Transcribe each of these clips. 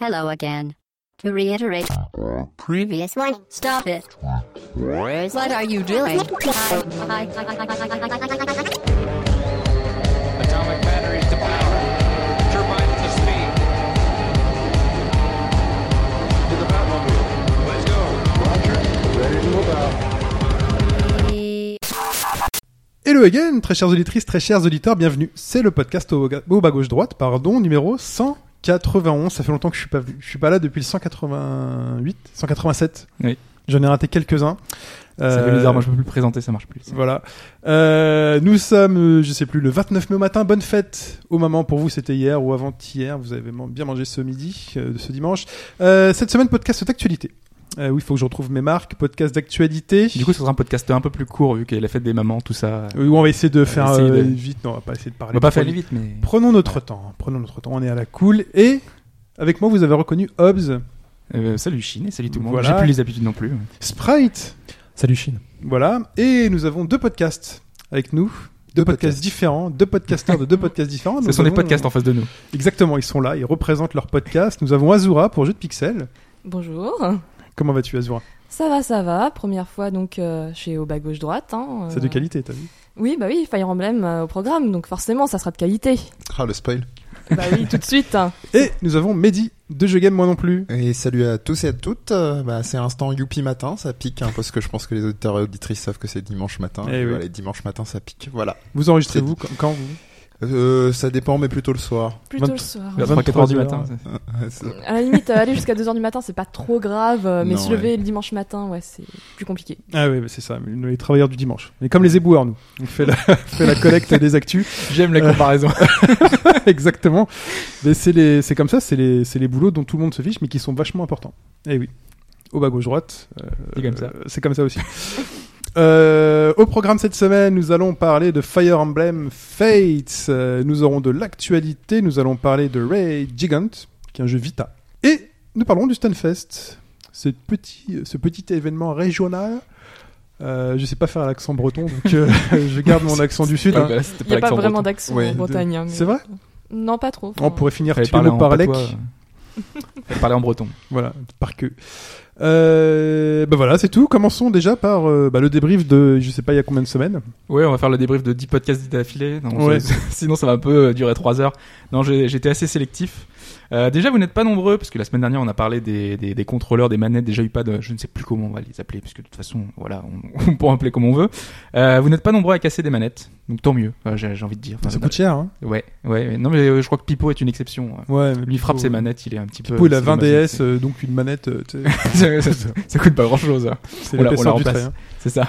Hello again. To reiterate, previous one, stop it. What are you doing? Atomic batteries to power. Turbines to speed. To the Batmobile. Let's go. Hello again, très chères auditrices, très chers auditeurs, bienvenue. C'est le podcast au, au bas gauche droite, pardon, numéro 191. Ça fait longtemps que je suis pas venu. Je suis pas là depuis le 188, 187. Oui. J'en ai raté quelques-uns. Ça fait Euh, bizarre, moi je peux plus le présenter, ça marche plus. Voilà. Euh, nous sommes, euh, je sais plus, le 29 mai au matin. Bonne fête aux mamans. Pour vous, c'était hier ou avant-hier. Vous avez man- bien mangé ce midi, euh, de ce dimanche. Euh, cette semaine, podcast d'actualité. Euh, oui, il faut que je retrouve mes marques. Podcast d'actualité. Du coup, ce sera un podcast un peu plus court vu qu'il y a la fête des mamans, tout ça. Oui, on va essayer de faire essayer euh, de- vite. Non, on va pas essayer de On parler. va pas trop faire aller vite, mais. Prenons notre temps, hein. prenons notre temps, on est à la cool. Et avec moi, vous avez reconnu Hobbs, Euh, salut Chine et salut tout le monde. Voilà. J'ai plus les habitudes non plus. Sprite, Salut Chine. voilà. Et nous avons deux podcasts avec nous. Deux, podcasts, différents, deux podcasteurs de deux podcasts différents. Ce Nous sont des avons- podcasts en face de nous. Exactement, ils sont là, ils représentent leur podcast. Nous avons Azura pour Jeux de Pixel. Bonjour. Comment vas-tu, Azura Ça va, ça va. Première fois donc euh, chez Au bas gauche droite. Hein, C'est Euh, de qualité, t'as vu Oui, bah oui, Fire Emblem euh, au programme, donc forcément ça sera de qualité. Ah, le spoil. Bah oui, tout de suite. hein. Et nous avons Mehdi de Jeux Game, moi non plus. Et salut à tous et à toutes. Euh, Bah, c'est instant youpi matin, ça pique, hein, parce que je pense que les auditeurs et auditrices savent que c'est dimanche matin. Eh oui. Voilà, dimanche matin, ça pique. Voilà. Vous enregistrez-vous quand, quand vous Euh, ça dépend, mais plutôt le soir. Plutôt Vingt- le soir. Vers 3 4 heures du matin. ça- À la limite, euh, aller jusqu'à 2h du matin, c'est pas trop grave, euh, mais Non, se ouais. lever le dimanche matin, ouais, c'est plus compliqué. Ah oui, bah, c'est ça, nous, les travailleurs du dimanche. On est comme les éboueurs, nous. On fait la, on fait la collecte des actus. J'aime la comparaison. Exactement. Mais c'est les, c'est comme ça, c'est les, c'est les boulots dont tout le monde se fiche, mais qui sont vachement importants. Eh oui. Au bas gauche droite. euh, C'est comme ça. euh, c'est comme ça aussi. Euh, au programme cette semaine, nous allons parler de Fire Emblem Fates. Euh, nous aurons de l'actualité. Nous allons parler de Ray Gigant, qui est un jeu Vita. Et nous parlerons du Stunfest. Ce petit, ce petit événement régional. Euh, je sais pas faire l'accent breton, donc euh, je garde mon accent du sud. Ouais, hein. bah, c'était Il n'y a pas l'accent vraiment breton. d'accent Ouais, en de- Bretagne. hein, mais- C'est vrai Non, pas trop. On enfin. pourrait finir Fallait tu parler nous en par lec. patois, euh. Fallait parler en breton. Voilà, par que. Euh, bah voilà, c'est tout. Commençons déjà par euh, bah, le débrief de, je sais pas, il y a combien de semaines. Ouais, on va faire le débrief de 10 podcasts d'affilée. Non, Ouais. ça- Sinon, ça va un peu euh, durer 3 heures. Non, j'ai- j'étais assez sélectif. Euh, déjà, vous n'êtes pas nombreux, parce que la semaine dernière, on a parlé des, des, des contrôleurs, des manettes, déjà eu pas de, je ne sais plus comment on va les appeler, parce que de toute façon, voilà, on, on peut appeler comme on veut. Euh, vous n'êtes pas nombreux à casser des manettes, donc tant mieux, euh, j'ai j'ai envie de dire. Enfin, ça euh, coûte cher, hein. ouais, ouais, ouais. non mais euh, je crois que Pipo est une exception. hein. Ouais, mais Lui il frappe Pipo- ses manettes, il est un petit peu. Pipo, il a c'est 20 dommage, DS, euh, donc une manette, euh, tu sais, c'est- ça, ça- ça coûte pas hein. grand chose. c'est On la- on l'épaisseur la du trait. remplace. C'est ça.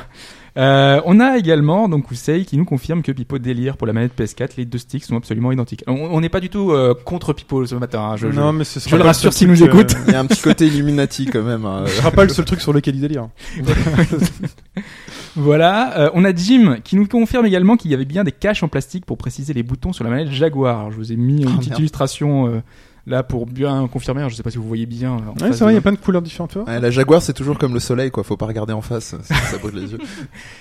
Euh, on a également donc Usei qui nous confirme que Pipo délire pour la manette PS4. Les deux sticks sont absolument identiques. On- On n'est pas du tout euh, contre Pipo ce matin. hein, je, hein. je- Non, mais ce je sera le pas rassure seul s'il nous truc, euh, écoute. Il y a un petit côté Illuminati quand même. hein. Ce sera pas le seul truc sur lequel il délire. Voilà. Euh, on a Jim qui nous confirme également qu'il y avait bien des caches en plastique pour préciser les boutons sur la manette Jaguar. Alors, je vous ai mis une Ah, Oh, petite merde. illustration euh, là pour bien confirmer. Alors, je sais pas si vous voyez bien. euh, en Ouais, face c'est vrai, il y de a plein de couleurs différentes, tu vois. Ouais, la Jaguar, c'est toujours comme le soleil, quoi. Faut pas regarder en face, ça, ça brûle les yeux.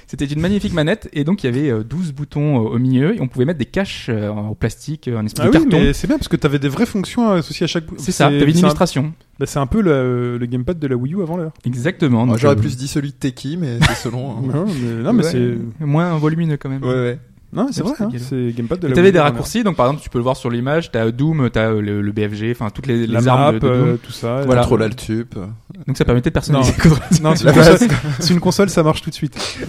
C'était une magnifique manette et donc il y avait euh, 12 boutons euh, au milieu et on pouvait mettre des caches euh, en plastique, euh, un espèce Ah de oui, carton. mais c'est bien parce que t'avais des vraies fonctions euh, associées à chaque bout. C'est ça, t'avais une c'est un- illustration. bah, C'est un peu le, euh, le gamepad de la Wii U avant l'heure. Oh, Exactement. Moi, donc, J'aurais euh, plus dit celui de Teki, mais c'est selon. hein. Non, mais, non, mais ouais, c'est. moins volumineux quand même. Ouais, ouais. Non, mais c'est Ouais, vrai, c'était hein, galop. c'est le gamepad de Et la T'avais Wii U des avant l'heure. raccourcis, donc par exemple tu peux le voir sur l'image, t'as Doom, t'as euh, le, le BFG, enfin toutes les, les La armes map, de, de Doom. euh, tout ça. Voilà. Trop là le tube. Donc ça permettait de personnaliser. Non, c'est une, console, c'est une console, ça marche tout de suite.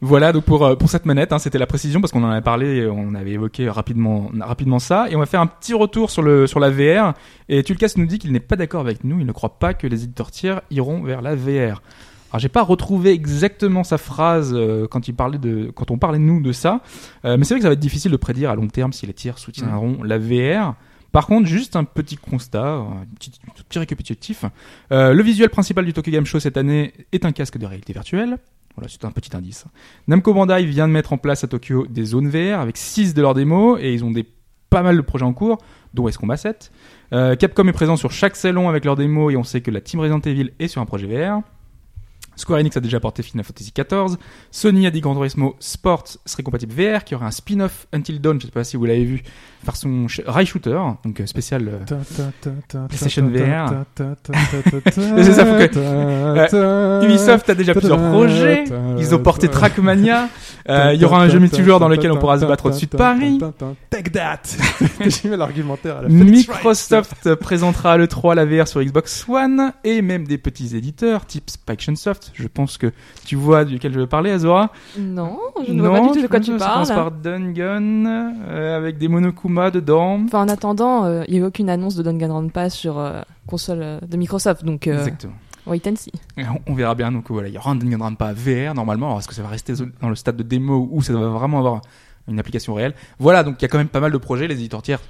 Voilà donc pour euh, pour cette manette, hein, c'était la précision parce qu'on en avait parlé, euh, on avait évoqué rapidement rapidement ça et on va faire un petit retour sur le sur la VR et Tulkas nous dit qu'il n'est pas d'accord avec nous, il ne croit pas que les éditeurs tiers iront vers la VR. Alors j'ai pas retrouvé exactement sa phrase euh, quand il parlait de quand on parlait nous de ça, euh, mais c'est vrai que ça va être difficile de prédire à long terme si les tiers soutiendront la VR. Par contre, juste un petit constat, euh, un petit, un petit récapitulatif. Euh, le visuel principal du Tokyo Game Show cette année est un casque de réalité virtuelle. Voilà, c'est un petit indice. Namco Bandai vient de mettre en place à Tokyo des zones VR avec 6 de leurs démos et ils ont des pas mal de projets en cours, dont Escomba 7. Euh, Capcom est présent sur chaque salon avec leurs démos et on sait que la team Resident Evil est sur un projet VR. Square Enix a déjà porté Final Fantasy XIV. Sony a dit Gran Turismo Sport serait compatible VR, qu'il y aura un spin-off Until Dawn, je sais pas si vous l'avez vu, par son ch- Rail Shooter, donc euh, spécial. euh, PlayStation VR. C'est ça, faut que- Euh, Ubisoft a déjà plusieurs projets. Ils ont porté Trackmania. Euh, Il y aura un jeu multijoueur dans lequel on pourra se battre au-dessus de Paris. Take that J'ai mis l'argumentaire à la fin. Microsoft présentera le 3 la VR sur Xbox One et même des petits éditeurs type Soft. Je pense que tu vois duquel je veux parler, Azora. Non, je ne vois pas du tout de quoi je tu pense que Ça parles. commence par Dungeon euh, avec des Monokuma dedans. Enfin, en attendant, euh, il n'y a eu aucune annonce de Danganronpa sur euh, console euh, de Microsoft, donc euh, Exactement. wait and see. Et On, on verra bien. Donc voilà, il y aura un Danganronpa VR normalement. Alors, Est-ce que ça va rester dans le stade de démo ou ça va vraiment avoir une application réelle Voilà, donc il y a quand même pas mal de projets. Les éditeurs tiers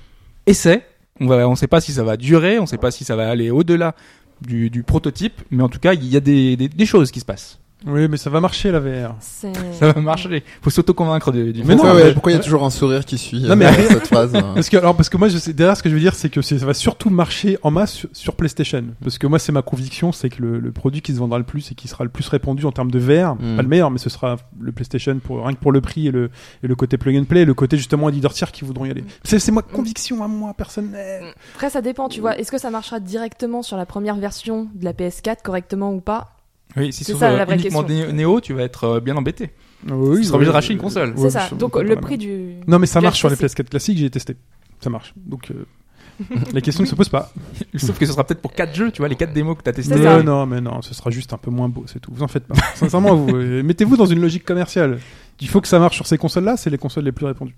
essaient. On va, on sait pas si ça va durer, on sait pas si ça va aller au-delà du, du prototype, mais en tout cas, il y a des, des, des choses qui se passent. Oui, mais ça va marcher la VR. Ça va marcher. Faut s'auto-convaincre du, du Mais non, pourquoi, ouais, mais- pourquoi il y a toujours un sourire qui suit Non, euh, mais- cette phrase hein Parce que, alors, parce que moi, je sais, derrière, ce que je veux dire, c'est que c'est- ça va surtout marcher en masse sur, sur PlayStation. Parce que moi, c'est ma conviction, c'est que le, le produit qui se vendra le plus et qui sera le plus répandu en termes de VR, Mm. Hmm. pas le meilleur, mais ce sera le PlayStation pour, rien que pour le prix et le, et le côté plug and play, et le côté justement éditeur tiers qui voudront y aller. C'est c'est ma conviction à moi, personnelle. Après, ça dépend, tu vois. Est-ce que ça marchera directement sur la première version de la PS4 correctement ou pas Oui, si C'est sur ça, euh, la vraie uniquement question. Né- Néo, tu vas être euh, bien embêté. Ah Oui, Tu seras obligé de racheter une console. C'est Ouais, ça. je- Donc, pas le mal. prix du. Non, mais ça marche sur les PSC. PS4 classiques, j'ai testé. Ça marche. Donc, euh, la question ne se pose pas. Sauf que ce sera peut-être pour 4 jeux, tu vois, les 4 démos que t'as testé. C'est Non, ça. non, mais non, ce sera juste un peu moins beau, c'est tout. Vous en faites pas. Sincèrement, vous, euh, mettez-vous dans une logique commerciale. Il faut que ça marche sur ces consoles-là, c'est les consoles les plus répandues.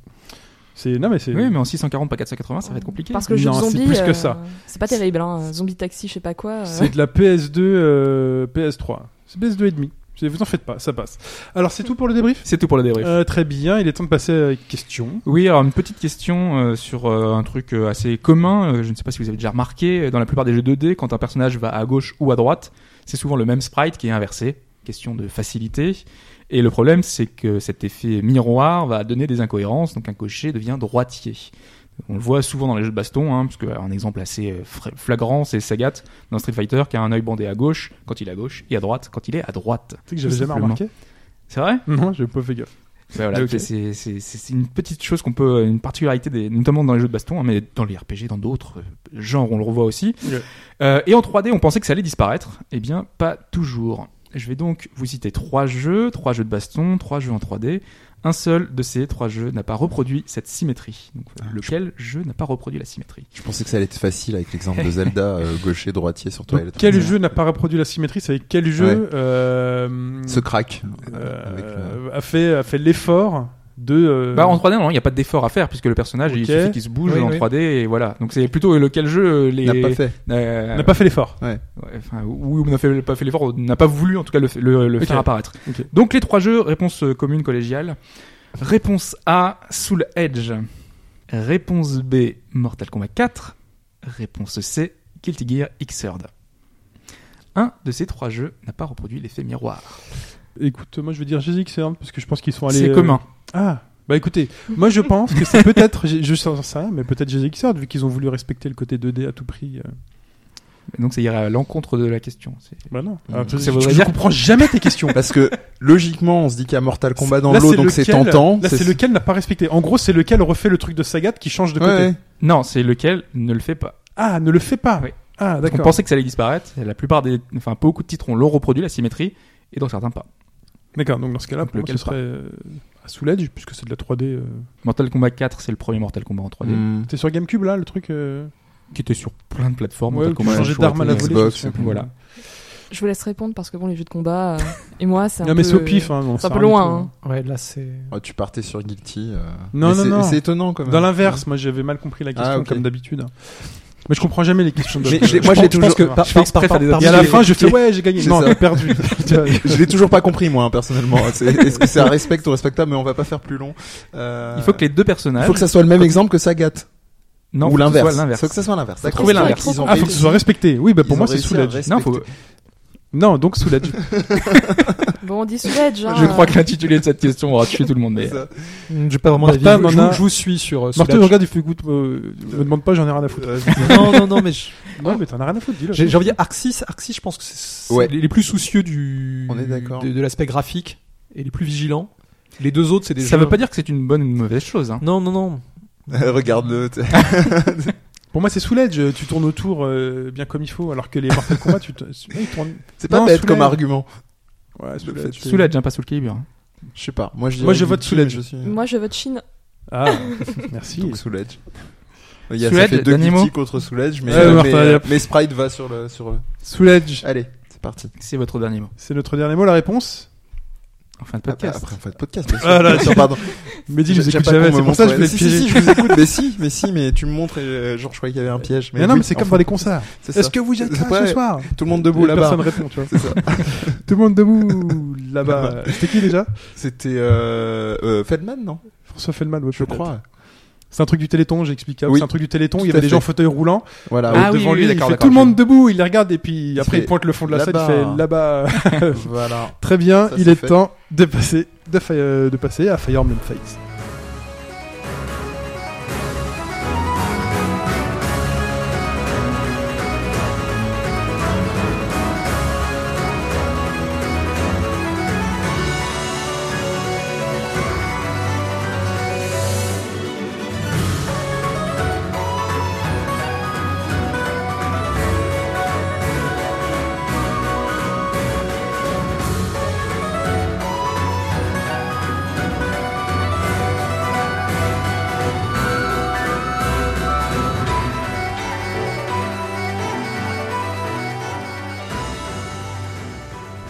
C'est, non, mais c'est. Oui, mais en 640 pas 480, ça va être compliqué. Parce que le jeu de Non, c'est zombie. plus que euh, ça. C'est pas terrible, hein. Zombie taxi, je sais pas quoi. euh. C'est de la PS2, euh, PS3. C'est PS2 et demi. C'est- Vous en faites pas, ça passe. Alors, c'est tout pour le débrief? C'est tout pour le débrief. Euh, très bien, il est temps de passer à la question. Oui, alors une petite question euh, sur euh, un truc euh, assez commun. Euh, je ne sais pas si vous avez déjà remarqué, euh, dans la plupart des jeux 2D, quand un personnage va à gauche ou à droite, c'est souvent le même sprite qui est inversé. Question de facilité. Et le problème, c'est que cet effet miroir va donner des incohérences, donc un cocher devient droitier. On le voit souvent dans les jeux de baston, hein, parce que, alors, un exemple assez euh, fra- flagrant, c'est Sagat dans Street Fighter qui a un œil bandé à gauche quand il est à gauche et à droite quand il est à droite. Tu sais que j'avais Tout jamais simplement. remarqué? C'est vrai Non, j'ai pas fait gaffe. Ouais, voilà, Ok. c'est- c'est- C'est c'est une petite chose qu'on peut, une particularité, des, notamment dans les jeux de baston, hein, mais dans les RPG, dans d'autres euh, genres, on le revoit aussi. Ouais. Euh, et en 3D, on pensait que ça allait disparaître. Eh bien, pas toujours. Je vais donc vous citer trois jeux, trois jeux de baston, trois jeux en 3D. Un seul de ces trois jeux n'a pas reproduit cette symétrie. Donc, euh, Ah, lequel jeu n'a pas reproduit la symétrie Je pensais que ça allait être facile avec l'exemple de Zelda, euh, gaucher, droitier sur Donc, toilette. quel jeu n'a pas reproduit la symétrie? C'est quel jeu, euh, Ce crack. euh, avec, euh, a fait, a fait l'effort de, euh, Bah, En 3D, non, il n'y a pas d'effort à faire puisque le personnage, il Ok. suffit qu'il se bouge Oui, en oui. 3D et voilà. Donc, c'est plutôt lequel jeu euh, les. N'a pas fait. euh, n'a pas fait l'effort. Ouais, enfin, ou ou n'a fait- pas fait l'effort, ou n'a pas voulu en tout cas le, f- le- le Ok. faire apparaître. Ok. Donc les trois jeux, réponse euh, commune collégiale. Réponse A, Soul Edge. Réponse B, Mortal Kombat 4. Réponse C, Guilty Gear Xrd. Un de ces trois jeux n'a pas reproduit l'effet miroir. Écoute, moi je vais dire GZX parce que je pense qu'ils sont allés. C'est euh, commun. Ah, bah écoutez, moi je pense que c'est peut-être, je je sens ça, mais peut-être GZX vu qu'ils ont voulu respecter le côté 2D à tout prix. euh. Donc ça irait à l'encontre de la question. C'est- Bah non. Mm. Alors, Ça je, voudrait je dire- comprends jamais tes questions. Parce que logiquement, on se dit qu'il y a Mortal Kombat dans Là, l'eau, donc c'est lequel- tentant. Là c'est lequel n'a pas respecté. En gros, c'est lequel refait le truc de Sagat qui change de Ouais, côté. ouais. Non, c'est lequel ne le fait pas. Ah, ne le fais pas. Oui. Ah, On d'accord. pensait que ça allait disparaître. La plupart des, enfin beaucoup de titres ont l'ont reproduit la symétrie et dans certains pas. D'accord. Donc dans ce cas-là, Donc, pour moi, lequel ce serait euh, à Soul Edge, puisque c'est de la 3D. euh. Mortal Kombat 4, c'est le premier Mortal Kombat en 3D. Mm. C'était sur GameCube là, le truc. euh, qui était sur plein de plateformes. ouais, Mortal où tu Kombat, changeais Shoot d'arme à la Rocket, volée. Xbox, je me souviens plus. voilà. Je vous laisse répondre parce que bon, les jeux de combat euh, et moi, c'est un Non mais peu- c'est au pif. hein, on C'est un sait peu rien du loin. tout, hein. Ouais, là c'est. Ah, tu partais sur Guilty. euh. Non, non, Mais c'est- non. C'est étonnant quand même. Dans l'inverse, moi j'avais mal compris la question Ah, ok. comme d'habitude. Mais je comprends jamais les questions de Mais je l'ai- moi, je l'ai toujours- euh, que- fais exprès de faire des Et à la parmi fin, je fais ouais, j'ai gagné. C'est Non, ça. t'as perdu. Tu vois, Je l'ai toujours pas compris moi hein, personnellement. C'est- Est-ce que c'est un respect ou respectable Mais on va pas faire plus long. Euh, Il faut que les deux personnages. il faut que ça soit le même exemple que Sagat non, ou faut que ce soit l'inverse. Il l'inverse. faut que ça soit l'inverse. Trouver l'inverse. Ils ont Ah, faut que ce réussi- soit respecté. Oui, bah pour ils moi ont c'est réussi sous à l'edge. respecter. Non, faut- Non, donc sous la du. Bon, on dit Sledge. Hein, Je crois que l'intitulé de cette question aura tué tout le monde. Mais... Hmm, J'ai pas vraiment d'avis. Martin, Je, on je, a- je vous suis sur. euh, ce Martin, match. regarde, il fait écoute, me, me demande pas, j'en ai rien à foutre. Non, non, non, mais je- Non, mais t'en as rien à foutre, dis-le. j'ai j'ai envie de dire Arc 6. Arc 6, je pense que c'est- c'est Ouais. les, les plus soucieux du. On est d'accord. De, de l'aspect graphique et les plus vigilants. Les deux autres, c'est des. Ça jeux- veut pas dire que c'est une bonne ou une mauvaise chose. Hein. Non, non, non. Regarde-le. t'es- Pour moi, c'est sous l'edge, tu tournes autour euh, bien comme il faut, alors que les Mortal Kombat, tu te- ouais, ils tournent. C'est pas Non, bête sous comme la- argument. Ouais, sous Le l'edge. fait- Sous la, pas sous le calibre. Je sais pas. Moi, je, Moi, dirais je vote Yuki, sous l'edge. mais je suis- Moi, je vote Chine. Ah, merci. Donc sous l'edge. Il y a Sous ça l'edge, fait deux dernier guilty mot contre sous l'edge, mais, Ouais, euh, Martin, mais, euh, yep. mais Sprite va sur le sur le. Sous l'edge, Allez, c'est parti. C'est votre dernier mot. c'est notre dernier mot, la réponse. En fin de Après, podcast. après on fait de podcast. bien sûr. Ah, là, Tiens, pardon. Mais dis, J'ai- nous j'ai écoute pas jamais, ton c'est moment, pour ça que je ouais. voulais te Si, si, piéger. si, je vous écoute. mais si, mais si, mais tu me montres. et, euh, genre, je croyais qu'il y avait un piège. Mais non, oui, mais c'est comme enfin, dans les concerts. c'est ça. Est-ce que vous êtes là Ouais. ce soir tout le monde debout là-bas Personne répond, tu vois. C'est ça. Tout le monde debout là-bas. Là-bas. C'était qui déjà C'était euh, euh, Feldman, non François Feldman, ouais, Je peut-être. crois. C'est un truc du Téléthon, j'expliquais. Oui. C'est un truc du Téléthon. il y Tout à avait des gens en fait. Bah fauteuil roulant. Voilà. Ah oui, devant oui, lui, oui, il d'accord, fait d'accord, tout le je- monde debout, il les regarde et puis après fait il pointe le fond de la salle, il là-bas. fait là-bas. voilà. Très bien, Ça, il c'est est fait. temps de passer, de, fa- euh, de passer à Fire Emblem Fates.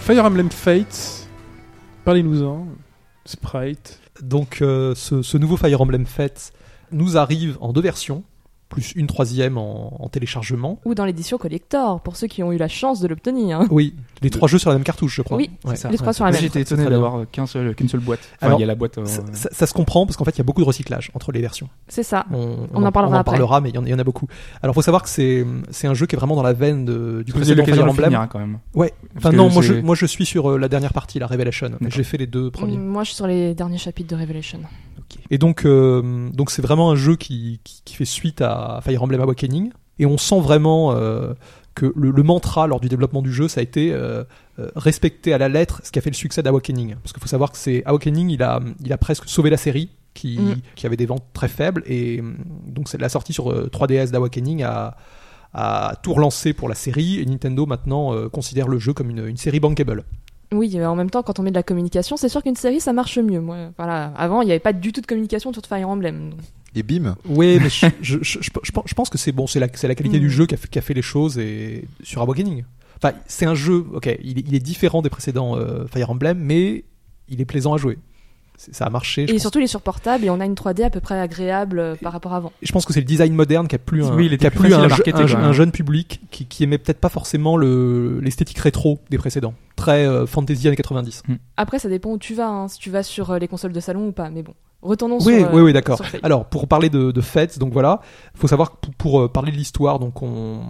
Fire Emblem Fates, parlez-nous-en. Sprite. Donc, euh, ce, ce nouveau Fire Emblem Fête nous arrive en deux versions, plus une troisième en, en téléchargement. Ou dans l'édition collector, pour ceux qui ont eu la chance de l'obtenir. hein. Oui, les trois jeux sur la même cartouche, je crois. Oui, Ouais. c'est ça. les trois sur la Moi, même. J'étais étonné Très bien. d'avoir euh, qu'un seul- qu'une seule boîte. Enfin, Alors, il y a la boîte. euh, Ça, ça- ça se comprend parce qu'en fait il y a beaucoup de recyclage entre les versions. C'est ça. On, On en parlera après. mais il y en- il y, en a beaucoup. Alors faut savoir que c'est c'est un jeu qui est vraiment dans la veine de- du Vous avez précédent l'occasion Fire de le Emblem. finir hein, quand même. Ouais. Parce Enfin que non, moi je, c'est- moi je suis sur euh, la dernière partie, la Revelation. D'accord. J'ai fait les deux premiers. Mm, Moi, je suis sur les derniers chapitres de Revelation. Et donc euh, donc c'est vraiment un jeu qui, qui, qui fait suite à Fire Emblem Awakening. Et on sent vraiment euh, que le, le mantra lors du développement du jeu, ça a été euh, euh, respecter à la lettre ce qui a fait le succès d'Awakening. Parce qu'il faut savoir que c'est Awakening, il a, il a presque sauvé la série. Qui, Mm. qui avait des ventes très faibles et hum, donc c'est la sortie sur euh, 3DS d'Awakening a, a tout relancé pour la série et Nintendo maintenant euh, considère le jeu comme une, une série bankable. Oui, euh, en même temps, quand on met de la communication, c'est sûr qu'une série, ça marche mieux. Moi, euh, voilà. Avant, il n'y avait pas du tout de communication autour de Fire Emblem. donc. Et bim. Oui, mais je, je, je, je- je pense- je pense que c'est bon, c'est la, c'est la qualité Mm. du jeu qui a, fait- qui a fait les choses et sur Awakening. Enfin, c'est un jeu, ok, il, est- il est différent des précédents euh, Fire Emblem, mais il est plaisant à jouer. C'est- Ça a marché. Je, Et pense, surtout, il est sur portable et on a une 3D à peu près agréable euh, par rapport à avant. je pense que c'est le design moderne qui a plu un, Oui, il était qui a plus plu facile à un, je- marketer, un- quand même. un jeune public qui, qui aimait peut-être pas forcément le- l'esthétique rétro des précédents, très euh, fantasy années 90. Après, ça dépend où tu vas, hein, si tu vas sur euh, les consoles de salon ou pas. Mais bon, retournons Oui, sur. euh, oui, oui, d'accord. sur Fate. Alors, pour parler de, de fêtes, donc voilà, faut savoir que pour, pour, euh, parler de l'histoire, donc on,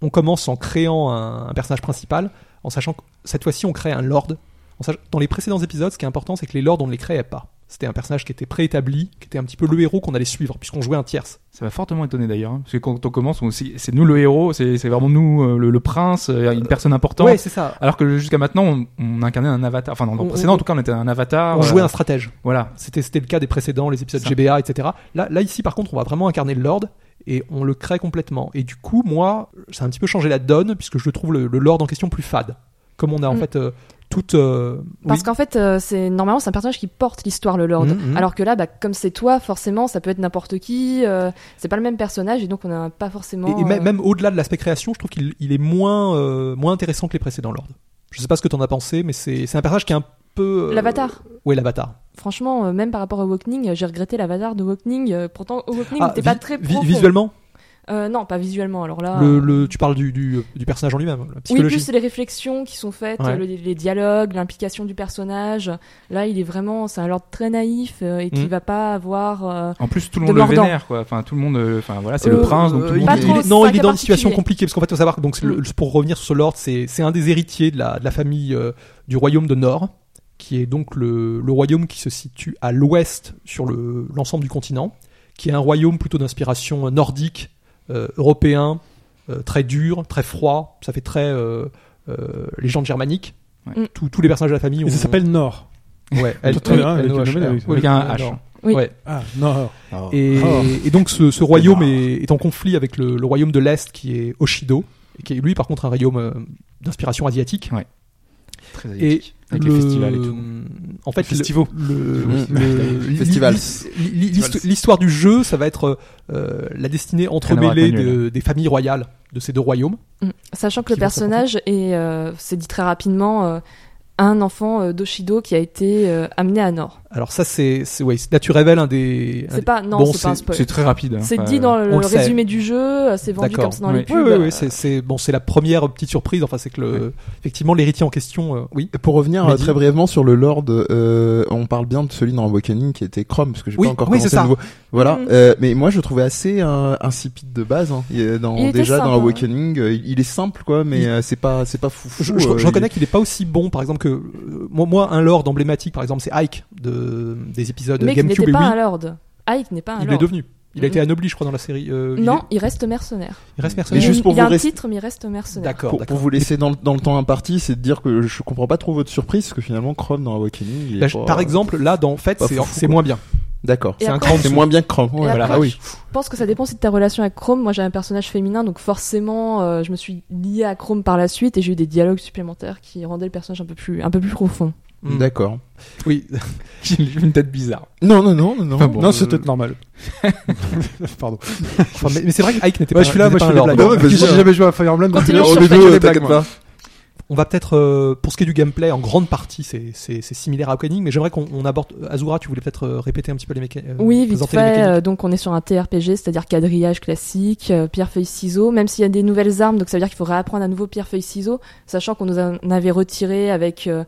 on commence en créant un, un personnage principal, en sachant que cette fois-ci on crée un lord. En sach- Dans les précédents épisodes, ce qui est important, c'est que les lords on ne les créait pas. C'était un personnage qui était préétabli, qui était un petit peu le héros qu'on allait suivre, puisqu'on jouait un tierce. Ça m'a fortement étonné d'ailleurs. hein, Parce que quand on commence, on- c'est c'est nous le héros, c'est c'est vraiment nous euh, le, le prince, euh, une personne importante. Ouais, c'est ça. Alors que jusqu'à maintenant, on, on incarnait un avatar. Enfin, dans le On- précédent, on- en tout cas, on était un avatar. On euh, jouait un stratège. Voilà. C'était c'était le cas des précédents, les épisodes Ça. GBA, etc. Là, là, ici, par contre, on va vraiment incarner le Lord et on le crée complètement. Et du coup, moi, ça a un petit peu changé la donne puisque je trouve le, le Lord en question plus fade. Comme on a en Mm. fait euh, toute. euh, Parce oui. qu'en fait, euh, c'est normalement c'est un personnage qui porte l'histoire le Lord. Mhm, mhm. Alors que là, bah, comme c'est toi, forcément, ça peut être n'importe qui. euh, c'est pas le même personnage et donc on n'a pas forcément. Et, et même, euh, même au-delà de l'aspect création, je trouve qu'il il est moins, euh, moins intéressant que les précédents Lord. Je sais pas ce que t'en as pensé, mais c'est c'est un personnage qui est un peu. euh, L'avatar. Ouais, l'avatar. Franchement, euh, même par rapport à Awakening, euh, j'ai regretté l'avatar de Awakening. euh, pourtant, Awakening Ah, n'était vi- pas très vi- profond. visuellement Euh, non, pas visuellement. Alors là. Le, euh, le- tu parles du, du, du personnage en lui-même, la Oui, psychologie. plus les réflexions qui sont faites, Ouais. euh, le- les dialogues, l'implication du personnage. Là, il est vraiment, c'est un lord très naïf euh, et qui Mm. va pas avoir. euh, En plus, tout le De monde le mordant. vénère, quoi. Enfin, tout le monde. euh, Enfin, voilà, c'est le Euh, prince, donc tout le il monde. pas il trop, est- c'est non, un il est cas dans une situation particulier. compliquée parce qu'en fait, faut savoir. Donc, c'est le- Mm. le- pour revenir sur ce lord, c'est c'est un des héritiers de la, de la famille euh, du royaume de Nord, qui est donc le, le royaume qui se situe à l'ouest sur le- l'ensemble du continent, qui est un royaume plutôt d'inspiration nordique, euh, européen, euh, très dur, très froid. Ça fait très euh, euh, légende germanique. Ouais. Mm. Tous- tous les personnages de la famille. Et ça ont- s'appelle Nord. Ouais, L- Très bien, avec le N-O-H-R. domaine, avec- Oui, avec un oui, H. Nord. Oui. Ouais. Ah, Nord. Et, Ah. Oh. et donc ce, ce royaume est, est en conflit avec le, le royaume de l'Est qui est Oshido, et qui est lui par contre un royaume euh, d'inspiration asiatique. Très Et asiatique, avec les le- festivals et tout. En fait, Les festivals. le- Oui, le- oui. Festivals. l'hi- l'hi- l'histo- L'histoire du jeu, ça va être euh, la destinée entremêlée Rien à voir avec de- des familles royales de ces deux royaumes. Mm. Sachant que le Qui vont s'affronter. personnage est, euh, c'est dit très rapidement, euh, un enfant euh, d'Oshido qui a été euh, amené à Nord. Alors ça, c'est c'est- ouais, là tu révèles un des. un C'est des- pas, non, bon, c'est pas un spoil. C'est très rapide. hein. C'est Enfin, dit dans le, on le sait. résumé du jeu, euh, c'est vendu D'accord. comme ça dans Oui. les Oui, pubs. oui, oui, c'est- c'est bon, c'est la première petite surprise. Enfin, c'est que le, effectivement l'héritier en question, euh, oui. Et pour revenir Mais euh, dis- très brièvement sur le Lord, euh, on parle bien de celui dans Awakening qui était Chrome, parce que j'ai Oui, pas encore oui, c'est commencé ça. le nouveau. Voilà, Mm. euh, mais moi je le trouvais assez euh, insipide de base. Hein. Il est dans, Il était déjà dans simple, Awakening, euh, il est simple quoi, mais Il- euh, c'est pas c'est pas euh, fou. je, euh, je- je reconnais qu'il n'est pas aussi bon, par exemple, que euh, moi, moi, un lord emblématique, par exemple, c'est Ike de, des épisodes Mais qui GameCube n'était et pas Wii. un lord. Ike n'est pas un il lord. est devenu. Il a Mhm. été anobli, je crois, dans la série. euh, il Non, est- il reste mercenaire. il, reste Mais mercenaire. juste il pour il a vous un rester- titre, mais il reste mercenaire. D'accord. Pour, d'accord. pour vous laisser dans, le- dans le temps imparti, c'est de dire que je comprends pas trop votre surprise, parce que finalement Chrome dans Awakening, il est Là, Bah, je- pas- par exemple, là, dans Fête, pas c'est foufou, c'est quoi. moins bien. d'accord, Et C'est un après- cran en c'est dessous. moins bien que Chrome. Et voilà. après- Ah oui. Je pense que ça dépend aussi de ta relation avec Chrome. Moi, j'avais un personnage féminin, donc forcément, euh, je me suis liée à Chrome par la suite et j'ai eu des dialogues supplémentaires qui rendaient le personnage un peu plus, un peu plus profond. Mm. D'accord. Oui. J'ai une tête bizarre. Non non non non. Enfin, bon, non, euh, c'est peut-être normal. Pardon. Enfin, mais mais c'est vrai que Ike n'était Ouais, pas. je suis là, moi n'était je fais des pas un lord. blagues. Non, mais Parce que vas-y, J'ai hein. jamais joué à Fire Emblem, donc Continue, je on fais est des deux, blagues, t'inquiète moi. pas. On va peut-être, euh, pour ce qui est du gameplay, en grande partie, c'est c'est- c'est similaire à Awakening, mais j'aimerais qu'on on aborde. Azura, tu voulais peut-être euh, répéter un petit peu les mécaniques. oui, vite fait. euh, donc, on est sur un TRPG, c'est-à-dire quadrillage classique, euh, pierre feuille ciseaux. Même s'il y a des nouvelles armes, donc ça veut dire qu'il faut réapprendre à nouveau pierre feuille ciseaux, sachant qu'on nous en avait retiré avec euh,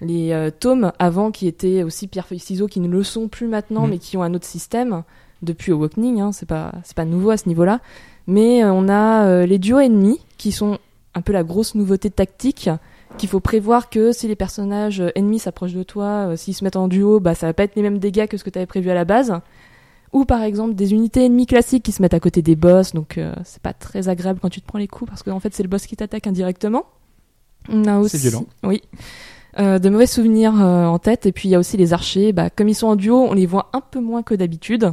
les euh, tomes avant qui étaient aussi pierre feuille ciseaux, qui ne le sont plus maintenant, Mm. mais qui ont un autre système depuis Awakening. Hein, c'est pas c'est pas nouveau à ce niveau-là. Mais euh, on a euh, les duos ennemis qui sont un peu la grosse nouveauté tactique qu'il faut prévoir que si les personnages euh, ennemis s'approchent de toi, euh, s'ils se mettent en duo, bah ça va pas être les mêmes dégâts que ce que tu avais prévu à la base. Ou par exemple des unités ennemies classiques qui se mettent à côté des boss, donc euh, c'est pas très agréable quand tu te prends les coups parce qu'en fait c'est le boss qui t'attaque indirectement. On a aussi, violent. Oui. Euh, de mauvais souvenirs euh, en tête et puis il y a aussi les archers. Bah, comme ils sont en duo, on les voit un peu moins que d'habitude.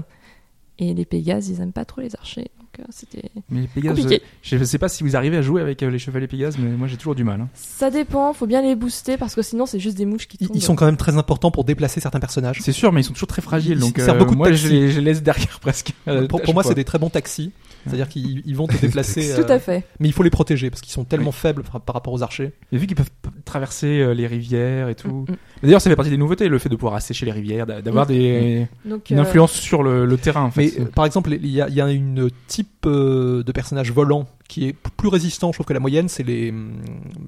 Et les Pégases, ils aiment pas trop les archers. Donc euh, c'était Mais les Pégases, Compliqué. je, je sais pas si vous arrivez à jouer avec euh, les chevaliers Pégases, mais moi j'ai toujours du mal. hein. Ça dépend, faut bien les booster parce que sinon c'est juste des mouches qui Ils, tombent. ils sont quand même très importants pour déplacer certains personnages. C'est sûr, mais ils sont toujours très fragiles, Ils donc servent euh, beaucoup de moi taxis. je les, je les laisse derrière presque. Euh, Pour, je pour moi, sais c'est pas. des très bons taxis. C'est-à-dire qu'ils ils vont te déplacer. Tout euh, à fait. Mais il faut les protéger parce qu'ils sont tellement faibles par, par rapport aux archers. Et vu qu'ils peuvent p- traverser euh, les rivières et tout. Mm, mm. Mais D'ailleurs, ça fait partie des nouveautés, le fait de pouvoir assécher les rivières, d'a- d'avoir des Donc, une euh, influence sur le, le terrain en fait. Mais euh, par exemple, il y a, il y a une type euh, de personnage volant qui est p- plus résistant, je trouve que la moyenne, c'est les, hum,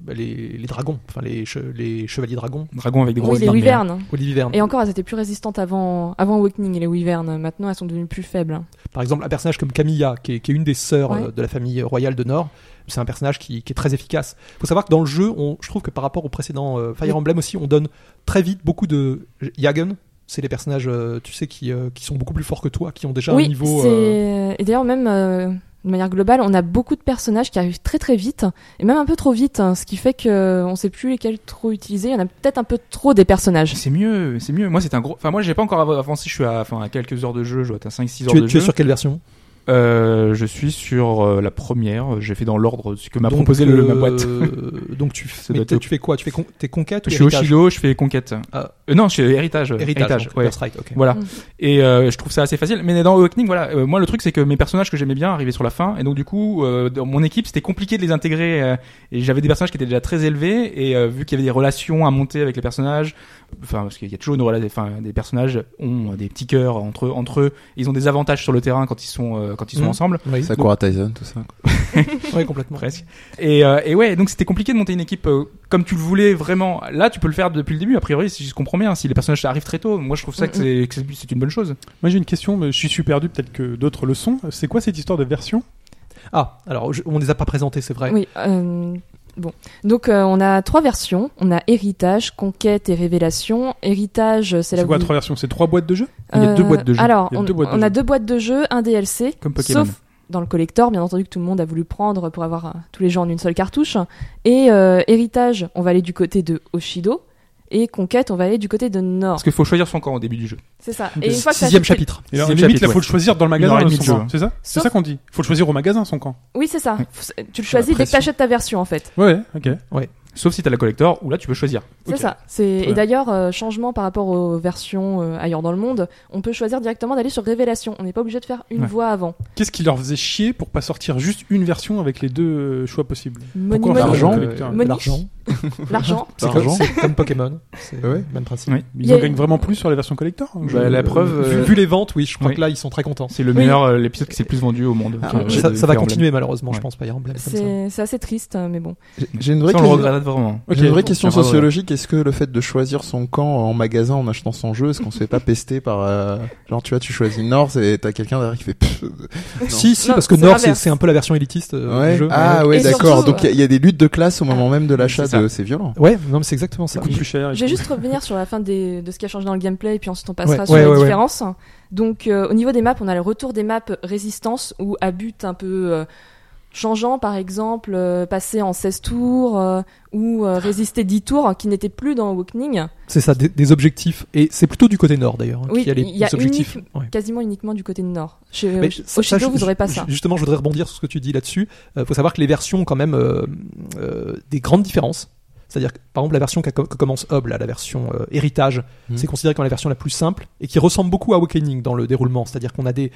bah, les, les dragons, enfin les, che- les chevaliers dragons, Dragon avec des Oui, grosses hein. les armures. wyvernes. ou les wyvernes. Et encore, elles étaient plus résistantes avant, avant Awakening, les wyvernes. Maintenant, elles sont devenues plus faibles. Par exemple, un personnage comme Camilla, qui est, qui est une des sœurs Ouais. euh, de la famille royale de Nord, c'est un personnage qui, qui est très efficace. Il faut savoir que dans le jeu, on, je trouve que par rapport au précédent euh, Fire Oui. Emblem aussi, on donne très vite beaucoup de Yagen. C'est les personnages, euh, tu sais, qui, euh, qui sont beaucoup plus forts que toi, qui ont déjà un oui, niveau. c'est... euh, Et d'ailleurs, même euh, de manière globale, on a beaucoup de personnages qui arrivent très très vite, et même un peu trop vite, hein, ce qui fait qu'on sait plus lesquels trop utiliser. Il y en a peut-être un peu trop des personnages. C'est mieux, c'est mieux. Moi, c'est un gros. Enfin, moi, j'ai pas encore av- avancé. Je suis à, enfin, à quelques heures de jeu. Je dois être à 5-6 heures Tu, es, de tu jeu. es sur quelle version Euh, je suis sur euh, la première. J'ai fait dans l'ordre ce que m'a Donc, proposé le, euh, ma boîte. donc tu, Ça mais doit t'es- être- tu fais quoi Tu fais con- tes conquêtes ou Je suis au héritage Shiloh, je fais conquête. Ah. Euh, non, je suis héritage. euh, Héritage, donc, ouais. Birthright, ok. Voilà. Mm. Et euh, je trouve ça assez facile. Mais dans Awakening, voilà, euh, moi le truc c'est que mes personnages que j'aimais bien arrivaient sur la fin, et donc du coup, euh, dans mon équipe, c'était compliqué de les intégrer. euh, et j'avais des personnages qui étaient déjà très élevés, et euh, vu qu'il y avait des relations à monter avec les personnages, enfin parce qu'il y a toujours une relation, enfin des personnages ont des petits cœurs entre entre eux, ils ont des avantages sur le terrain quand ils sont euh, quand ils sont Mhm. ensemble, Oui, Sakura Tyson, tout ça. oui, complètement. presque. Et, euh, et ouais, donc c'était compliqué de monter une équipe euh, comme tu le voulais vraiment. Là, tu peux le faire depuis le début, a priori, si je comprends bien, si les personnages arrivent très tôt. Moi, je trouve ça que Mhm. c'est- que c'est c'est une bonne chose. Moi j'ai une question, mais je suis- je suis perdu, peut-être que d'autres le sont. C'est quoi cette histoire de version Ah, alors je- on les a pas présentés, c'est vrai. Oui. euh, bon. Donc euh, on a trois versions. On a héritage, conquête et révélation. Héritage, c'est la. C'est quoi où- trois versions C'est trois boîtes de jeux Il y a Euh, deux boîtes de jeux. Alors Il y a on, deux boîtes de on a jeux. deux boîtes de jeux, un DLC. Comme Pokémon. Sauf dans le collector, bien entendu, que tout le monde a voulu prendre pour avoir euh, tous les gens en une seule cartouche. Et euh, héritage, on va aller du côté de Oshido. Et conquête, on va aller du côté de Nord. Parce qu'il faut choisir son camp au début du jeu. C'est ça. Le Et une fois que t'as sixième fait- chapitre. Et alors, Sixième limite, chapitre, là, faut ouais. le choisir dans le Une heure magasin, et hein, demie de son jeu, camp, c'est ça C'est Sauf- ça qu'on dit. Faut le choisir au magasin, son camp. Oui, c'est ça. Ouais. Faut- Tu le choisis dès que pression. t'achètes ta version, en fait. Ouais, ok. Sauf si t'as la collector, où là, tu peux choisir. C'est Ok. ça. C'est bien. et d'ailleurs euh, changement par rapport aux versions euh, ailleurs dans le monde, on peut choisir directement d'aller sur Révélation. On n'est pas obligé de faire une Ouais. voie avant. Qu'est-ce qui leur faisait chier pour pas sortir juste une version avec les deux euh, choix possibles Money, Pourquoi money, l'argent euh, putain. Money. L'argent. l'argent. C'est L'argent. comme, c'est comme Pokémon. C'est Ouais. même principe. Oui. Ils Il y en a- gagnent vraiment plus sur les versions collector hein, Bah, je- la preuve, Vu, euh, vu les ventes, oui, je crois oui. que là, ils sont très contents. C'est le Oui. meilleur, euh, l'épisode qui s'est le plus vendu au monde. Ah, Euh, ouais. de Ça, ça va Fire Emblem. continuer malheureusement, je Ouais. pense, Fire Emblem. comme ça. C'est c'est assez triste, hein, mais bon. J'ai une vraie, Ça, on le regrette vraiment. J'ai une vraie Ok. question Bravo, sociologique. Est-ce que le fait de choisir son camp en magasin en achetant son jeu, est-ce qu'on se fait pas pester par euh, genre tu vois tu choisis Nord et t'as quelqu'un derrière qui fait pfff. Si, si, Non, parce que c'est Nord, c'est l'inverse. c'est un peu la version élitiste euh, ouais. du jeu. ah ouais. ouais Et d'accord surtout, donc il y a- il y, a des luttes de classe au moment même de l'achat c'est ça. de c'est violent Ouais, non, mais c'est exactement ça. Ça coûte plus cher. et Je vais tout. juste revenir sur la fin des- de ce qui a changé dans le gameplay et puis ensuite on passera Ouais, sur ouais, les ouais, ouais. différences. Donc euh, au niveau des maps, on a le retour des maps résistance ou à but un peu euh, changeant par exemple euh, passer en 16 tours euh, ou Ah. euh, résister 10 tours qui n'étaient plus dans Awakening. C'est ça, des, des objectifs. Et c'est plutôt du côté Nord d'ailleurs hein, Oui, qu'il y a les il y a objectifs. unique- Ouais. quasiment uniquement du côté nord. Chez Mais chez- ça- au Shido, ça, je- vous n'aurez pas je- ça. Justement, je voudrais rebondir sur ce que tu dis là-dessus. Il faut savoir que les versions ont quand même euh, euh, des grandes différences. C'est-à-dire, que, par exemple, la version qui commence Hob, là, la version euh, héritage, Mhm. Mmh. c'est considéré comme la version la plus simple et qui ressemble beaucoup à Awakening dans le déroulement. C'est-à-dire qu'on a des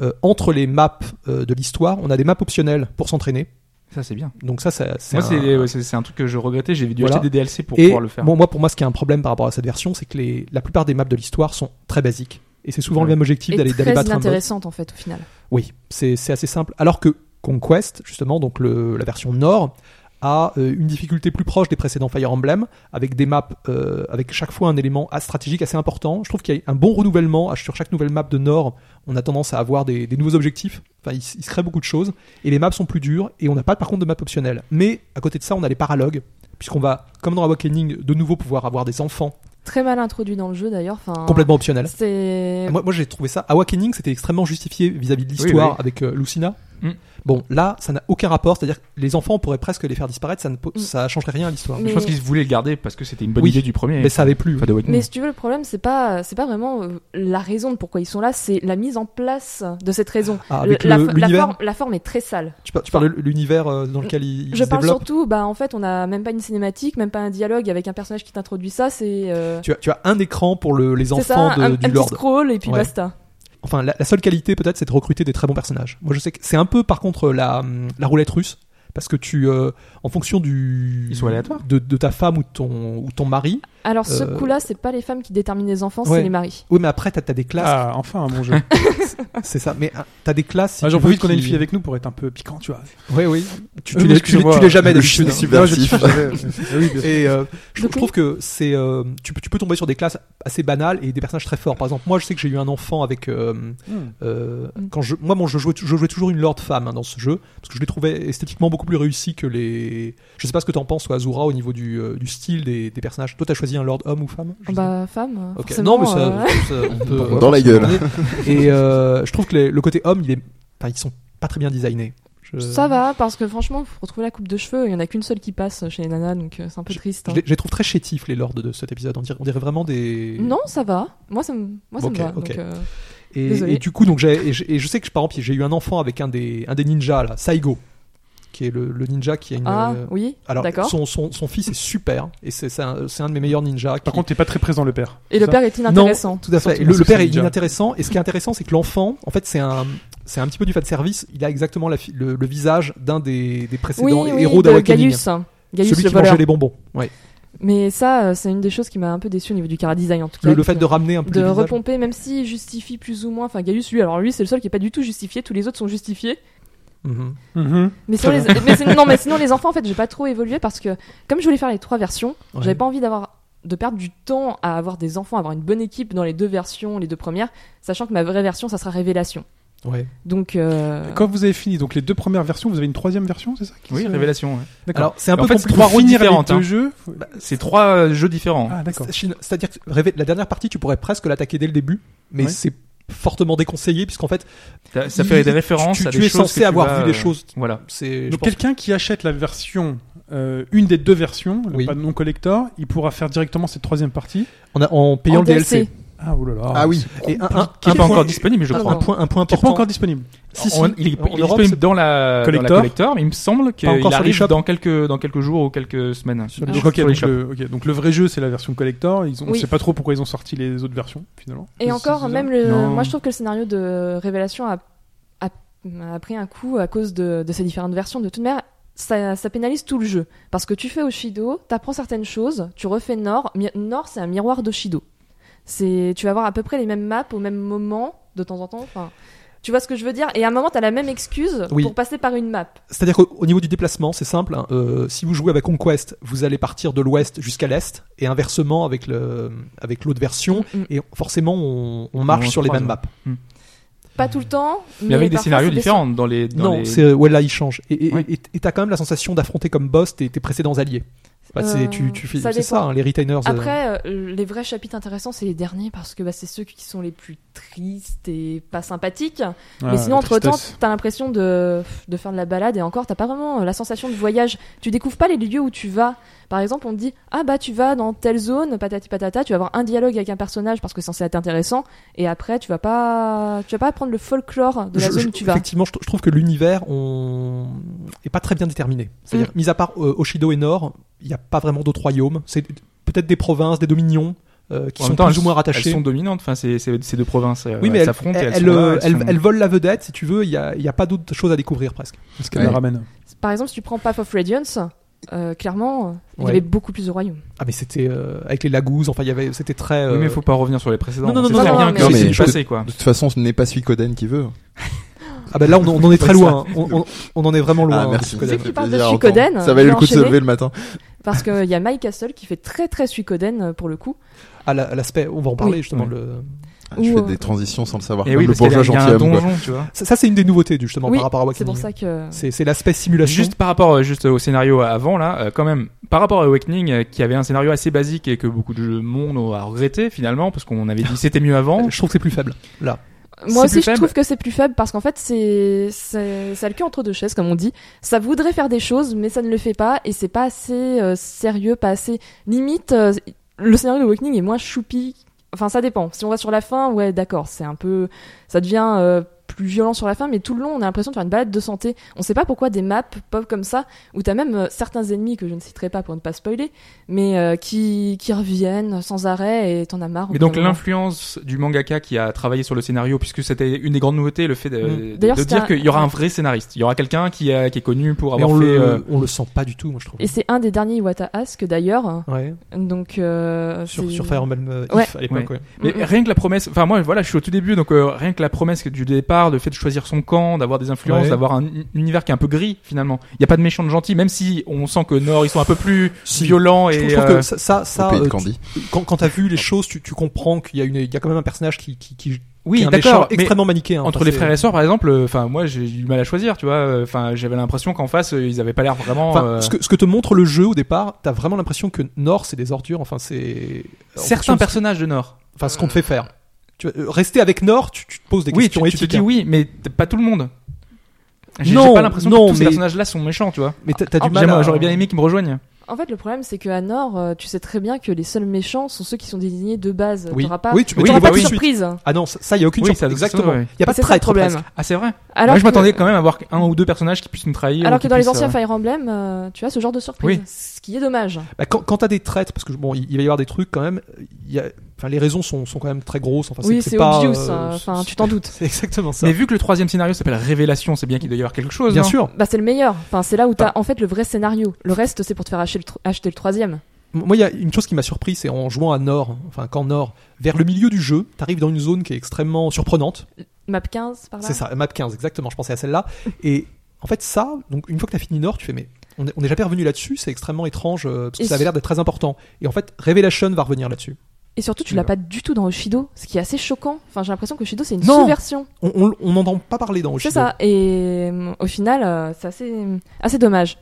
euh, entre les maps euh, de l'histoire, on a des maps optionnelles pour s'entraîner. Ça, c'est bien. Donc ça, ça- c'est Moi, un- c'est ouais, c'est- c'est un truc que je regrettais. J'ai dû Voilà. acheter des DLC pour et pouvoir le faire. bon, moi, pour moi, ce qui est un problème par rapport à cette version, c'est que les, la plupart des maps de l'histoire sont très basiques. Et c'est souvent Ouais. le même objectif Et d'aller d'aller très battre un boss. inintéressante en fait au final. Oui, c'est c'est assez simple. Alors que Conquest, justement, donc le- la version Nord, a euh, une difficulté plus proche des précédents Fire Emblem, avec des maps, euh, avec chaque fois un élément as- stratégique assez important. Je trouve qu'il y a un bon renouvellement. Ah, Sur chaque nouvelle map de Nord, on a tendance à avoir des, des nouveaux objectifs. Enfin, il, s- il se crée beaucoup de choses. Et les maps sont plus dures. Et on n'a pas, par contre, de map optionnelle. Mais à côté de ça, on a les paralogues, puisqu'on va, comme dans Awakening, de nouveau pouvoir avoir des enfants Très mal introduit dans le jeu d'ailleurs. Enfin, complètement optionnels. C'est. Moi, moi, j'ai trouvé ça. Awakening, c'était extrêmement justifié vis-à-vis de l'histoire Oui, oui. avec euh, Lucina. Mm. Bon, là, ça n'a aucun rapport. C'est-à-dire que les enfants, on pourrait presque les faire disparaître. Ça ne po- Mm. ça changerait rien à l'histoire. Mais- Je pense qu'ils voulaient le garder parce que c'était une bonne Oui. idée du premier. Mais ça avait plus. Enfin, d'Awakening. Mais si tu veux, le problème, c'est pas, c'est pas vraiment euh, la raison de pourquoi ils sont là, c'est la mise en place de cette raison. Ah, avec Le- la, le- fo- la, l'univers. forme, la forme est très sale. Tu, par- tu parles de l'univers euh, dans lequel il, il Je se parle développe. surtout, bah en fait, on a même pas une cinématique, même pas un dialogue avec un personnage qui t'introduit ça. C'est. euh, Tu as, tu as un écran pour le- les C'est enfants ça, un, de- un du petit Lord. scroll et puis Ouais. basta. Enfin, la, la seule qualité peut-être, c'est de recruter des très bons personnages. Moi, je sais que c'est un peu, par contre, la, hum, la roulette russe, parce que tu, euh, en fonction du, Ils sont aléatoires. de, de ta femme ou de ton ou de ton mari. Alors ce Euh, coup-là, c'est pas les femmes qui déterminent les enfants, Ouais. c'est les maris. Oui, mais après, t'as as des classes. Ah, enfin un bon jeu. C'est ça. Mais ah, t'as des classes. si Ah, J'en tu veux, profite qu'on ait une qui- fille avec nous pour être un peu piquant, tu vois. Oui, oui. Tu, Euh, tu l'es, tu l'es- excusez-moi. tu l'es jamais Je suis d'habitude. hein. subversif Et euh, je, Donc je trouve que c'est, euh, tu, peux- tu peux tomber sur des classes assez banales et des personnages très forts. Par exemple, moi, je sais que j'ai eu un enfant avec. euh, Hmm. euh, Mm. quand je, moi, bon, je jouais, tu- je jouais toujours une lord femme hein, dans ce jeu parce que je les trouvais esthétiquement beaucoup plus réussis que les. Je sais pas ce que t'en penses, toi, Azura, au niveau du, euh, du style des, des personnages. Toi, t'as choisi un lord homme ou femme Je sais pas. Bah femme. Ok. forcément, Non, mais ça, euh, ça, on peut- Dans voilà, la on peut gueule. demander. Et euh, je trouve que les- le côté homme, il est, enfin, ils sont pas très bien designés. Je- Ça va, parce que franchement, faut retrouver la coupe de cheveux. Il y en a qu'une seule qui passe chez les nanas, donc euh, c'est un peu triste. hein. Je les, je les trouve très chétifs, les lords de cet épisode. On dirait, on dirait vraiment des. Non, ça va. Moi, ça me, moi, ça Ok, me va. ok. donc, euh, Et, désolé. et du coup, donc, j'ai- et, je- et je sais que, par exemple, j'ai eu un enfant avec un des, un des ninjas, là, Saigo, qui est le, le ninja qui a une. Ah, euh, oui, Alors, d'accord. son, son, son fils est super, et c'est c'est un, c'est un de mes meilleurs ninjas. Par qui- contre, t'es pas très présent le père. Et le Ça père est inintéressant. tout à fait. surtout Le, parce le que père c'est est ninja. inintéressant, et ce qui est intéressant, c'est que l'enfant, en fait, c'est un. C'est un petit peu du fan service. Il a exactement la fi- le, le visage d'un des, des Oui, précédents oui, héros de d'Awakening. Gaius. Gaius Celui le qui mangeait voleur. les bonbons. Ouais. Mais ça, euh, c'est une des choses qui m'a un peu déçu au niveau du cara design en tout cas. Le, le fait de ramener un peu de les visages. repomper, même s'il justifie plus ou moins. Enfin, Gaius, lui, alors lui, c'est le seul qui est pas du tout justifié. Tous les autres sont justifiés. Mhm. Mhm. Mais sinon, les, mais c'est- non, mais sinon, les enfants, en fait, j'ai pas trop évolué parce que, comme je voulais faire les trois versions, Ouais. j'avais pas envie d'avoir de perdre du temps à avoir des enfants, à avoir une bonne équipe dans les deux versions, les deux premières, sachant que ma vraie version, ça sera Révélation. Ouais. Donc, euh, Quand vous avez fini, donc les deux premières versions, vous avez une troisième version, c'est ça qui Oui, se- révélation. ouais. D'accord. Alors c'est un Et en peu fait, compliqué. c'est trois pour finir les différentes, deux hein. jeux. C'est trois euh, jeux différents. Ah d'accord. C'est- Chine- C'est-à-dire que révé- la dernière partie, tu pourrais presque l'attaquer dès le début, mais Ouais. c'est fortement déconseillé puisqu'en fait, Ça- Ça fait il- des références tu- à tu des es choses que censé tu avoir vas, vu des euh, choses. Voilà. c'est je Donc pense- quelqu'un qui achète la version, euh, une des deux versions, le Oui. pas non collector, il pourra faire directement cette troisième partie. en, a- en payant en le DLC. Ah oulala. Ah oui. Et un, un- Qui Hein, un n'est pas point- encore disponible, je Ah, crois. un point, un point Qui est pas important. encore disponible. Si, si, On- il, est- en il est Europe, disponible dans la, Collector. dans la collector, mais il me semble qu'il Pas encore sur les arrive shops. dans quelques, dans quelques jours ou quelques semaines. sur- Donc, sur ok, les donc shops. le, ok, donc le vrai jeu c'est la version collector. Ils ont, Ah. Oui. On sait pas trop pourquoi ils ont sorti les autres versions finalement. Et C'est- encore, c'est- même le. Non. Moi, je trouve que le scénario de Révélation a, a, a pris un coup à cause de, de ces différentes versions. De toute manière, ça, ça pénalise tout le jeu. Parce que tu fais Oshido, t'apprends certaines choses, tu refais Nord. Mi- Nord, c'est un miroir d'Oshido. C'est, tu vas avoir à peu près les mêmes maps au même moment, de temps en temps. Enfin, tu vois ce que je veux dire Et à un moment, t'as la même excuse Oui. pour passer par une map. C'est-à-dire qu'au au niveau du déplacement, c'est simple. hein, euh, si vous jouez avec Conquest, vous allez partir de l'ouest jusqu'à l'est, et inversement avec le avec l'autre version. Mm, mm. Et forcément, on, on marche On se sur les croise, mêmes ouais. maps. Pas tout le temps. Mais, Mais avec des parfois, scénarios c'est déce- différents dans les. Dans non, les- c'est euh, ouais là, il change. Et et- Ouais. et- et t'as quand même la sensation d'affronter comme boss tes, tes précédents alliés. Bah, c'est Euh, tu, tu fais ça c'est ça, dépend. hein, les retainers. euh, Après, euh, les vrais chapitres intéressants, c'est les derniers parce que bah, c'est ceux qui sont les plus tristes et pas sympathiques. Ah, Mais la sinon, entre temps, tristesse. t'as l'impression de, de faire de la balade et encore, t'as pas vraiment euh, la sensation de voyage. Tu découvres pas les lieux où tu vas. Par exemple, on te dit Ah bah tu vas dans telle zone, patati patata, tu vas avoir un dialogue avec un personnage parce que c'est censé être intéressant. Et après, tu vas pas, tu vas pas apprendre le folklore de la Je- zone je- où tu vas. Effectivement, je, tr- je trouve que l'univers on... est pas très bien déterminé. C'est-à-dire, Mm. mis à part euh, Oshido et Nord, il n'y a pas vraiment d'autres royaumes. C'est peut-être des provinces, des dominions euh, qui en sont même temps, plus elles- ou moins rattachées. Elles sont dominantes, enfin, c'est c'est- c'est deux provinces. euh, Oui, mais elles elles, s'affrontent et elles, elles sont là, euh, elles elles- sont- elles volent la vedette, si tu veux. Il n'y a, il y a pas d'autre chose à découvrir presque. Parce qu'elle la Ouais. ramène. Par exemple, si tu prends Path of Radiance, euh, clairement, il y Ouais. avait beaucoup plus de royaumes. Ah, mais c'était euh, avec les lagouses. Enfin, il y avait, c'était très. Oui, mais euh, faut pas revenir sur les précédents. Non, non, C'est non, très non, bien non, que mais- c'est mais je- passé, quoi. De toute façon, ce n'est pas Suikoden qui veut. Ah, ben là, on, on en est Ouais, très ça. loin. hein. On, on- on en est vraiment loin. ah hein, merci. Suikoden. Ceux Ça qui fait parlent de plaisir à Suikoden, entendre. je Ça valait vais le coup de se enchaîner. lever le matin. Parce qu'il y a My Castle qui fait très très Suikoden euh, pour le coup. Ah, la- l'aspect, on va en parler Oui. justement. Ouais. le- Ah, Je Ou, fais euh, des transitions sans le savoir. Et comme Eh oui, le parce qu'il y a- bourgeois il y a un gentilhomme. quoi. donjon, tu vois. Ça, ça, c'est une des nouveautés justement oui, par rapport à c'est Wacken. pour ça que. euh, C'est c'est l'aspect simulation. Juste par rapport euh, juste au scénario avant là, euh, quand même, par rapport à Awakening euh, qui avait un scénario assez basique et que beaucoup de jeux- monde a regretté finalement parce qu'on avait dit c'était mieux avant. Je trouve que c'est plus faible. Là. Moi C'est plus aussi, je faible. trouve que c'est plus faible parce qu'en fait, c'est c'est ça a le cul entre deux chaises, comme on dit. Ça voudrait faire des choses, mais ça ne le fait pas et c'est pas assez euh, sérieux, pas assez limite. euh, le scénario de Awakening est moins choupi. Enfin, ça dépend. Si on va sur la fin, ouais, d'accord, c'est un peu, ça devient euh, plus violent sur la fin, mais tout le long, on a l'impression de faire une balade de santé. On sait pas pourquoi des maps pop comme ça, où t'as même euh, certains ennemis que je ne citerai pas pour ne pas spoiler, mais euh, qui qui reviennent sans arrêt et t'en as marre. au Mais bout donc d'un moment. l'influence du mangaka qui a travaillé sur le scénario, puisque c'était une des grandes nouveautés, le fait de, Mm. de- D'ailleurs, de c'était dire un- qu'il y aura un vrai scénariste, il y aura quelqu'un qui, a- qui est connu pour Mais avoir on fait. le, euh, on le sent pas du tout, moi je trouve. Et c'est un des derniers Iwata Ask d'ailleurs. Ouais. Donc euh, Sur, c'est- sur Fire Emblem euh, Ouais. If à l'époque. ouais. Mais Mm, mm. rien que la promesse, enfin moi voilà, je suis au tout début, donc euh, rien que la promesse que- du départ, de fait de choisir son camp, d'avoir des influences, Ouais. d'avoir un un univers qui est un peu gris finalement. Il y a pas de méchants de gentils, même si on sent que Nord ils sont un peu plus Si. violents Je trouve, et. je trouve euh, que ça, ça, Au ça, pays de euh, Candy. tu- quand, quand t'as vu les choses, tu, tu comprends qu'il y a une, il y a quand même un personnage qui, qui, qui, qui est oui, un méchant d'accord, mais- extrêmement maniqué. hein. Entre les frères et sœurs, par exemple, euh, enfin moi j'ai eu du mal à choisir, tu vois. euh, Enfin j'avais l'impression qu'en face euh, ils avaient pas l'air vraiment. euh, ce, que, ce que te montre le jeu au départ, t'as vraiment l'impression que Nord c'est des ordures. Enfin, c'est en fonction Certains de- personnages de Nord. Enfin, ce qu'on te fait faire. Tu vois, euh, rester avec Nord, tu, tu te poses des Oui, tu, questions tu te éthiques. dis hein. oui, mais t- pas tout le monde. J'ai Non, j'ai pas l'impression que non, tous ces mais- personnages-là sont méchants, tu vois. Mais t'as, t'as du Oh, J'aime- mal. à- J'aurais bien aimé qu'ils me rejoignent. En fait, le problème, c'est que à Nord, euh, tu sais très bien que les seuls méchants sont ceux qui sont désignés de base. Oui. T'auras pas, Oui, tu- mais tu t'auras les vois pas tout de de surprise. Ah non, ça, ça, y a aucune Oui, surprise. ça- ça- Exactement. ouais. Y a pas de C'est ça le traître. problème. presque. Ah, c'est vrai. Alors Moi, je que- m'attendais quand même à avoir un ou deux personnages qui puissent nous trahir. ou Alors que qui dans les puissent, anciens euh, Fire Emblem, euh, tu as ce genre de surprise, Oui. ce qui est dommage. Bah, quand quand t'as des traites, parce que bon, il il va y avoir des trucs quand même. Il y a, enfin, les raisons sont, sont quand même très grosses. Enfin, oui, c'est, c'est pas, obvious. euh, euh, Enfin, c'est- tu t'en doutes. C'est exactement ça. Mais vu que le troisième scénario s'appelle Révélation, c'est bien qu'il doit y avoir quelque chose. Bien non sûr. Bah. Bah, c'est le meilleur. Enfin, c'est là où t'as en fait le vrai scénario. Le reste, c'est pour te faire acheter le, tro- acheter le troisième. Moi, il y a une chose qui m'a surpris, c'est en jouant à Nord, enfin quand Nord, vers le milieu du jeu, t'arrives dans une zone qui est extrêmement surprenante. Map 15, par là C'est ça, map 15, exactement, je pensais à celle-là. Et en fait, ça, donc une fois que t'as fini Nord, tu fais mais on est- on n'est jamais revenu là-dessus, c'est extrêmement étrange, euh, parce que Et ça avait su- l'air d'être très important. Et en fait, Revelation va revenir là-dessus. Et surtout, tu l'as pas du tout dans Oshido, ce qui est assez choquant. Enfin, j'ai l'impression que Oshido, c'est une Non. sous-version. On- On on n'entend pas parler dans C'est Oshido. ça. Et euh, au final, euh, c'est assez, assez dommage.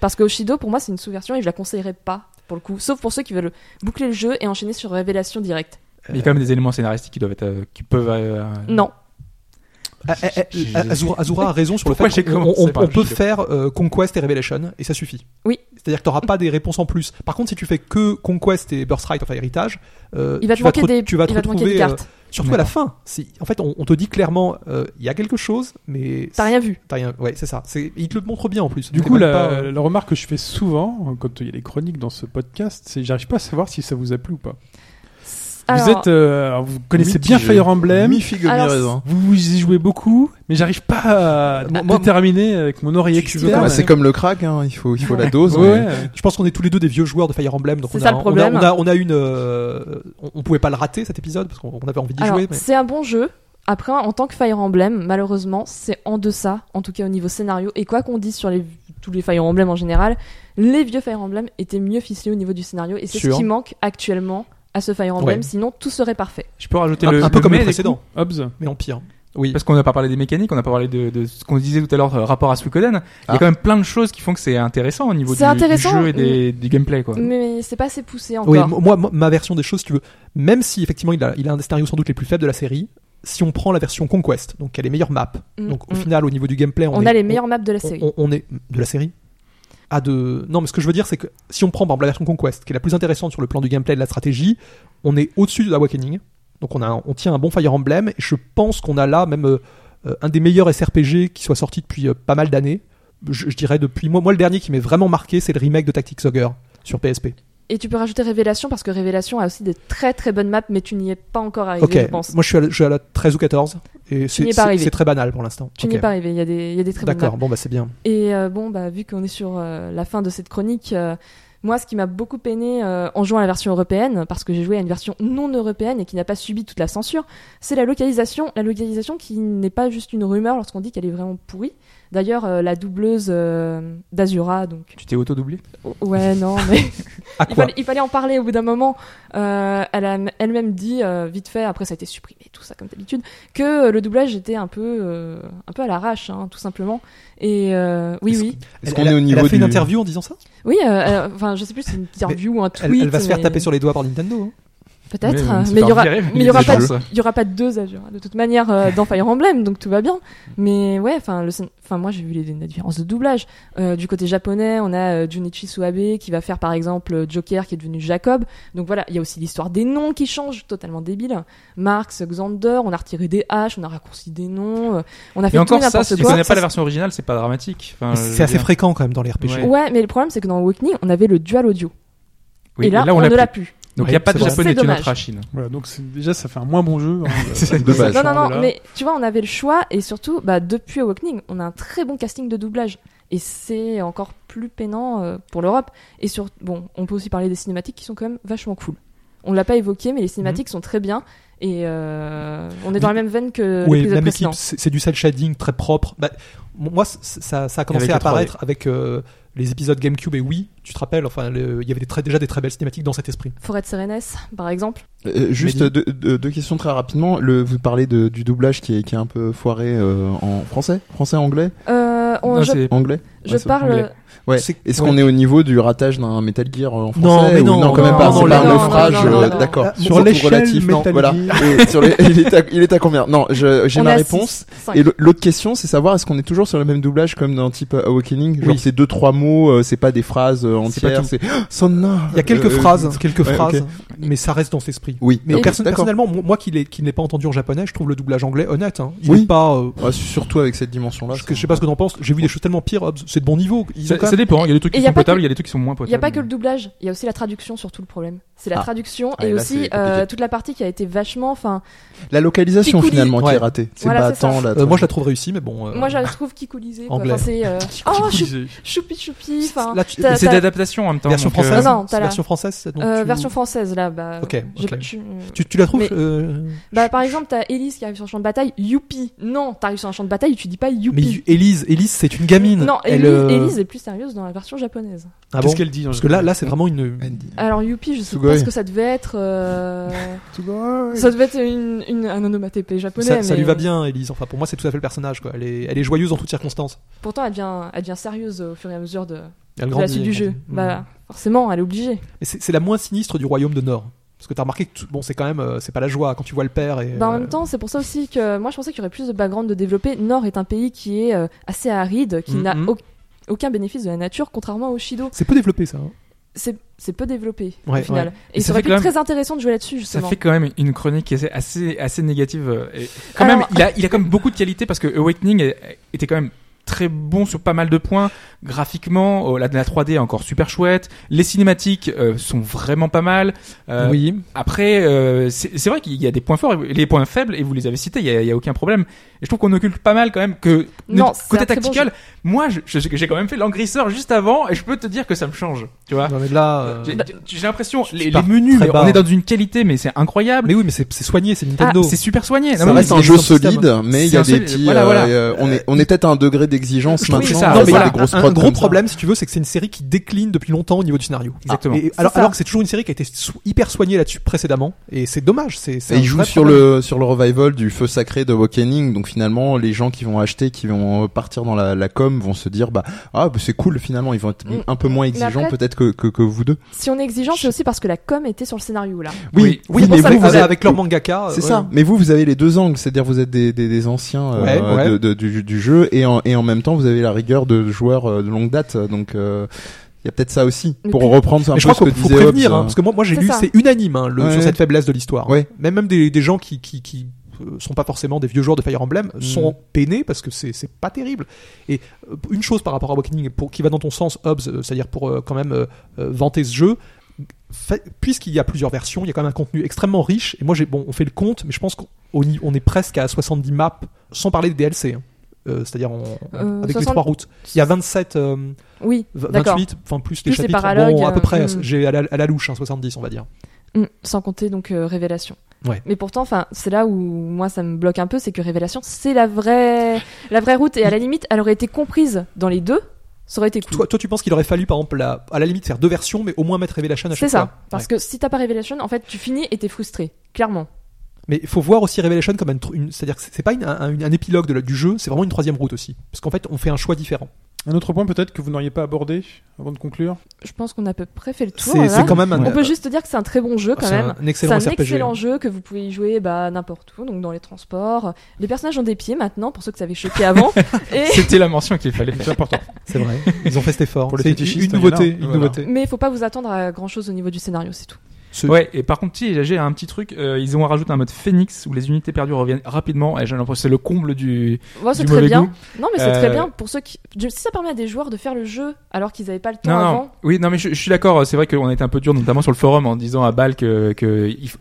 Parce que Oshido, pour moi, c'est une sous-version et je la conseillerais pas, pour le coup. Sauf pour ceux qui veulent boucler le jeu et enchaîner sur Révélation directe. Il y a quand même des éléments scénaristiques qui doivent être, euh, qui peuvent. euh, Non. Ah, ah, ah, ah, Azura, Azura a raison sur le Pourquoi fait j'ai qu'on commencé on- par on peut Oshido faire euh, Conquest et Revelation et ça suffit. Oui. C'est-à-dire que t'auras pas des réponses en plus. Par contre, si tu fais que Conquest et Birthright, enfin Héritage, euh, Il va te tu, vas manquer te, re- des, tu vas te il va te manquer des retrouver, euh, cartes. surtout à la fin. Si, en fait, on, on te dit clairement, euh, il y a quelque chose, mais T'as rien vu. t'as rien- Ouais, c'est ça. C'est, il te le montre bien en plus. Du C'est coup, même la, pas, euh, la remarque que je fais souvent euh, quand il y a des chroniques dans ce podcast, c'est j'arrive pas à savoir si ça vous a plu ou pas. vous Alors, êtes, euh, alors, vous connaissez Mitigé. bien Fire Emblem, Mi figue, mi Alors, raisin. vous, vous y jouez beaucoup, mais j'arrive pas à Moi- moi- déterminer avec mon oreille Tu- tu veux externe. pas- Bah, c'est comme le crack, hein, il faut, il faut la dose. Ouais, mais- ouais. Je pense qu'on est tous les deux des vieux joueurs de Fire Emblem, donc C'est on, ça a, le on a- problème. on a- on a une, euh, on, on pouvait pas le rater cet épisode parce qu'on on avait envie d'y alors, jouer. mais- c'est un bon jeu. Après, en tant que Fire Emblem, malheureusement, c'est en deçà, en tout cas au niveau scénario. Et quoi qu'on dise sur les, tous les Fire Emblem en général, les vieux Fire Emblem étaient mieux ficelés au niveau du scénario. Et c'est ce Sûr. qui manque actuellement à ce Fire Emblem. Ouais. Sinon, tout serait parfait. Je peux rajouter Un, le. un peu le comme mais le des précédent, Hobbs. mais en pire. Oui. Parce qu'on n'a pas parlé des mécaniques, on n'a pas parlé de, de ce qu'on disait tout à l'heure euh, rapport à Suikoden. Il y Ah. a quand même plein de choses qui font que c'est intéressant au niveau du, C'est intéressant, du jeu et des, du gameplay. Quoi. Mais c'est pas assez poussé encore. Oui, moi, moi, ma version des choses, si tu veux, même si effectivement il a, il a un des scénarios sans doute les plus faibles de la série, si on prend la version Conquest, donc qui a les meilleures maps, Mm, donc au mm. final au niveau du gameplay, on, on, est- a les meilleures maps de la on- série. On, on est de la série. Ah de non, mais ce que je veux dire, c'est que si on prend par exemple la version Conquest, qui est la plus intéressante sur le plan du gameplay et de la stratégie, on est au-dessus de Awakening. Donc on a, un- on tient un bon Fire Emblem. Et je pense qu'on a là même euh, euh, un des meilleurs SRPG qui soit sorti depuis euh, pas mal d'années. Je, je dirais depuis moi, moi le dernier qui m'est vraiment marqué, c'est le remake de Tactics Ogre sur PSP. Et tu peux rajouter Révélation parce que Révélation a aussi des très très bonnes maps, mais tu n'y es pas encore arrivé, Ok, Ah, je pense. moi je suis, à la, je suis à la 13 ou 14 et n'y c'est es pas c'est- arrivé. c'est très banal pour l'instant. Tu Ok. n'y es pas arrivé. Il y a des, il y a des très bonnes maps. D'accord, bon bah c'est bien. Et euh, bon, bah, vu qu'on est sur euh, la fin de cette chronique, euh, moi, ce qui m'a beaucoup peiné euh, en jouant à la version européenne, parce que j'ai joué à une version non européenne et qui n'a pas subi toute la censure, c'est la localisation. La localisation qui n'est pas juste une rumeur lorsqu'on dit qu'elle est vraiment pourrie. D'ailleurs, euh, la doubleuse euh, d'Azura, donc. Tu t'es auto-doublé Ouais, non, mais. À Il quoi fallait, il fallait en parler au bout d'un moment. Euh, elle a m- elle-même dit, euh, vite fait, après ça a été supprimé, tout ça comme d'habitude, que euh, le doublage était un peu, euh, un peu à l'arrache, hein, tout simplement. Et euh, oui, Est-ce oui, Est-ce Elle- qu'on elle est a- au niveau Elle a fait une du- interview en disant ça oui. euh, elle- Enfin, je sais plus, si c'est une Mais interview ou un elle, tweet. elle va se faire mais- taper sur les doigts par Nintendo. hein. Peut-être, on euh, se mais il fait y aura, virer, mais il y aura des pas, jeux. il y aura pas deux Azura de toute manière euh, dans Fire Emblem, donc tout va bien. Mais ouais, enfin, le, scén- enfin moi j'ai vu les, les différences de doublage. Euh, du côté japonais, on a euh, Junichi Suabe qui va faire par exemple euh, Joker qui est devenu Jacob. Donc voilà, il y a aussi l'histoire des noms qui changent, totalement débile. Marx, Xander, on a retiré des H, on a raccourci des noms, euh, on a fait Et encore tout ça, et n'importe si tu quoi. connais pas la version originale, c'est pas dramatique. Enfin, Ah, Mais je c'est veux assez dire. fréquent quand même dans les RPG. Ouais. Ouais, mais le problème c'est que dans Awakening, on avait le dual audio. Oui, et, là, on, ne l'a plus. Donc il Ouais, n'y a pas de c'est vrai. japonais, C'est tu dommage. noteras Chine. Voilà, donc c'est- déjà ça fait un moins bon jeu. hein, C'est de- dommage. de- Non, de- non, non, là. mais tu vois, on avait le choix et surtout, bah, depuis Awakening, on a un très bon casting de doublage. Et c'est encore plus peinant euh, pour l'Europe. Et sur, bon, on peut aussi parler des cinématiques qui sont quand même vachement cool. On l'a pas évoqué, mais les Mhm. cinématiques sont très bien. Et euh, on est dans la même veine Euh, que Oui, l'épisode même précédent. équipe, c'est c'est du cel shading très propre. Bah, m- moi, c- ça, ça a commencé Avec à la 3D. apparaître avec euh, les épisodes GameCube et Wii. Tu te rappelles Enfin, le- il y avait des très- déjà des très belles cinématiques dans cet esprit. Forêt de Sérénès, par exemple. Euh, Juste Mais deux, deux- deux questions très rapidement. Le, vous parlez de- du doublage qui est, qui est un peu foiré euh, en français, français, anglais, Euh, on- Non, je c'est- anglais. je ouais, c'est parle. Ouais. C'est- Est-ce ouais. qu'on est au niveau du ratage d'un Metal Gear euh, en français Non, mais ou non, quand même non, pas. non, c'est non, pas un non, naufrage. non, non, euh, non. D'accord. Sur On se retrouve l'échelle non, Metal voilà. Et sur les- il, est à, il est à combien Non, je- j'ai on ma est à réponse. six, cinq. Et l- l'autre question, c'est savoir est-ce qu'on est toujours sur le même doublage comme dans type euh, Awakening Genre Oui. c'est deux trois mots, euh, c'est pas des phrases euh, C'est pas entières. tout. C'est Sonna. Il y a quelques Euh, phrases, quelques ouais, phrases, ok. mais ça reste dans cet esprit. Oui. Mais ok, perso- d'accord. personnellement, mo- moi qui l'ai qui ne l'ai pas entendu en japonais, je trouve le doublage anglais honnête. hein. Il Oui. est pas. euh, Ouais, surtout avec cette dimension-là. je, je sais pas ce que t'en penses. J'ai vu des choses tellement pires, Hobbs, c'est de bon niveau. Ils ont Ça, quand ça même- dépend. Il y a des trucs Et qui y a sont pas potables, que- il y a des trucs qui sont moins Il potables. n'y a pas que le doublage, il y a aussi la traduction surtout le problème. C'est la Ah. traduction Ah, et et là, aussi c'est euh, compliqué. toute la partie qui a été vachement. Enfin, La localisation Picouli. finalement qui Ouais. est ratée. C'est Voilà, pas c'est ça. tant la. Euh, moi, je la trouve réussie, mais bon. euh, moi je la trouve kikolisée. quoi. anglais. Enfin, c'est euh, oh chou- choupi choupi. Enfin, Là, tu- hein. t'as- Mais c'est t'as- Ah de l'adaptation en même temps. version donc, euh, française. Ah Non, non, t'as la- version française. donc euh, tu- version française là. Bah, Ok, j'ai ok. pas- tu- Tu, tu la trouves Mais- euh, Bah, par exemple, t'as Elise qui arrive sur un champ de bataille, youpi. Non, t'arrives sur un champ de bataille, tu dis pas Mais youpi. you- Élise, Élise, c'est une gamine. Non, Elise, Elle, euh, Elise est plus sérieuse dans la version japonaise. ah bon Qu'est-ce qu'elle dit dans Parce le que là, japonais là, c'est vraiment une. Alors youpi, je sais Sugoi. pas ce que ça devait être. euh, ça devait être une, une, un onomatopée japonais. Ça, ça mais- euh, lui va bien, Élise. Enfin, pour moi, c'est tout à fait le personnage. Quoi. Elle est, elle est joyeuse en toutes circonstances. Pourtant, elle devient, elle devient sérieuse au fur et à mesure de, de Elle la grandit, suite du elle jeu. grandit. Mm. Bah, forcément, elle est obligée. Et C'est c'est la moins sinistre du royaume de Nord. Parce que t'as remarqué que tout- bon, c'est quand même, euh, c'est pas la joie quand tu vois le père et. Bah, en euh, même temps, c'est pour ça aussi que moi, je pensais qu'il y aurait plus de background de développer. Nord est un pays qui est euh, assez aride, qui Mhm. n'a au- aucun bénéfice de la nature, contrairement au Shido. C'est peu développé ça. hein. C'est c'est peu développé Ouais, au final. Et Et ça ça aurait fait été quand même- très intéressant de jouer là-dessus, Ça justement. fait quand même une chronique qui est assez, assez négative. euh, et quand même, Alors- il a, il a quand même beaucoup de qualités parce que Awakening est- était quand même très bon sur pas mal de points. Graphiquement, oh, la, la 3D est encore super chouette. Les cinématiques euh, sont vraiment pas mal. Euh, oui. Après, euh, c'est c'est vrai qu'il y a des points forts, et vous- les points faibles, et vous les avez cités, il y a, il y a aucun problème. Et je trouve qu'on occulte pas mal quand même que Non, notre c'est un côté très bon tactical. moi, je- je- j'ai quand même fait l'engrisseur juste avant, et je peux te dire que ça me change. Tu vois, Non, mais là. euh, Bah, j'ai j'ai l'impression les, pars les menus, très mais bas. on est dans une qualité, mais c'est incroyable. Mais oui, mais c'est c'est soigné, c'est Nintendo. Ah, C'est super soigné. Non, Ça mais reste c'est- un jeu c'est un système. solide, mais il y a C'est un des solide. petits. Voilà, euh, voilà. et, euh, on est, on est peut-être à un degré d'exigence hein, Je trouve que maintenant. c'est ça. face à non, mais voilà, des grosses un, un prods gros comme ça. problème, si tu veux, c'est que c'est une série qui décline depuis longtemps au niveau du scénario. Exactement. Et alors, ça. alors que c'est toujours une série qui a été sou- hyper soignée là-dessus précédemment, et c'est dommage. C'est. c'est Et un il joue vrai sur problème. le sur le revival du feu sacré de Awakening, donc finalement les gens qui vont acheter, qui vont euh, partir dans la, la com, vont se dire bah ah bah, c'est cool finalement, ils vont être Mm. un peu moins Mais exigeants après- peut-être que, que que vous deux. Si on est exigeant, c'est aussi parce que la com était sur le scénario, là. Oui. Oui, mais mais vous, avec, vous êtes- avec leur mangaka. C'est euh, ça. Mais vous, vous avez les deux angles, c'est-à-dire vous êtes des, des, des anciens euh, Ouais, ouais. de- de- du, du jeu et en, et en même temps vous avez la rigueur de joueurs euh, de longue date. Donc euh, il y a peut-être ça aussi Mais pour puis- reprendre un Mais je peu crois ce que qu'il faut disait prévenir, Hobbes, hein, euh, parce que moi, moi j'ai C'est lu, ça. c'est unanime hein, le- Ouais. sur cette faiblesse de l'histoire. Ouais. Même, même des, des gens qui, qui, qui euh, sont pas forcément des vieux joueurs de Fire Emblem Mm. sont peinés parce que c'est c'est pas terrible. Et euh, une chose par rapport à Awakening pour, qui va dans ton sens, Hobbes, euh, c'est-à-dire pour euh, quand même euh, euh, vanter ce jeu. fait- Puisqu'il y a plusieurs versions, il y a quand même un contenu extrêmement riche. Et moi, j'ai bon, on fait le compte, mais je pense qu'on on- on est presque à 70 maps, sans parler des DLC. hein. Euh, C'est-à-dire on- Euh, avec les 60 trois routes. Il y a 27 euh, Oui, V- d'accord. 28, enfin plus les Plus les chapitres. paralogues, bon, à peu euh, près, hmm. j'ai à la, à la louche, hein, 70, on va dire. Mm, sans compter donc euh, Révélation. Ouais. Mais pourtant, enfin, c'est là où moi ça me bloque un peu, c'est que Révélation, c'est la vraie, la vraie route, et à la limite, elle aurait été comprise dans les deux, ça aurait été cool. Toi, toi, tu penses qu'il aurait fallu, par exemple, la- à la limite, faire deux versions, mais au moins mettre Revelation à chaque C'est fois. ça, parce que si t'as pas Révélation, en fait, tu finis et t'es frustré, clairement. Mais il faut voir aussi Revelation comme un, tr- une- c'est-à-dire que c'est c'est pas une- un, un épilogue de la- du jeu, c'est vraiment une troisième route aussi, parce qu'en fait, on fait un choix différent. Un autre point peut-être que vous n'auriez pas abordé avant de conclure. Je pense qu'on a à peu près fait le tour. C'est là. c'est quand même un. On peut juste dire que c'est un très bon jeu quand c'est même. un C'est excellent un RPG. excellent jeu que vous pouvez y jouer bah, n'importe où, donc dans les transports. Les personnages ont des pieds maintenant, pour ceux que ça avait choqué avant. et... C'était la mention qu'il fallait C'est faire. important. C'est vrai. Ils ont fait cet effort. Pour les C'est une, fétichistes, une il y en a. nouveauté, une Voilà. nouveauté. Mais faut pas vous attendre à grand chose au niveau du scénario, c'est tout. Ce- Ouais, et par contre, si, j'ai un petit truc, euh, ils ont rajouté un mode Phoenix où les unités perdues reviennent rapidement, et j'ai l'impression que c'est le comble du, Moi, c'est du très mauvais bien. goût. Non, mais c'est Euh, très bien pour ceux qui. je- Si ça permet à des joueurs de faire le jeu alors qu'ils n'avaient pas le temps Non, avant. non, oui, non, mais je, je suis d'accord, c'est vrai qu'on était un peu dur, notamment sur le forum, en disant à Bâle que, que il f-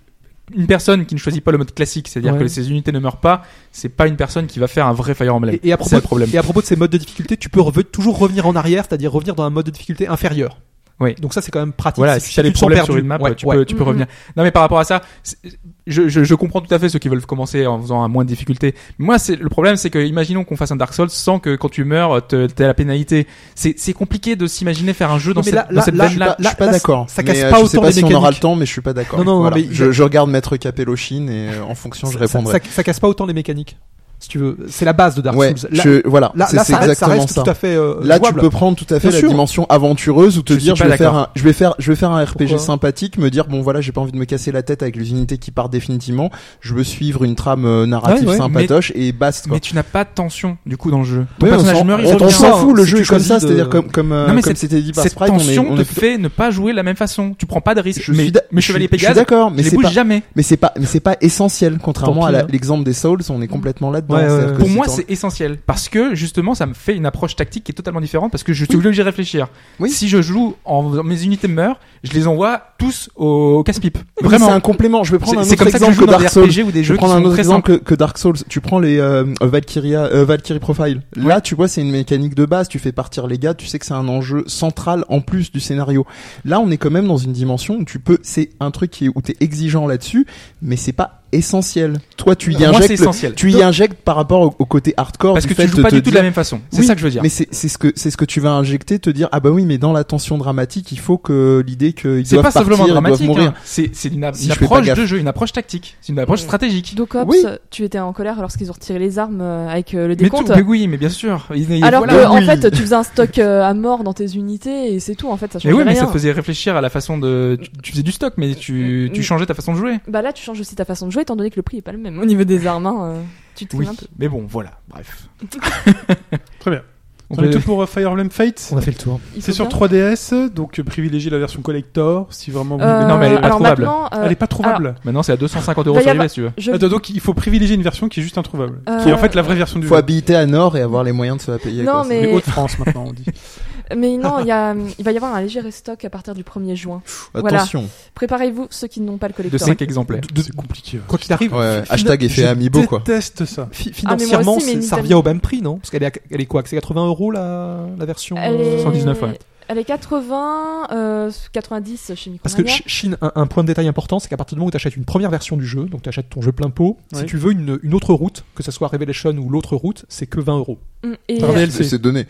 une personne qui ne choisit pas le mode classique, c'est-à-dire Ouais. que ses unités ne meurent pas, c'est pas une personne qui va faire un vrai Fire Emblem. Et, et à C'est propos, le problème. et à propos de ces modes de difficulté, tu peux reve- toujours revenir en arrière, c'est-à-dire revenir dans un mode de difficulté inférieur. Oui. Donc ça, c'est quand même pratique. Voilà, tu si t'as les te sens problèmes perdu. sur une map, Ouais, tu, ouais. Peux, tu peux Mhm. revenir. Non, mais par rapport à ça, c'est- je, je, je comprends tout à fait ceux qui veulent commencer en faisant un moins de difficulté. Moi, c'est le problème, c'est que imaginons qu'on fasse un Dark Souls sans que quand tu meurs, te- t'aies la pénalité. C'est c'est compliqué de s'imaginer faire un jeu dans mais cette, là- dans là- cette là, je suis veine-là. pas, je suis pas là, d'accord. ça Mais, casse euh, pas je sais autant pas les si on aura le mécaniques. temps, mais je suis pas d'accord. Non, non, non, Voilà. mais il y a- je, je regarde Maître Capellochine et euh, en fonction je Ça- ça- répondrai. Ça, ça casse pas autant les mécaniques, si tu veux. C'est la base de Dark ouais, Souls. Là, je- voilà, là, c'est là, c'est ça, reste- ça exactement reste ça. tout à fait. euh, Là, tu jouable. peux prendre tout à fait Bien la sûr. dimension aventureuse ou te Je suis dire je pas vais faire d'accord. un, je vais faire je vais faire un RPG Pourquoi sympathique, me dire bon voilà j'ai pas envie de me casser la tête avec les unités qui partent définitivement, je veux suivre une trame euh, narrative Ouais, ouais, sympatoche et basta. quoi. Mais tu n'as pas de tension, du coup, dans le jeu. Ton Ouais, on personnage s'en- meurt, il on on revient. s'en hein, fout, le si jeu tu est comme choisis ça, de- c'est-à-dire comme comme euh, Non, mais comme cette- c'était dit par Cette Sprite, on est tension on te est plutôt- fait ne pas jouer la même façon. Tu prends pas de risques. je Mais suis d'a- mes je suis- chevaliers je suis Pégase, d'accord, mais je les c'est bouge pas jamais. mais c'est pas mais c'est pas essentiel contrairement Tant à pis, la- hein. Mm. l'exemple des Souls on est complètement là-dedans. Ouais, ouais, C'est-à-dire ouais. que Pour si moi, t'en- c'est essentiel parce que justement, ça me fait une approche tactique qui est totalement différente parce que je suis obligé de réfléchir. Oui. Si je joue en mes unités meurent, je les envoie tous au, au casse-pipe. Oui, Vraiment. C'est un complément. Je vais C'est prendre un c'est autre comme ça que je exemple joue que dans des Dark Souls. RPG ou des Je jeux qui vais prendre un sont autre très simples. exemple que, que Dark Souls. Tu prends les euh, Valkyria, euh, Valkyrie Profile. Là, tu vois, c'est une mécanique de base. Tu fais partir les gars. Tu sais que c'est un enjeu central en plus du scénario. Là, on est quand même dans une dimension où tu peux. C'est un truc qui est, où t'es exigeant là-dessus, mais c'est pas essentiel. Toi, tu y Moi, c'est injectes. le- essentiel. tu y injectes par rapport au, au côté hardcore Parce du que fait tu joues de pas te du tout de la dire- même façon. C'est Oui, ça que je veux dire. Mais c'est c'est ce que c'est ce que tu vas injecter, te dire ah bah oui, mais dans la tension dramatique, il faut que l'idée qu'ils C'est doivent pas partir, simplement ils doivent dramatique. mourir. hein. C'est c'est une, a- Si une je fais pas approche gaffe. de jeu, une approche tactique, c'est une approche Ouais. stratégique. Donc, Ops, Oui. tu étais en colère lorsqu'ils ont retiré les armes euh, avec euh, le Mais, tout, décompte. mais oui, mais bien sûr. Il- il- Alors voilà. que, en Oui. fait, tu faisais un stock euh, à mort dans tes unités et c'est tout, en fait, ça Mais changeait oui, mais rien. ça te faisait réfléchir à la façon de. Tu, tu faisais du stock, mais tu, tu Mm. changeais ta façon de jouer. Bah là, tu changes aussi ta façon de jouer, étant donné que le prix est pas le même au niveau des armes. hein, euh, tu te Oui. un peu. Mais bon, voilà. Bref. Très bien. On On est peut- tout pour euh, Fire Emblem Fate. On a fait le tour. Il C'est faut sur bien. 3DS, donc euh, privilégiez la version collector si vraiment vous Euh, voulez- Non, mais elle est pas alors trouvable. Ah, maintenant, euh, Elle est pas trouvable. Maintenant, c'est à 250 euros Va y sur avoir- eBay, si tu veux. je- Attends, donc il faut privilégier une version qui est juste introuvable. Euh, Qui est en fait la vraie version du Faut jeu. habiter à Nord et avoir les moyens de se la payer. Non, quoi. C'est- mais- Les Hauts-de-France maintenant, on dit. mais non, il, y a, hum, il va y avoir un léger restock à partir du 1er juin. Voilà. Attention. Préparez-vous, ceux qui n'ont pas le De collector. 5 exemplaires. C'est compliqué. ouais. Quoi qu'il arrive, Ouais, fi- hashtag effet je amiibo, quoi. Je déteste ça. fi- Ah, mais moi aussi, financièrement, mais c'est- Nintendo- ça revient au même prix, non Parce qu'elle est, à- elle est quoi C'est 80 euros la, la version Elle est... euh, 119, ouais. Elle est 80, euh, 90 chez Parce que Micromania. Ch- Chine, un, un point de détail important, c'est qu'à partir du moment où tu achètes une première version du jeu, donc tu achètes ton jeu plein pot, si Oui. tu veux une, une autre route, que ce soit Revelation ou l'autre route, c'est que 20 euros. Mm, Et Pardon. C'est c'est donné.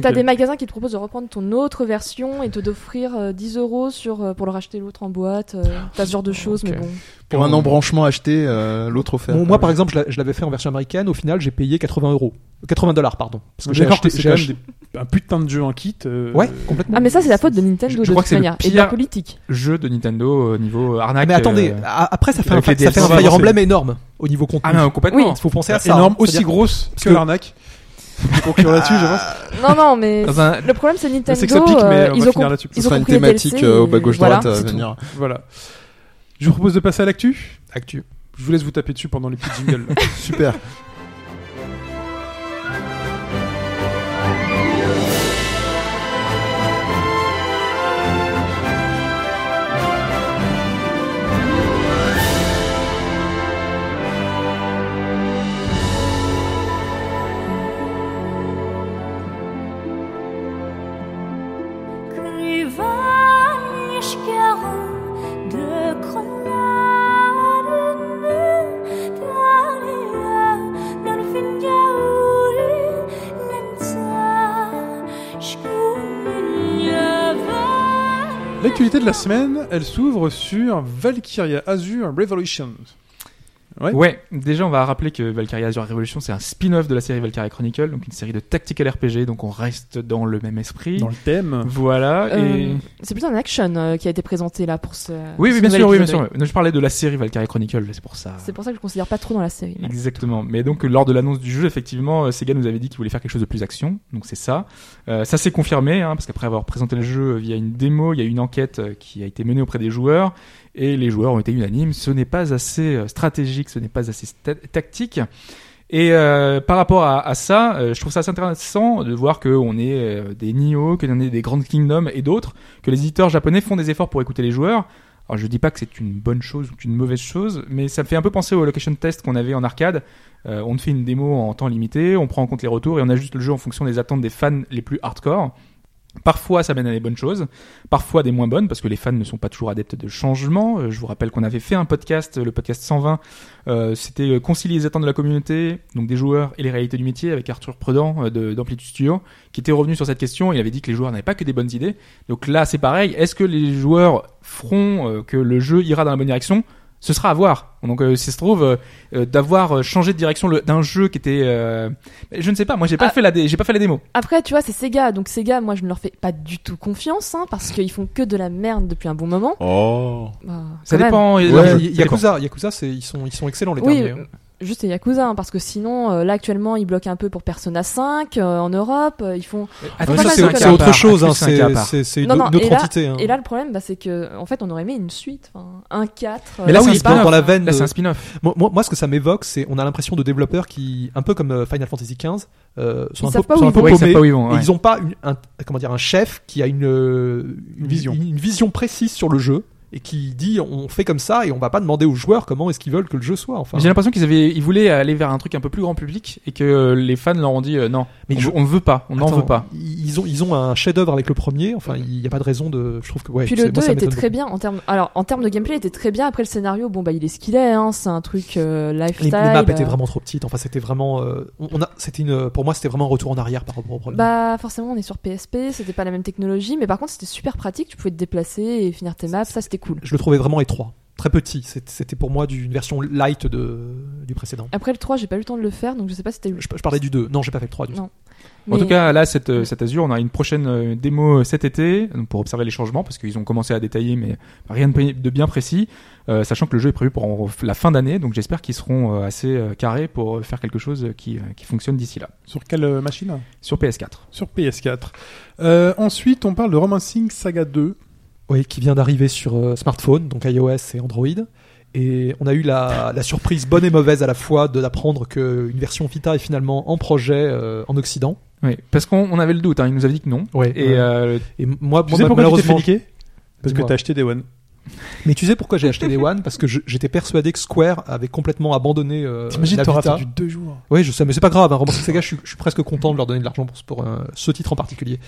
t'as Ok. des magasins qui te proposent de reprendre ton autre version et te d'offrir euh, 10 euros sur, euh, pour le racheter l'autre en boîte. euh, T'as ce genre de choses, Ok. mais bon. Pour un embranchement acheté, euh, l'autre offert. Bon, moi, par exemple, je l'a- je l'avais fait en version américaine, au final, j'ai payé 80 euros. 80 dollars, pardon. Parce que j'ai D'accord acheté. que c'est j'ai quand même acheté- des- un putain de jeu en kit. euh, Ouais, complètement. Ah, mais ça, c'est la faute de Nintendo je de crois que toute c'est le manière. Et de la pire- politique. Jeu de Nintendo euh, niveau arnaque. Mais attendez, euh, a- après, ça fait, un, avec fa- les ça fait un DLC, Fire c'est- Emblem énorme au niveau contenu. Ah non, complètement. Il faut penser à ça. énorme, hein. aussi C'est-à-dire- grosse que que- l'arnaque. Je conclure là-dessus, je pense. Non, non, mais Dans un- le problème, c'est Nintendo. C'est que ça pique, mais euh, on ils va ont finir compris. là-dessus. ce ils ont sera une compris les thématique DLC, euh, au bas gauche voilà. droite à c'est venir. Voilà. Je vous propose de passer à l'actu. Actu. Je vous laisse vous taper dessus pendant les petits jingles. Super. L'actualité de la semaine, elle s'ouvre sur Valkyria Azure Revolution. Ouais. Ouais, déjà on va rappeler que Valkyria Azure Revolution c'est un spin-off de la série Valkyria Chronicle, donc une série de tactical RPG, donc on reste dans le même esprit. Dans le thème. Voilà, et... Euh, C'est plutôt un action euh, qui a été présenté là pour ce. Oui, ce oui, bien nouvel sûr, oui, bien épisode. sûr. Non, Je parlais de la série Valkyria Chronicle, c'est pour ça. C'est pour ça que je considère pas trop dans la série. mais- Exactement. Mais donc lors de l'annonce du jeu, effectivement, euh, Sega nous avait dit qu'il voulait faire quelque chose de plus action. Donc c'est ça. Euh, ça s'est confirmé, hein, parce qu'après avoir présenté le jeu via une démo, il y a eu une enquête euh, qui a été menée auprès des joueurs et les joueurs ont été unanimes. Ce n'est pas assez euh, stratégique, ce n'est pas assez sta- tactique. Et euh, par rapport à, à ça, euh, je trouve ça assez intéressant de voir qu'on est euh, des Nioh, qu'on est des Grand Kingdom et d'autres, que les éditeurs japonais font des efforts pour écouter les joueurs. Alors je dis pas que c'est une bonne chose ou une mauvaise chose, mais ça me fait un peu penser au location test qu'on avait en arcade. Euh, on te fait une démo en temps limité, on prend en compte les retours et on ajuste le jeu en fonction des attentes des fans les plus hardcore. Parfois ça mène à des bonnes choses, parfois des moins bonnes, parce que les fans ne sont pas toujours adeptes de changement. Euh, Je vous rappelle qu'on avait fait un podcast, le podcast 120, euh, c'était euh, concilier les attentes de la communauté, donc des joueurs et les réalités du métier, avec Arthur Prudent euh, de- d'Amplitude Studio, qui était revenu sur cette question. Il avait dit que les joueurs n'avaient pas que des bonnes idées. Donc là, c'est pareil. Est-ce que les joueurs feront euh, que le jeu ira dans la bonne direction Ce sera à voir. Donc, euh, si ça se trouve, euh, euh, d'avoir euh, changé de direction le- d'un jeu qui était, euh, je ne sais pas. Moi, j'ai pas Ah. fait la, dé- j'ai pas fait la démo. Après, tu vois, c'est Sega, donc Sega, moi, je ne leur fais pas du tout confiance, hein, parce qu'ils font que de la merde depuis un bon moment. Oh. Bah, Ça quand même. dépend. euh, Ouais, leur jeu. y- Ça dépend. Yakuza, Yakuza c'est- ils, sont, ils sont excellents les euh, Oui, derniers. juste les Yakuza, hein, parce que sinon, euh, là actuellement, ils bloquent un peu pour Persona 5 euh, en Europe, euh, ils font... Attends, ça, ça, c'est un autre- cas c'est à autre part. chose, Ah, hein, c'est un cas à c'est part. c'est- c'est une, Non, non, une autre et là- entité. Oh. hein. Et là, le problème, bah, c'est que, en fait, on aurait aimé une suite, enfin, un 4. Mais là, euh, oui, c'est c'est dans, pas- dans la veine. Là, de- c'est un spin-off. moi, moi- moi, ce que ça m'évoque, c'est on a l'impression de développeurs qui, un peu comme euh, Final Fantasy XV, euh, sont Ils un savent peu, pas sont où un ils peu vont. Ouais, ils savent paumés. pas où ils vont, Et ouais. ils n'ont pas une- un, comment dire, un chef qui a une, euh, Une vision. une, une vision précise sur le jeu et qui dit on fait comme ça et on va pas demander aux joueurs comment est-ce qu'ils veulent que le jeu soit. Enfin, J'ai l'impression qu'ils avaient, ils voulaient aller vers un truc un peu plus grand public et que euh, les fans leur ont dit euh, non, Mais on, je- veut- on veut pas, on n'en Attends, veut pas. Ils ont, ils ont un chef-d'œuvre avec le premier. Enfin, il n'y a pas de raison de. Je trouve que ouais. Puis c'est- le moi, 2 ça était m'étonne très bien en termes alors en termes de gameplay il était très bien après le scénario bon bah il est ce qu'il est hein, c'est un truc euh, Les, lifestyle les maps étaient euh, vraiment trop petites. Enfin, c'était vraiment. euh, on on a, c'était une. Pour moi, c'était vraiment un retour en arrière par rapport au problème. bah forcément on est sur PSP c'était pas la même technologie mais par contre c'était super pratique tu pouvais te déplacer et finir tes maps ça c'était cool Je le trouvais vraiment étroit, très petit. C'est- C'était pour moi du- une version light de du précédent. après le 3 j'ai pas eu le temps de le faire donc je sais pas si t'as eu Je, je parlais du 2. Non, j'ai pas fait le 3 du Non. tout. En mais- tout cas, là, cette, euh, cette Azure, on a une prochaine euh, démo euh, cet été donc pour observer les changements parce qu'ils ont commencé à détailler, mais rien de p- de bien précis. euh, sachant que le jeu est prévu pour en- la fin d'année, donc j'espère qu'ils seront euh, assez euh, carrés pour euh, faire quelque chose euh, qui, euh, qui fonctionne d'ici là Sur quelle euh, machine sur PS4. Sur PS4. Euh, ensuite, on parle de Romancing Saga 2. Oui, qui vient d'arriver sur euh, smartphone, donc iOS et Android. Et on a eu la, la surprise bonne et mauvaise à la fois de d'apprendre qu'une version Vita est finalement en projet euh, en Occident. Oui, parce qu'on on avait le doute, hein, ils nous avaient dit que non. Ouais. Et euh, Et moi, Tu moi, sais pourquoi tu t'es fait malheureusement, niquer Parce que Dis-moi. t'as acheté des One. Mais tu sais pourquoi j'ai acheté des One Parce que je- j'étais persuadé que Square avait complètement abandonné euh, T'imagines, la t'auras Vita. attendu deux jours. Oui, je sais, mais c'est pas grave. Hein, Romancing Saga, je, suis- je suis presque content de leur donner de l'argent pour, pour euh, ce titre en particulier.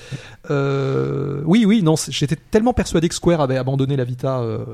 Euh, oui, oui, non, c'est- j'étais tellement persuadé que Square avait abandonné la Vita. euh,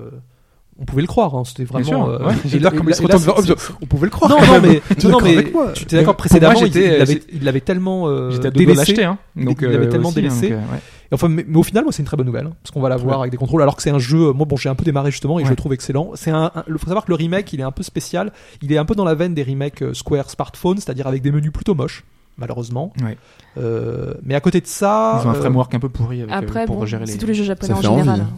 on pouvait le croire, hein, c'était vraiment. sûr, euh, ouais. et- J'adore et- comment et ils se là, retournent vers c'est- Hobbes. On pouvait le croire. Non, quand non, même. mais, Tu es non, d'accord mais avec moi tu t'es d'accord, Pour moi, précédemment, il- j'étais- il l'avait- c'est- il l'avait tellement euh, j'étais à deux doigts de délaissé. l'acheter. Hein, donc, il euh, l'avait tellement aussi, hein, délaissé. donc, euh, ouais. Et enfin, mais, mais au final, moi, c'est une très bonne nouvelle, hein, parce qu'on va la voir avec des contrôles. Alors que c'est un jeu, euh, moi, bon, j'ai un peu démarré justement et je Ouais. le trouve excellent. C'est un, un- le- faut savoir que le remake, il est un peu spécial. Il est un peu dans la veine des remakes euh, Square smartphone, c'est-à-dire avec des menus plutôt moches, malheureusement. Ouais. Euh, mais à côté de ça, Ils ont un euh, framework un peu pourri avec, euh, après pour bon, gérer les. c'est tous les jeux japonais Ça en fait envie, général hein. hein.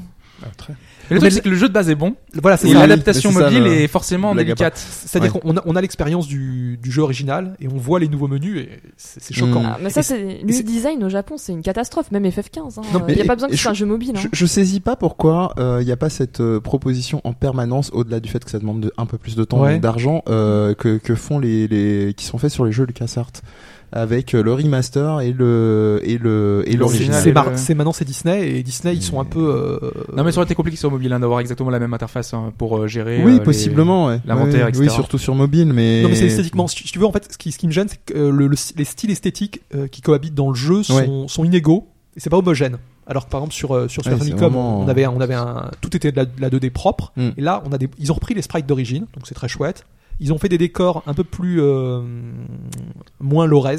Mais le truc, c'est que le jeu de base est bon. voilà, c'est Et Oui, ça. l'adaptation mais c'est ça, mobile le- est forcément blague à part. délicate. C'est-à-dire qu'on a, on a l'expérience du, du jeu original et on voit les nouveaux menus et c'est Hmm. c'est choquant. Mm. Ah, mais ça Et c'est et le c'est- design au Japon c'est une catastrophe même FF15 hein. Non, il y mais- a pas besoin et que ce soit un jeu mobile Je, hein. je saisis pas pourquoi il n'y a pas cette euh, proposition en permanence, au-delà du fait que ça demande de- un peu plus de temps, Ouais. donc d'argent, euh, que, que font les, les qui sont faits sur les jeux LucasArts avec euh, le remaster et le et le et l'original. C'est Et mar- le- c'est maintenant c'est Disney et Disney ils sont un peu. euh, Non, mais ça aurait été compliqué sur mobile hein, d'avoir exactement la même interface hein, pour euh, gérer. euh, oui, les- possiblement. ouais. l'inventaire, Ouais, etc. oui, surtout sur mobile, mais Non mais c'est esthétiquement, si tu veux en fait, ce qui, ce qui me gêne, c'est que euh, le- le- les styles esthétiques euh, qui cohabitent dans le jeu sont, Ouais. sont inégaux et c'est pas homogène. Alors que par exemple sur euh, sur Super Ouais, c'est Famicom, vraiment- on avait un- on avait un tout était de la, de la 2D propre Mm. et là on a des ils ont repris les sprites d'origine donc c'est très chouette. Ils ont fait des décors un peu plus euh, moins lorez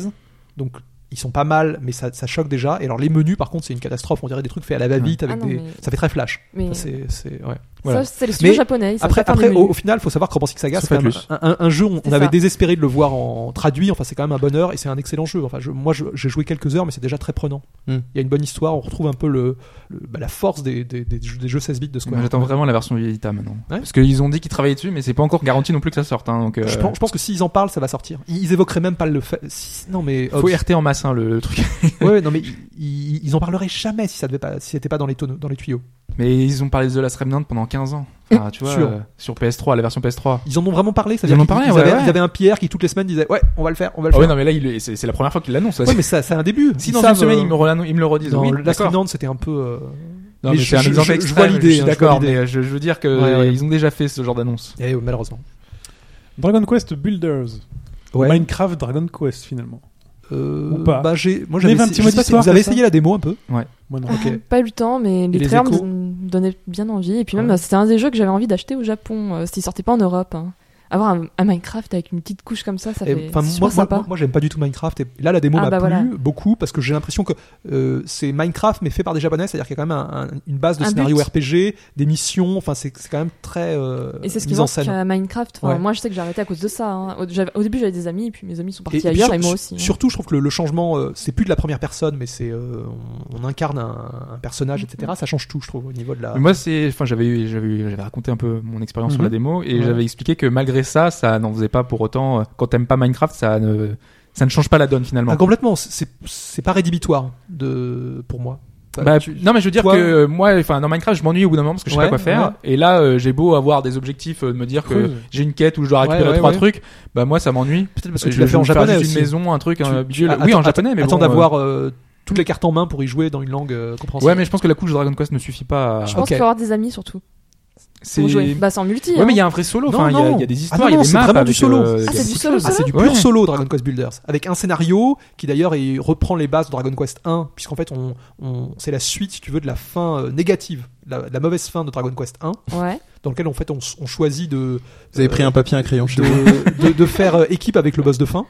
donc ils sont pas mal mais ça, ça choque déjà et alors les menus par contre c'est une catastrophe on dirait des trucs faits à la va-vite avec Ah non, des mais- ça fait très flash. mais Ça, c'est c'est- ouais. Voilà. ça c'est les studios Mais japonais ils savent Après, pas faire après des au, menus. au final, faut savoir que Romancing Saga, Sauf c'est quand même Atlus. un, un- un jeu, on, on C'est avait ça. désespéré de le voir en traduit. Enfin, c'est quand même un bonheur et c'est un excellent jeu. Enfin, je- moi, je- j'ai joué quelques heures, mais c'est déjà très prenant. Il Hmm. y a une bonne histoire. On retrouve un peu le, le- bah, la force des, des, des jeux, des jeux 16 bits de Moi, Square. Bah, J'attends vraiment la version Vita maintenant. Ouais. Parce qu'ils ont dit qu'ils travaillaient dessus, mais c'est pas encore garanti non plus que ça sorte. Hein, donc, euh, Je pense, je pense que s'ils en parlent, ça va sortir. Ils, ils évoqueraient même pas le fait. si- non, mais faut RT en masse hein, le, le truc. ouais, ouais, non, mais ils- ils, ils en parleraient jamais si ça devait pas, si c'était pas dans les tonneaux, dans les tuyaux. Mais ils ont parlé de The Last Remnant pendant 15 ans. Enfin, tu vois, Ah, Sûr. euh, sur PS3, la version PS3. Ils en ont vraiment parlé. ça veut Ils en dire ont parlé, qu'ils- ils ouais, avaient, ouais. ils avaient un Pierre qui toutes les semaines disait, ouais, on va le faire, on va le Ah ouais, faire. non, mais là, il- c'est c'est la première fois qu'ils l'annoncent. là. Ouais, mais ça, c'est un début. si Ils dans une savent, semaine euh, ils me, relannon- ils me le redisent, dans oui, Last d'accord. Remnant, c'était un peu. euh, Non, Mais mais je- c'est un je- exemple je- je extrême, vois l'idée, suis hein, je vois d'accord, l'idée. mais je, je veux dire que Ouais, ouais. ils ont déjà fait ce genre d'annonce. eh, malheureusement. Dragon Quest Builders. Ouais. Minecraft Dragon Quest, finalement. Euh, Ou pas. bah, j'ai, Il moi y j'avais avait un essayé- petit mot je sais- d'histoire Vous avez comme ça essayé la démo un peu Moi, non. Ok. Ah, Pas eu le temps, mais les, les trailers échos me me donnaient bien envie. Et puis même, c'était un des jeux que j'avais envie d'acheter au Japon, euh, s'il sortait pas en Europe. hein. Avoir un, un Minecraft avec une petite couche comme ça, ça Et, fait enfin, c'est super moi, moi, sympa. moi, moi, j'aime pas du tout Minecraft. Et là, la démo Ah, m'a bah, plu voilà. beaucoup parce que j'ai l'impression que euh, c'est Minecraft mais fait par des japonais, c'est-à-dire qu'il y a quand même un- un- une base de Un scénario but. RPG, des missions. Enfin, c'est, c'est quand même très euh, et c'est ce qui mise en manque scène. à Minecraft. Enfin, Ouais. Moi, je sais que j'ai arrêté à cause de ça. hein. Au, j'avais- au début, j'avais des amis, et puis mes amis sont Et- partis et puis ailleurs, sur- et moi sur- aussi. hein. Surtout, je trouve que le, le changement, euh, c'est plus de la première personne, mais c'est euh, on, on incarne un, un personnage, etc. Mm. Ça change tout, je trouve, au niveau de la. Mais Moi, c'est, enfin, j'avais eu, j'avais eu- j'avais raconté un peu mon expérience sur Ah. Mhm. la démo et Ouais. j'avais expliqué que malgré regardez ça, ça n'en faisait pas pour autant. euh, Quand t'aimes pas Minecraft, ça ne, ça ne change pas la donne finalement. Ah, complètement, c'est- c'est pas rédhibitoire de, pour moi. Enfin, Bah, tu- non mais je veux dire toi- que euh, moi enfin dans Minecraft je m'ennuie au bout d'un moment parce que je sais Ouais, pas quoi faire et là euh, j'ai beau avoir des objectifs euh, de me dire que Creuse. j'ai une quête où je dois Ouais, récupérer ouais, trois ouais. trucs bah moi ça m'ennuie Peut-être parce que Je tu l'as vais fait en me faire japonais juste aussi. une maison un truc Tu- un tu- bidule. attends- euh, oui en attends- japonais mais Attends bon, d'avoir euh, toutes les cartes en main pour y jouer dans une langue euh, euh, compréhensible. ouais mais je pense que la couche de Dragon Quest ne suffit pas à... Je pense Ok. qu'il faut avoir des amis surtout. c'est Pour jouer. Bah, c'est en multi. ouais mais il y hein. a un vrai solo Non, enfin il y, a- non. il y a des Ah, histoires non, il y a non, des c'est maps vraiment avec, du solo. euh, Ah, il y a- c'est du solo, Ah, c'est du Ouais. pur solo Dragon Quest Builders, avec un scénario qui d'ailleurs il reprend les bases de Dragon Quest 1, puisqu'en fait on, on- c'est la suite, si tu veux, de la fin euh, négative, la, de la mauvaise fin de Dragon Quest 1, Ouais. dans lequel en fait on, s- on choisit de, Vous avez pris un papier, un crayon chez vous. euh, de, de- de faire euh, équipe avec le boss de fin.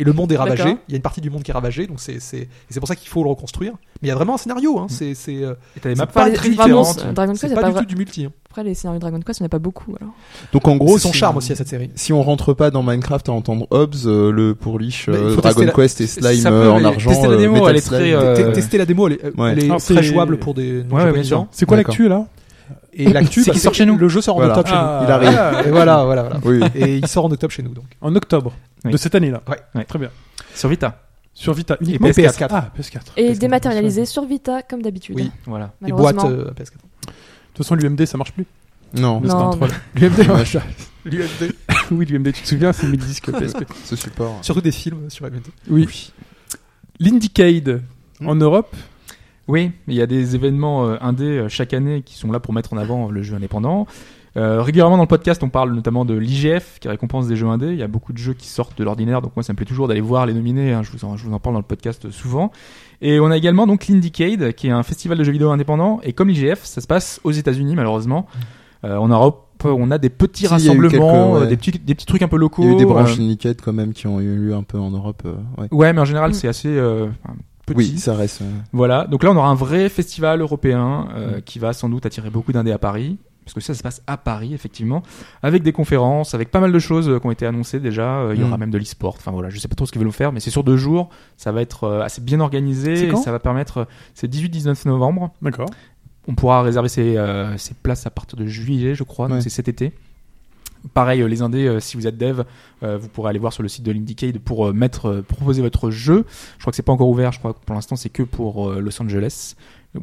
Et le monde est ravagé. D'accord. Il y a une partie du monde qui est ravagée, donc c'est c'est et c'est pour ça qu'il faut le reconstruire. Mais il y a vraiment un scénario. Hein. C'est c'est euh, et t'as des c'est maps pas pas Enfin, très très les- différent, vraiment, différentes Mm. c'est- Dragon Quest, c'est il y a pas, pas du vra- tout du multi. hein. Après, les scénarios de Dragon Quest, il n'y en a pas beaucoup. Alors. Donc en gros, C'est son si- charme aussi à cette série. Si on rentre pas dans Minecraft à entendre Hobbs, euh, le Bah, pourliche Mais il euh, faut Dragon tester la- Quest et ça Slime peut, euh, en mais argent. tester la euh, démo, Metal elle est très, Slime. euh, T- Tester la démo, elle est, euh, Ouais. elle est Alors, très c'est- jouable pour des non Ouais, ouais, japonais, bien sûr. hein. C'est quoi D'accord. l'actu là Et l'actu, C'est bah, qu'il sort chez nous. Le jeu sort en Voilà. octobre chez nous. Ah, Il arrive. ah, Et voilà, voilà, voilà. Oui. Et il sort en octobre chez nous, donc. En octobre Oui. de cette année-là. Ouais. Ouais. Très bien. sur Vita Sur Vita et uniquement. PS4 PS4. Ah, PS4. Et PS4. dématérialisé sur Vita, comme d'habitude. hein, Oui. voilà Et boîte Malheureusement. euh, PS4. De toute façon, l'UMD, ça marche plus. Non, C'est un Non, troll. L'UMD, ouais. L'UMD. oui, l'UMD, tu te souviens, c'est mes disques PSP. ce support. Surtout des films sur MMT. Oui. L'Indiecade en Europe. Oui, il y a des événements euh, indés euh, chaque année qui sont là pour mettre en avant euh, le jeu indépendant. Euh, régulièrement dans le podcast, on parle notamment de l'IGF qui récompense des jeux indés. Il y a beaucoup de jeux qui sortent de l'ordinaire, donc moi ça me plaît toujours d'aller voir les nominés. hein. Je, vous en, je vous en parle dans le podcast euh, souvent. Et on a également donc l'Indiecade qui est un festival de jeux vidéo indépendant. Et comme l'IGF, ça se passe aux États-Unis malheureusement. Euh, en Europe, on a des petits Si, il y a eu rassemblements, quelques, euh, ouais. des, petits, des petits trucs un peu locaux. Il y a eu des euh, branches Syndicate quand même qui ont eu lieu un peu en Europe. euh, ouais. ouais, mais en général Mm. c'est assez euh, enfin, petit. Oui, ça reste. euh, Voilà, donc là on aura un vrai festival européen euh, qui va sans doute attirer beaucoup d'indés à Paris, parce que ça, ça se passe à Paris effectivement, avec des conférences, avec pas mal de choses euh, qui ont été annoncées déjà, Euh, il y Mm. aura même de l'e-sport, enfin voilà, je sais pas trop ce qu'ils veulent faire, mais c'est sur deux jours, ça va être euh, assez bien C'est organisé, et quand ça va permettre, euh, c'est 18-19 novembre, D'accord. on pourra réserver ses, euh, ses places à partir de juillet, je crois, donc Ouais. c'est cet été. Pareil, euh, les indés, euh, si vous êtes dev, euh, vous pourrez aller voir sur le site de l'Indiecade pour euh, mettre, euh, proposer votre jeu. Je crois que c'est pas encore ouvert, je crois que pour l'instant c'est que pour euh, Los Angeles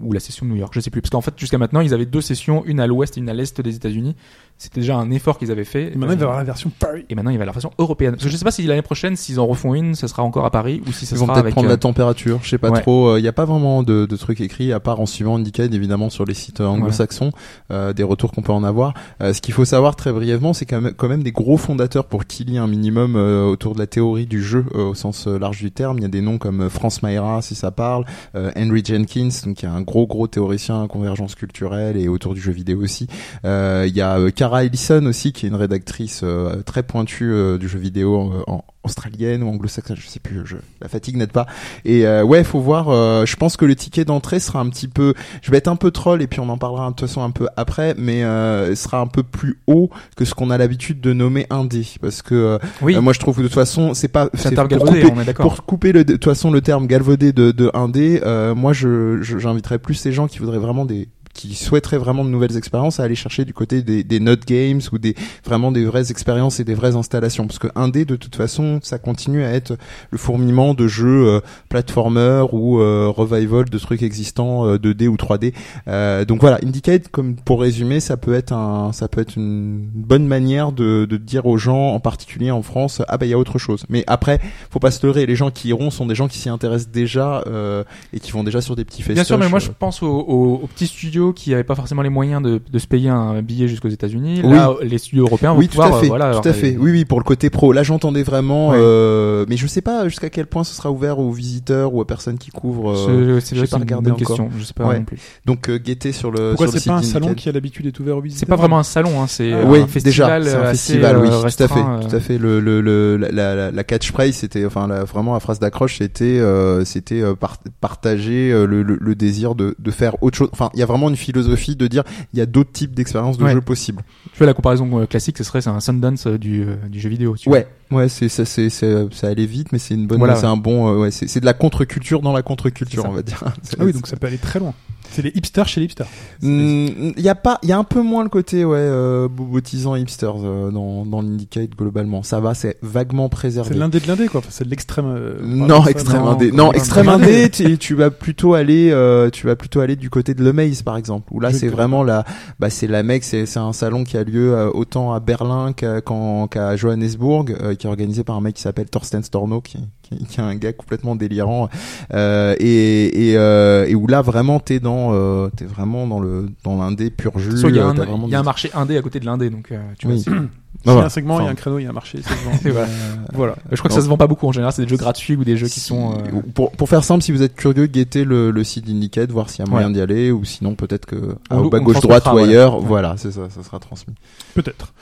ou la session de New York, je sais plus. Parce qu'en fait, jusqu'à maintenant, ils avaient deux sessions, une à l'ouest et une à l'est des États-Unis. C'était déjà un effort qu'ils avaient fait. Et maintenant, il va y avoir la version Paris. Et maintenant, il va y avoir la version européenne. Parce que je sais pas si l'année prochaine, s'ils en refont une, ça sera encore à Paris ou si ça Ils vont sera peut-être avec. prendre euh, la température, je sais pas ouais. trop. euh, Il n'y a pas vraiment de, de trucs écrits, à part en suivant Indiecade, évidemment, sur les sites euh, anglo-saxons, euh, des retours qu'on peut en avoir. Euh, ce qu'il faut savoir très brièvement, c'est quand même, quand même des gros fondateurs pour qu'il y ait un minimum euh, autour de la théorie du jeu euh, au sens euh, large du terme. Il y a des noms comme euh, Franz Maira, si ça parle, euh, Henry Jenkins, donc il y a un gros gros théoricien en convergence culturelle et autour du jeu vidéo aussi. Euh, Il y a euh, Cara Ellison aussi, qui est une rédactrice euh, très pointue euh, du jeu vidéo euh, en australienne ou anglo-saxonne, je sais plus, je, la fatigue n'aide pas. Et euh, ouais, faut voir. euh, je pense que le ticket d'entrée sera un petit peu. Je vais être un peu troll et puis on en parlera de toute façon un peu après, mais euh, sera un peu plus haut que ce qu'on a l'habitude de nommer indé, parce que euh, Oui, euh, moi je trouve que de toute façon c'est pas c'est un c'est terme pour galvaudé, couper- on est d'accord. pour couper le, de toute façon le terme galvaudé de, de indé, euh, moi je je- j'inviterais plus ces gens qui voudraient vraiment des qui souhaiteraient vraiment de nouvelles expériences à aller chercher du côté des, des note games ou des vraiment des vraies expériences et des vraies installations parce que indé de toute façon ça continue à être le fourmillement de jeux euh, platformer ou euh, revival de trucs existants euh, 2D ou 3D euh, donc voilà Indicate comme pour résumer ça peut être un ça peut être une bonne manière de, de dire aux gens en particulier en France ah bah il y a autre chose mais après faut pas se leurrer les gens qui iront sont des gens qui s'y intéressent déjà euh, et qui vont déjà sur des petits festoches Bien sûr, mais moi je euh. pense aux, aux- aux petits studios qui n'avaient pas forcément les moyens de, de se payer un billet jusqu'aux États-Unis. Là, les studios européens vont oui, tout pouvoir, à fait, euh, voilà, tout alors, à fait. euh, Oui, oui, pour le côté pro. Là, j'entendais vraiment, Ouais. euh, mais je sais pas jusqu'à quel point ce sera ouvert aux visiteurs ou aux personnes qui couvrent. ce- euh, C'est j'ai vrai pas que c'est une regardé bonne encore. question. Je sais pas Ouais. non plus. Donc, euh, guettez sur le. Pourquoi sur le c'est pas un site salon d'Indiecade. qui a l'habitude d'être ouvert aux visiteurs C'est pas vraiment un salon, hein, c'est Ah, un oui, festival. déjà, c'est un assez, festival, euh, oui, tout à fait, restreint, euh, tout à fait. Le, le, le- la, la, la catchphrase, c'était, enfin, la- vraiment la phrase d'accroche, c'était, euh, c'était euh, par- partager euh, le, le, le désir de, de faire autre chose. Enfin, il y a vraiment une philosophie de dire, il y a d'autres types d'expériences de Ouais. jeu possibles. Tu vois, la comparaison euh, classique, ce serait c'est un Sundance euh, du, euh, du jeu vidéo. tu vois. Ouais, ouais, c'est ça, c'est, c'est, ça allait vite, mais c'est une bonne, Voilà, c'est ouais. un bon, euh, ouais, c'est, c'est de la contre-culture dans la C'est contre-culture, ça. on va dire. Ah oui, donc ça peut aller très loin. C'est les hipsters chez les hipsters. C'est- Hmm, Il y a pas, il y a un peu moins le côté ouais euh, bobotisant hipsters euh, dans dans l'Indicate globalement. Ça va, c'est vaguement C'est préservé. de l'indé de l'indé, quoi. Enfin, c'est de l'extrême. euh, pardon, Non, ça, extrême indé. Non, quand même. extrême indé, tu, tu vas plutôt aller, euh, tu vas plutôt aller du côté de Le Maze, par exemple, où là, Je c'est te- vraiment la, bah, c'est la mec, c'est, c'est un salon qui a lieu euh, autant à Berlin qu'à, qu'en- qu'à Johannesburg, euh, qui est organisé par un mec qui s'appelle Thorsten Storno, qui, qui, qui est un gars complètement délirant, euh, et, et, euh, et où là, vraiment, t'es dans, euh, t'es vraiment dans le, dans l'indé pur jus. De toute façon, Il y a euh, un- t'as vraiment il y a un des- marché indé à côté de l'indé, donc euh, tu vois. Oui. c'est- S'il y a Voilà. un segment, il y a Enfin, un créneau, il y a un marché. ça se vend. c'est- euh, voilà. Voilà. Je crois que ça se vend pas beaucoup en général. C'est des jeux gratuits ou des jeux qui Euh, Si- sont. euh, pour, pour faire simple, si vous êtes curieux, guettez le, le site d'Indicate, voir s'il y a moyen d'y aller, ou sinon peut-être que On à le- bas on gauche droite ou transmettra, ailleurs, voilà, c'est ça, ça sera transmis. Peut-être.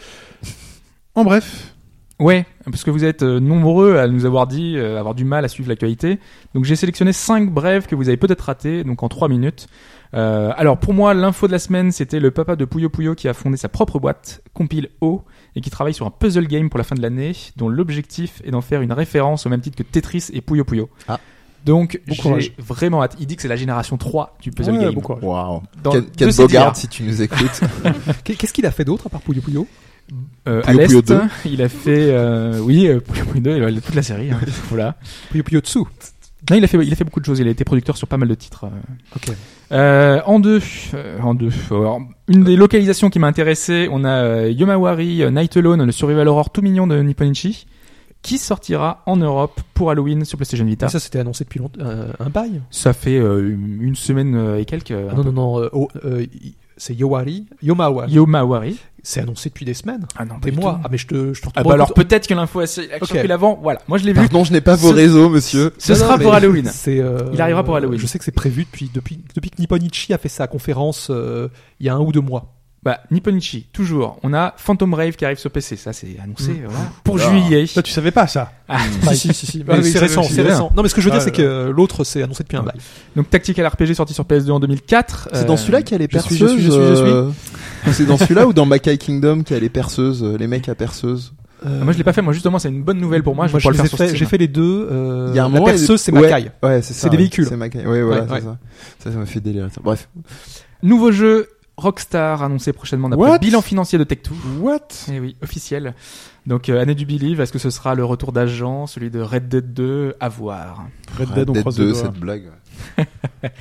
En bref, Ouais, parce que vous êtes euh, nombreux à nous avoir dit euh, avoir du mal à suivre l'actualité. Donc j'ai sélectionné cinq brèves que vous avez peut-être ratées, donc en trois minutes. Euh, alors pour moi, l'info de la semaine, c'était le papa de Puyo Puyo qui a fondé sa propre boîte, Compile O, et qui travaille sur un puzzle game pour la fin de l'année, dont l'objectif est d'en faire une référence au même titre que Tetris et Puyo Puyo. Ah. Donc Bon j'ai courage. vraiment hâte. Il dit que c'est la génération 3 du puzzle Ouais, game. bon courage. Waouh. Dans- hein. Ken, de Ken cette Bogard, ère. si tu nous écoutes. Qu'est- Qu'est-ce qu'il a fait d'autre à part Puyo Puyo Euh, à Puyo Puyo l'est, 2. il a fait euh, oui euh, Puyo Puyo 2, il a- toute la série. hein. voilà. Puyo Puyo Tsu. Non, il a fait, il a fait beaucoup de choses. Il a été producteur sur pas mal de titres. Ok. Euh, en deux, euh, en deux. Alors, une des localisations qui m'a intéressé, on a euh, Yomawari euh, Night Alone, le survival horror tout mignon de Nipponichi, qui sortira en Europe pour Halloween sur PlayStation Vita. Mais Ça, ça, c'était annoncé depuis longtemps. euh, un bail. fait euh, une une semaine euh, et quelques. euh, Ah non, non, non. euh, oh, euh, y- c'est Yowari. Yomawari. Yomawari. C'est annoncé depuis des semaines. Ah non, pas Des du mois. tout. Ah, mais je te, je Ah te retrouve- bah alors peut-être que l'info a circulé avant. Voilà, moi je l'ai vu. Pardon, je n'ai pas vos Ce- réseaux, monsieur. Ce Non, non, sera mais pour Halloween. c'est, euh, Il arrivera pour Halloween. Je sais que c'est prévu depuis, depuis, depuis que Nipponichi a fait sa conférence euh, il y a un ou deux mois. Bah Nipponichi, toujours. On a Phantom Rave qui arrive sur PC, ça c'est annoncé. Mm. voilà. Pour Ah. juillet. toi, tu savais pas ça. si, si, si, si. Ah, Mais oui, ça, c'est récent, c'est c'est bien. récent. Non, mais ce que je veux Ah, dire, c'est que euh, l'autre, c'est annoncé depuis un Ouais. bah, bail. Donc Tactical RPG sorti sur PS2 en 2004. C'est Euh, dans celui-là qu'il y a les je suis, perceuses. je suis, je suis, je suis. euh, C'est dans celui-là ou dans Makai Kingdom qu'il y a les perceuses, euh, les mecs à perceuses. Euh, Ah, Moi je l'ai pas fait, moi justement c'est une bonne nouvelle pour moi, je vais pouvoir les le ai faire sur fait- Steam. J'ai fait les deux. euh, Il y a un la moment, elle- perceuse, c'est ouais. Makai. Ouais, c'est ça. C'est des ouais. véhicules. C'est Makai. Ouais, voilà, Ouais, c'est ouais. ça. Ça, ça m'a fait délirer. Bref. Nouveau jeu Rockstar annoncé prochainement d'après What le bilan financier de Tech2. What Eh oui, officiel. Donc euh, année du Believe, est-ce que ce sera le retour d'agent, celui de Red Dead 2 à voir Red Dead, on Dead croise les 2, doigts. cette blague. ouais.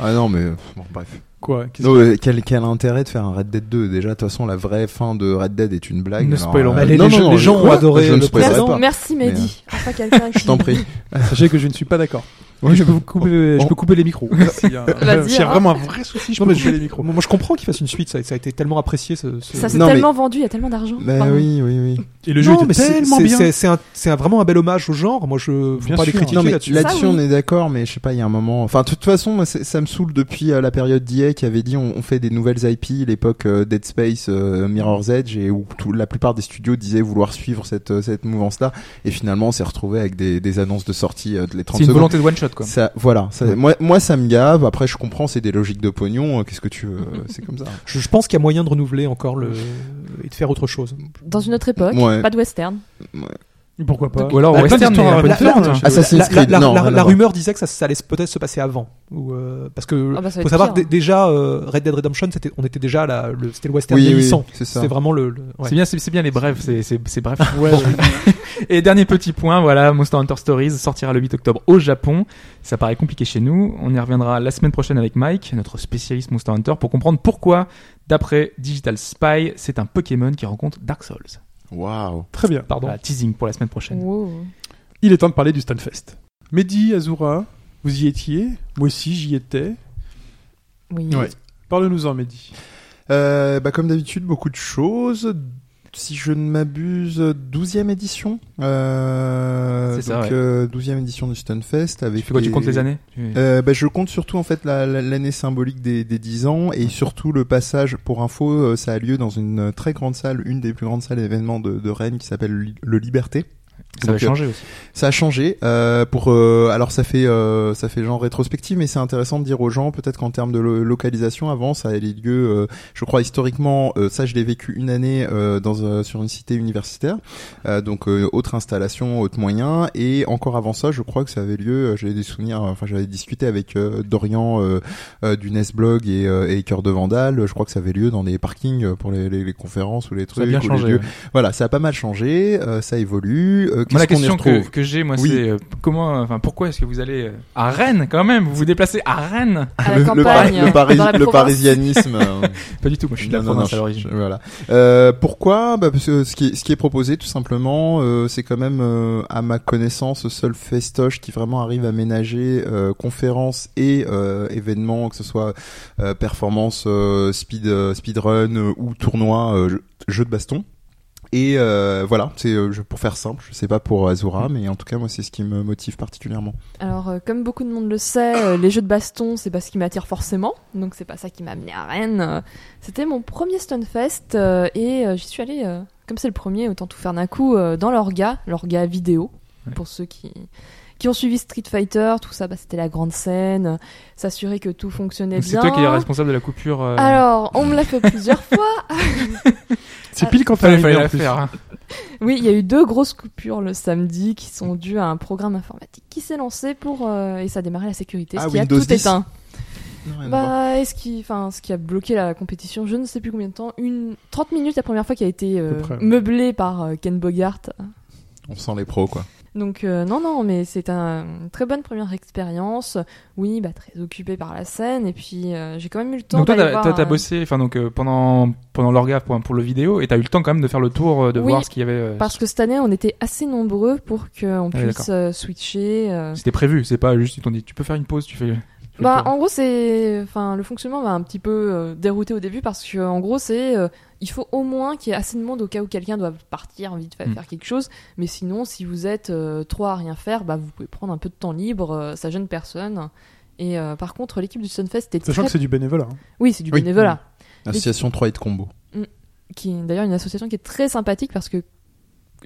ah non, mais, bon, bref. Quoi Qu'est-ce Non, mais quel, quel intérêt de faire un Red Dead 2 Déjà, de toute façon, la vraie fin de Red Dead est une blague. Ne alors, spoilons euh, pas. Les- non, les non, gens- non, les je- gens ont ouais, adoré Je ne le spoilerai précédent. Merci, pas. merci Mehdi. euh, Enfin, quelqu'un Je t'en prie. que- Sachez que je ne suis pas d'accord. Oui, je peux vous couper, je on- peux couper les micros. S'il y a, Vas-y, s'il y a hein. vraiment un vrai souci, je Non, peux mais couper je- les micros. Moi, je comprends qu'il fasse une suite. Ça, ça a été tellement apprécié. Ce, ce- Ça s'est Non, mais- tellement vendu, il y a tellement d'argent. Bah Pardon. oui, oui, oui. Et le jeu Non, était mais c'est- tellement c'est- bien. c'est- C'est un, c'est un- vraiment un bel hommage au genre. Moi, je faut Bien pas les sûr. critiquer Non mais là-dessus. là-dessus Ça, oui. on est d'accord, mais je sais pas, il y a un moment. Enfin, de toute façon, moi, c'est- ça me saoule depuis euh, la période d'IA qui avait dit on, on fait des nouvelles IP, l'époque euh, Dead Space, euh, Mirror's Edge, et où tout- la plupart des studios disaient vouloir suivre cette euh, cette mouvance-là, et finalement on s'est retrouvé avec des, des annonces de sortie euh, de les 30 C'est une secondes. volonté de one shot quoi. Ça, voilà. ça- Ouais. moi, moi, ça me gave. Après, je comprends, c'est des logiques de pognon. euh, Qu'est-ce que tu veux euh, C'est comme ça. Je, je pense qu'il y a moyen de renouveler encore le et de faire autre chose. Dans une autre époque, Ouais. pas de western. Pourquoi pas Ou alors Bah, Western plein mais un peu d'histoires à différente. raconter. hein. Assassin's La, la- Ah, Creed, la- non, la- rien à la voir. rumeur disait que ça, ça allait peut-être se passer avant, ou euh, parce que Ah bah, ça va faut être savoir que hein. pire. dé- déjà euh, Red Dead Redemption, c'était, on était déjà là, le, c'était le western Oui, oui, vieillissant. c'est ça. C'était vraiment le. le- ouais. C'est bien, c'est c'est bien les brèves, c'est- c'est c'est bref. Ouais, ouais. Et dernier petit point, voilà, Monster Hunter Stories sortira le 8 octobre au Japon. Ça paraît compliqué chez nous. On y reviendra la semaine prochaine avec Mike, notre spécialiste Monster Hunter, pour comprendre pourquoi, d'après Digital Spy, c'est un Pokémon qui rencontre Dark Souls. Waouh. Très bien. Pardon. Voilà, teasing pour la semaine prochaine. Wow. Il est temps de parler du Stanfest. Mehdi, Azura, vous y étiez Moi aussi, j'y étais. Oui. Ouais. Parle-nous-en, Mehdi. Euh, bah, comme d'habitude, beaucoup de choses. Si je ne m'abuse, 12e édition. Euh, C'est ça, ouais. donc, euh, 12e édition du Stunfest. Avec Tu fais quoi Tu des- comptes les années Tu- euh, bah, je compte surtout en fait la- la- l'année symbolique des, des 10 ans et surtout le passage pour info euh, ça a lieu dans une très grande salle une des plus grandes salles d'événements de, de Rennes qui s'appelle le Li- le Liberté Ça va Donc, euh, changer aussi. ça a changé. euh, pour euh, alors ça fait euh, ça fait genre rétrospective, mais c'est intéressant de dire aux gens peut-être qu'en termes de lo- localisation, avant ça avait lieu, euh, je crois historiquement, euh, ça je l'ai vécu une année euh, dans euh, sur une cité universitaire, Euh, donc euh, autre installation, autre moyen, et encore avant ça, je crois que ça avait lieu. euh, J'avais des souvenirs, euh, enfin j'avais discuté avec euh, Dorian euh, euh, du Nesblog et, euh, et Cœur de Vandal. Je crois que ça avait lieu dans des parkings euh, pour les, les- les conférences ou les Ça a trucs. bien ou les changé. lieux. ouais. Voilà, ça a pas mal changé, euh, ça évolue. Euh, Moi, qu'est-ce la qu'on y question que, retrouve que j'ai, moi, Oui. c'est euh, comment, enfin, pourquoi est-ce que vous allez euh, à Rennes quand même Vous vous déplacez à Rennes À la le, le Pari- campagne, le Pari- dans la le province. parisianisme. euh, Pas du tout. Moi, je suis de la non, non, province non, à je- l'origine. je- Voilà. Euh, pourquoi bah, Parce que ce qui, est, ce qui est proposé, tout simplement, euh, c'est quand même, euh, à ma connaissance, le seul festoche qui vraiment arrive à ménager euh, conférences et euh, événements, que ce soit euh, performance, euh, speed, euh, speedrun euh, ou tournoi, euh, jeu- jeu de baston. Et euh, voilà, c'est euh, je- pour faire simple, je sais pas pour Azura, Mm. mais en tout cas moi c'est ce qui me motive particulièrement. Alors, euh, comme beaucoup de monde le sait, euh, les jeux de baston, c'est pas ce qui m'attire forcément, donc c'est pas ça qui m'a amené à Rennes. Euh, C'était mon premier Stunfest euh, et euh, j'y suis allée, euh, comme c'est le premier, autant tout faire d'un coup, euh, dans l'orga, l'orga vidéo, Ouais. pour ceux qui, qui ont suivi Street Fighter, tout ça, bah, c'était la grande scène, euh, s'assurer que tout fonctionnait Donc, C'est bien. toi qui es responsable de la coupure. euh, Alors, on me l'a fait plusieurs fois. C'est pile quand t'es fallait, arrivé fallait en la plus. faire. hein. Oui, il y a eu deux grosses coupures le samedi qui sont dues à un programme informatique qui s'est lancé pour euh, et ça a démarré la sécurité, Ah, ce qui a Windows tout 10. éteint. Non, Ah, rien à voir. Bah, est-ce qui, enfin, ce qui a bloqué la compétition, je ne sais plus combien de temps, une 30 minutes la première fois qui a été euh, peu près, ouais. meublée par euh, Ken Bogart. On sent les pros quoi. Donc euh, non, non, mais c'est un- une très bonne première expérience. Oui, bah très occupée par la scène et puis euh, j'ai quand même eu le temps. Donc toi, d'aller t'as voir euh, toi, t'as un- bossé, enfin donc euh, pendant pendant l'orga pour, pour le vidéo, et t'as eu le temps quand même de faire le tour, euh, de Oui, voir ce qu'il y avait. euh, Parce que cette année, on était assez nombreux pour qu'on Ah oui, puisse euh, switcher. euh, C'était prévu, c'est pas juste ils t'ont dit tu peux faire une pause, tu fais. tu fais le Bah, tour. en gros, c'est, enfin, le fonctionnement va un petit peu euh, dérouter au début parce que, en gros, c'est, euh, il faut au moins qu'il y ait assez de monde au cas où quelqu'un doit partir, vite fait Mm. faire quelque chose. Mais sinon, si vous êtes euh, trois à rien faire, bah, vous pouvez prendre un peu de temps libre, euh, ça gêne personne. Et euh, par contre, l'équipe du Sunfest était Sachant très- que c'est du bénévolat. hein. oui, c'est du Oui. bénévolat, Association 3 et de combo. qui est d'ailleurs une association qui est très sympathique parce que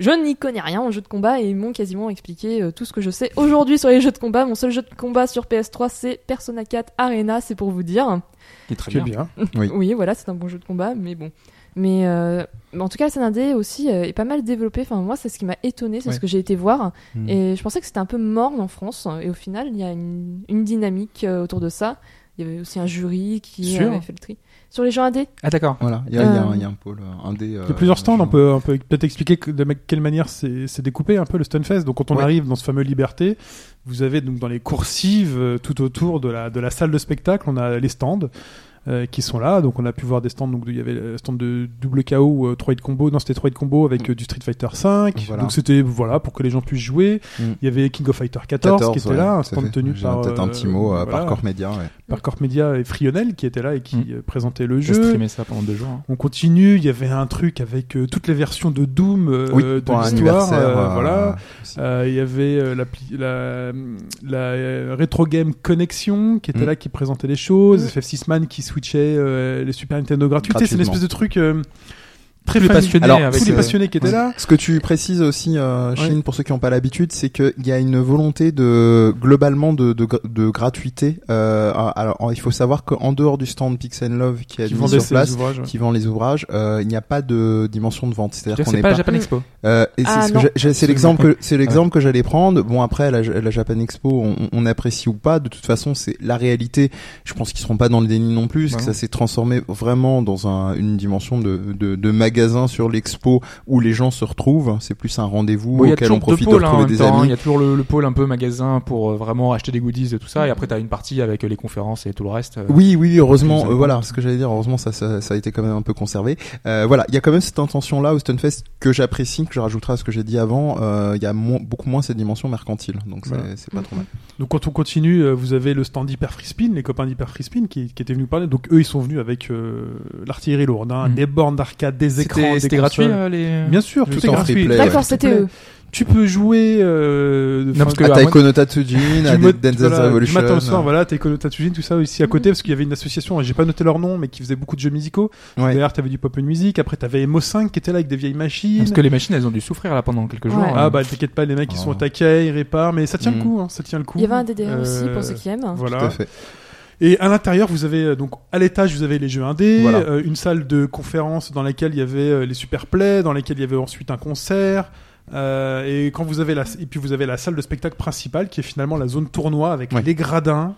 je n'y connais rien en jeu de combat et ils m'ont quasiment expliqué euh, tout ce que je sais aujourd'hui sur les jeux de combat. Mon seul jeu de combat sur PS3, c'est Persona 4 Arena, c'est pour vous dire. Qui est très C'est bien. bien. Oui. Oui, voilà, c'est un bon jeu de combat, mais bon. Mais euh, mais en tout cas, la scène indé aussi euh, est pas mal développée. Enfin, moi, c'est ce qui m'a étonné, c'est Ouais. ce que j'ai été voir. Hmm. Mm. Et je pensais que c'était un peu morne en France. Et au final, il y a une, une dynamique euh, autour de ça. Il y avait aussi un jury qui euh, Sûr avait fait le tri. Sur les gens indés Ah d'accord. Voilà, il y, a- il y a un- Euh. il y a un pôle, un des. euh, Il y a plusieurs stands, on peut, on peut peut-être expliquer que- de ma- quelle manière c'est c'est découpé un peu le Stunfest. Donc quand on Ouais. arrive dans ce fameux Liberté, vous avez donc dans les coursives euh, tout autour de la, de la salle de spectacle, on a les stands euh, qui sont là. Donc on a pu voir des stands, donc il y avait le stand de double KO, ou, euh, 3 de combo, non c'était 3 de combo avec euh, du Street Fighter 5. Mm. Voilà. Donc c'était voilà pour que les gens puissent jouer. Mm. Il y avait King of Fighter 14, qui était ouais, là, un tout à stand fait. tenu J'ai par... Peut-être un euh, petit mot euh, voilà, par Corps Média, ouais. par Corp Media et Frionel qui était là et qui Mm. euh, présentait le Je jeu. streamais ça pendant deux jours. hein. On continue, il y avait un truc avec euh, toutes les versions de Doom euh, oui, de pour un l'histoire. anniversaire. euh, euh, voilà. aussi. Euh, Il y avait euh, l'appli- la, la, euh, Retro Game Connection qui était Mm. là, qui présentait les choses. Mm. FF6 Man qui switchait euh, les Super Nintendo gratuits. Tu sais, C'est une Hmm. Gratuitement. espèce de truc euh, très Tous les famille- passionnés Alors, avec Tous les euh, passionnés qui étaient Ouais. là. Ce que tu précises aussi, euh, Chine, Ouais. pour ceux qui n'ont pas l'habitude, c'est qu'il y a une volonté de globalement de, de, gra- de gratuité. Euh, alors, il faut savoir qu'en dehors du stand Pix and Love qui est Qui admis vendaient sur ces place, ouvrages. ouais. qui vend les ouvrages, euh, il n'y a pas de dimension de vente. C'est-à-dire qu'on C'est n'est pas, pas Japan Expo. Euh, et c'est Ah, ce que non. j'ai- j'ai- c'est l'exemple que c'est l'exemple que j'allais prendre. Bon après la, la Japan Expo, on, on apprécie ou pas, de toute façon c'est la réalité. Je pense qu'ils seront pas dans le déni non plus, parce Ouais. que ça s'est transformé vraiment dans un, une dimension de, de, de magasin sur l'expo où les gens se retrouvent. C'est plus un rendez-vous Bon, il y a auquel on toujours deux profite de pôles hein, en retrouver même des temps, hein. Il amis. y a toujours le, le pôle un peu magasin pour euh, vraiment acheter des goodies et tout ça. Et après, t'as une partie avec euh, les conférences et tout le reste. euh. Oui, oui, heureusement, Plus euh, voilà, ce que j'allais dire, heureusement, ça, ça, ça a été quand même un peu conservé. Euh, voilà, il y a quand même cette intention-là au Stunfest que j'apprécie, que je rajouterai à ce que j'ai dit avant. Euh, Il y a moins- beaucoup moins cette dimension mercantile, donc c'est- Voilà. c'est pas trop mal. Donc quand on continue, euh, vous avez le stand Hyper Free Spin, les copains Hmm. d'Hyper Free Spin qui, qui étaient venus nous parler. Donc eux, ils sont venus avec euh, l'artillerie lourde, hein, Mm. des bornes d'arcade, des écran C'était des c'était gratuit, consoles. euh, les... Bien sûr, tout Tout est en gratuit. free play, D'accord, c'était eux. Tu peux jouer. Euh, Non, parce que enfin, à à Taiko no Tatsujin, du à mode- Dance voilà, Revolution. Du matin au soir, voilà, Taiko no Tatsujin, tout ça aussi à côté, parce qu'il y avait une association, et j'ai pas noté leur nom, mais qui faisait beaucoup de jeux musicaux. Ouais. D'ailleurs, t'avais du pop and music, après t'avais MO5 qui était là avec des vieilles machines. Parce que les machines, elles ont dû souffrir là pendant quelques jours. Ouais. hein. Ah bah t'inquiète pas, les mecs ils sont au taquet, ils réparent, mais ça tient le Mm. coup, hein, ça tient le coup. Il y avait un DDR aussi Euh, pour ceux qui aiment. Voilà. Tout à fait. Et à l'intérieur, vous avez euh, donc à l'étage, vous avez les jeux indés, Voilà. euh, une salle de conférence dans laquelle il y avait euh, les super plays, dans laquelle il y avait ensuite un concert. euh, et quand vous avez la et puis vous avez la salle de spectacle principale qui est finalement la zone tournoi avec Ouais. les gradins.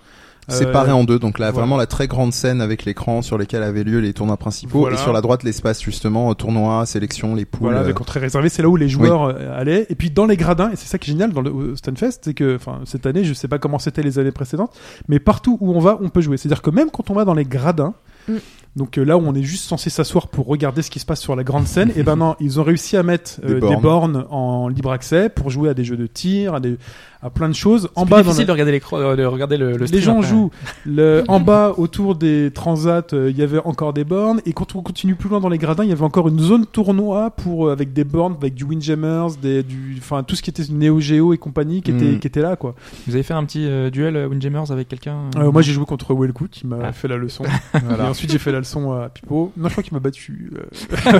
Séparé euh, en deux, donc là voilà. vraiment la très grande scène avec l'écran sur lesquels avaient lieu les tournois principaux Voilà. et sur la droite l'espace justement euh, tournoi, sélection, les poules. Voilà, euh, avec entrée réservée, c'est là où les joueurs euh, allaient. Et puis dans les gradins, et c'est ça qui est génial dans le au Stunfest, c'est que enfin cette année, je sais pas comment c'était les années précédentes, mais partout où on va, on peut jouer. C'est-à-dire que même quand on va dans les gradins, Mm. donc euh, là où on est juste censé s'asseoir pour regarder ce qui se passe sur la grande scène, et ben non, ils ont réussi à mettre euh, Des des, bornes. bornes. en libre accès pour jouer à des jeux de tir, à, des, à plein de choses. En C'est bas, plus dans difficile la- de regarder l'écran, euh, de regarder le, le les stream gens après. jouent. Le, en bas, autour des transats, euh, il y avait encore des bornes. Et quand on continue plus loin dans les gradins, il y avait encore une zone tournoi pour, euh, avec des bornes, avec du Windjammers, des, du, enfin, tout ce qui était Neo Geo et compagnie qui était, Mm. qui était là, quoi. Vous avez fait un petit euh, duel euh, Windjammers avec quelqu'un euh, Euh, moi, j'ai joué contre Welcou qui m'a Ah. fait la leçon. Et voilà. ensuite, j'ai fait la leçon à Pipo. Non, je crois qu'il m'a battu. euh,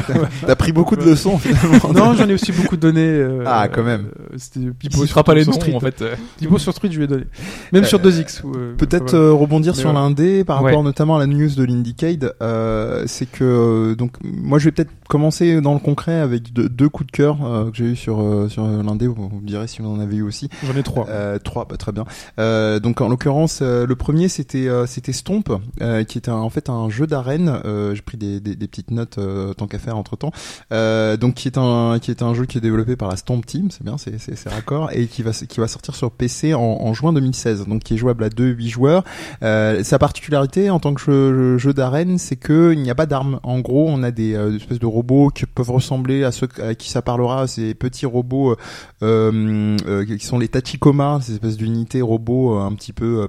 T'as pris beaucoup de leçons finalement. non, j'en ai aussi beaucoup donné. euh, Ah, quand même. euh, C'était Pipo. Il ne sur- fera pas les sur noms Street. en fait. euh. Pipo sur Street, je lui ai donné. Même sur Euh, 2X. ou, euh, Peut-être voilà. euh, rebondir Mais sur voilà. l'indé par Ouais. rapport notamment à la news de l'Indiecade, euh, c'est que euh, donc moi je vais peut-être commencer dans le concret avec deux, deux coups de cœur euh, que j'ai eu sur euh, sur l'indé. Vous, vous me direz si vous en avez eu aussi. J'en ai trois. Euh, trois, bah, très bien. Euh, donc en l'occurrence, euh, le premier c'était euh, c'était Stomp, euh, qui était un- en fait un jeu d'arène. Euh, J'ai pris des, des, des petites notes euh, tant qu'à faire entre temps. Euh, donc qui est un qui est un jeu qui est développé par la Stomp Team, c'est bien, c'est c'est c'est raccord, et qui va s- qui va sortir sur PC en, en juin 2016. Donc qui est jouable à 2 8 joueurs. Euh, sa particularité en tant que jeu, jeu d'arène, c'est que il n'y a pas d'armes. En gros, on a des euh, des espèces de robots qui peuvent ressembler à ceux à qui ça parlera, ces petits robots euh, euh, euh, qui sont les tachycomas, ces espèces d'unités robots euh, un petit peu euh,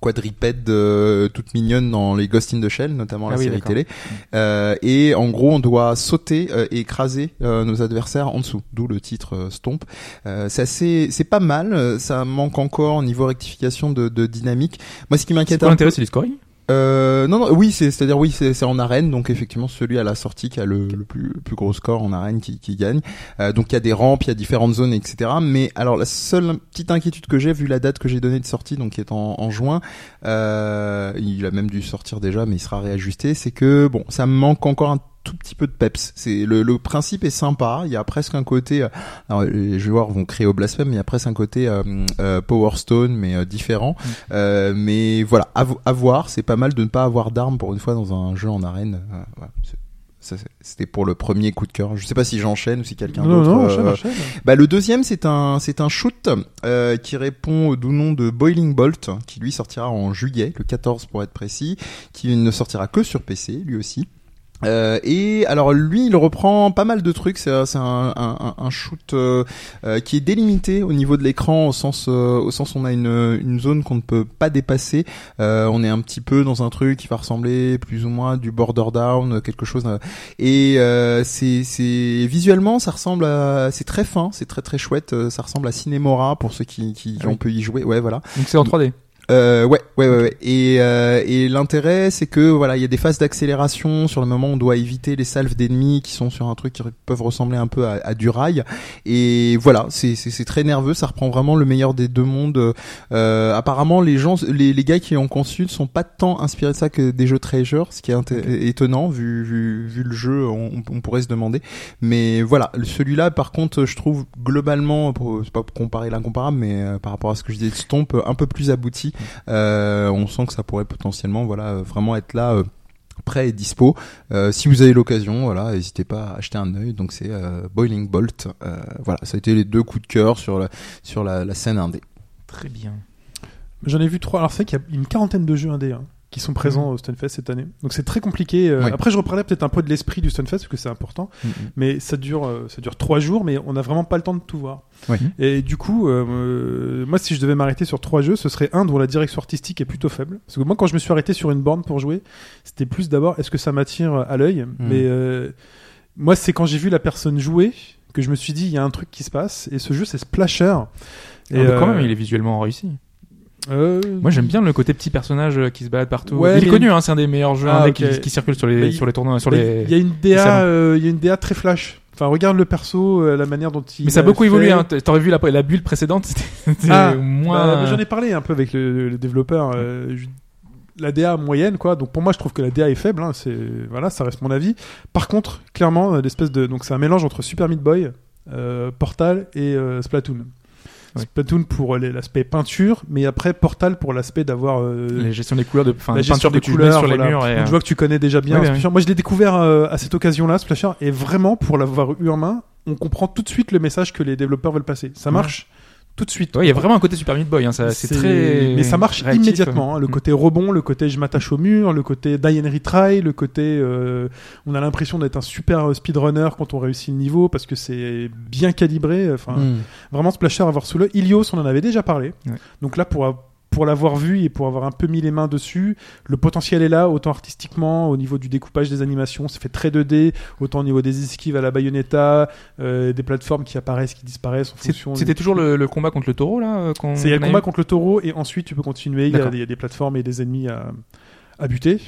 quadripèdes euh, toutes mignonnes dans les Ghost in the Shell notamment Ah la oui, série d'accord. télé Euh, et en gros on doit sauter euh, et écraser euh, nos adversaires en dessous d'où le titre euh, Stomp euh, c'est assez c'est pas mal euh, ça manque encore au niveau rectification de, de dynamique moi ce qui C'est m'inquiète quoi un l'intérêt, c'est les scoring euh, non, non, oui, c'est, c'est-à-dire oui, c'est, c'est en arène, donc effectivement celui à la sortie qui a le, le plus, le plus gros score en arène qui, qui gagne. Euh, donc il y a des rampes, il y a différentes zones, etc. Mais alors la seule petite inquiétude que j'ai, vu la date que j'ai donnée de sortie, donc qui est en, en juin, euh, il a même dû sortir déjà, mais il sera réajusté, c'est que bon, ça me manque encore un tout petit peu de peps. C'est le, le principe est sympa. Il y a presque un côté, euh, alors, les joueurs vont créer au blasphème, mais il y a presque un côté euh, euh, Power Stone mais euh, différent. Mm. Euh, mais voilà, à, vo- à voir, c'est pas mal de ne pas avoir d'armes pour une fois dans un jeu en arène. Euh, voilà, c'est- ça, c'est- C'était pour le premier coup de cœur. Je sais pas si j'enchaîne ou si quelqu'un non, d'autre. non, euh, enchaîne, enchaîne. bah, le deuxième, c'est un, c'est un shoot euh, qui répond au doux nom de Boiling Bolt, qui lui sortira en juillet, le 14 pour être précis, qui ne sortira que sur PC, lui aussi. Euh, et alors lui, il reprend pas mal de trucs. C'est c'est un, un, un shoot euh, euh, qui est délimité au niveau de l'écran, au sens euh, au sens où on a une, une zone qu'on ne peut pas dépasser. Euh, on est un petit peu dans un truc qui va ressembler plus ou moins à du border down, quelque chose d'un- et euh, c'est c'est- visuellement ça ressemble à c'est très fin, c'est très très chouette, euh, ça ressemble à Cinemora pour ceux qui qui Ah oui. on peut y jouer. Ouais voilà. Donc c'est en 3D. Euh, ouais, ouais, ouais, ouais. Et, euh, et l'intérêt, c'est que voilà, il y a des phases d'accélération. Sur le moment, on doit éviter les salves d'ennemis qui sont sur un truc qui peuvent ressembler un peu à, à du rail. Et voilà, c'est c'est- c'est très nerveux. Ça reprend vraiment le meilleur des deux mondes. Euh, apparemment, les gens, les, les gars qui l'ont conçu ne sont pas tant inspirés de ça que des jeux Treasure, ce qui est inté- étonnant vu, vu vu le jeu. On, on pourrait se demander. Mais voilà, celui-là, par contre, je trouve globalement, pour- c'est pas pour comparer l'incomparable, mais euh, par rapport à ce que je disais de Stomp, euh, un peu plus abouti. Euh, on sent que ça pourrait potentiellement, voilà, euh, vraiment être là. euh, prêt et dispo Euh, si vous avez l'occasion voilà n'hésitez pas à acheter un œil donc c'est euh, Boiling Bolt Euh, voilà ça a été les deux coups de cœur sur la sur la, la scène indé Très bien. J'en ai vu trois. Alors c'est vrai qu'il y a une quarantaine de jeux indés hein, qui sont Mhm. présents au Stunfest cette année. Donc c'est très compliqué. Euh, Ouais. Après je reparlerai peut-être un peu de l'esprit du Stunfest parce que c'est important. Mm-hmm. Mais ça dure, euh, ça dure trois jours, mais on n'a vraiment pas le temps de tout voir. Ouais. Et du coup, euh, euh, moi si je devais m'arrêter sur trois jeux, ce serait un dont la direction artistique est plutôt faible. Parce que moi quand je me Mhm. suis arrêté sur une borne pour jouer, c'était plus d'abord est-ce que ça m'attire à l'œil, mais euh, Moi, c'est quand j'ai vu la personne jouer que je me suis dit, il y a un truc qui se passe. Et ce jeu, c'est Splasher. Ah, bah, euh, quand même, il est visuellement réussi. Moi, j'aime bien le côté petit personnage euh, qui se balade partout. Ouais, il mais- est connu, hein, c'est un des meilleurs jeux Ah, indés ok. qui, qui circule sur Mais les il- sur les tournois, sur Mais les. Il y a une DA, salons. euh, il y a une DA très flash. Enfin, regarde le perso, euh, la manière dont il. Mais ça a l'a beaucoup fait. évolué. Hein. T- T'aurais vu la, la bulle précédente, c'était c'était Ah, moins. euh. Bah, J'en ai parlé un peu avec le, le développeur. euh, je- la DA moyenne, quoi. Donc pour moi, je trouve que la DA est faible. hein, c'est voilà, ça reste mon avis. Par contre, clairement, euh, l'espèce de donc c'est un mélange entre Super Meat Boy, euh, Portal et euh, Splatoon. Ouais. Splatoon pour euh, l'aspect peinture, mais après Portal pour l'aspect d'avoir euh, La gestion des couleurs, de, enfin, la la gestion peinture des que tu mets couleurs sur les voilà. murs. Et, euh, Donc, je vois que tu connais déjà bien Ouais, ouais. Splasher. Moi, je l'ai découvert euh, à cette occasion-là, Splasher, et vraiment, pour l'avoir eu en main, on comprend tout de suite le message que les développeurs veulent passer. Ça Ouais. marche tout de suite. euh, ouais, il y a vraiment un côté Super Meat Boy. Hein, ça- c'est très. Mais ça marche réactif, immédiatement. hein. ouais. Le Mm. côté rebond, le côté je m'attache au mur, le côté die and retry, le côté euh, on a l'impression d'être un super euh, speedrunner quand on réussit le niveau parce que c'est bien calibré. Enfin, Hmm. vraiment Splasher à voir sous l'œil. Ilios, on en avait déjà parlé. Ouais. Donc là, pour, a- pour l'avoir vu et pour avoir un peu mis les mains dessus, le potentiel est là, autant artistiquement, au niveau du découpage des animations, ça fait très 2D, autant au niveau des esquives à la Bayonetta, euh, des plateformes qui apparaissent, qui disparaissent en C'est- fonction. C'était du- toujours le, le combat contre le taureau là. euh, qu'on- C'est il y a le qu'on a eu combat contre le taureau et ensuite tu peux continuer, il y, a D'accord. des- il y a des plateformes et des ennemis à, à buter.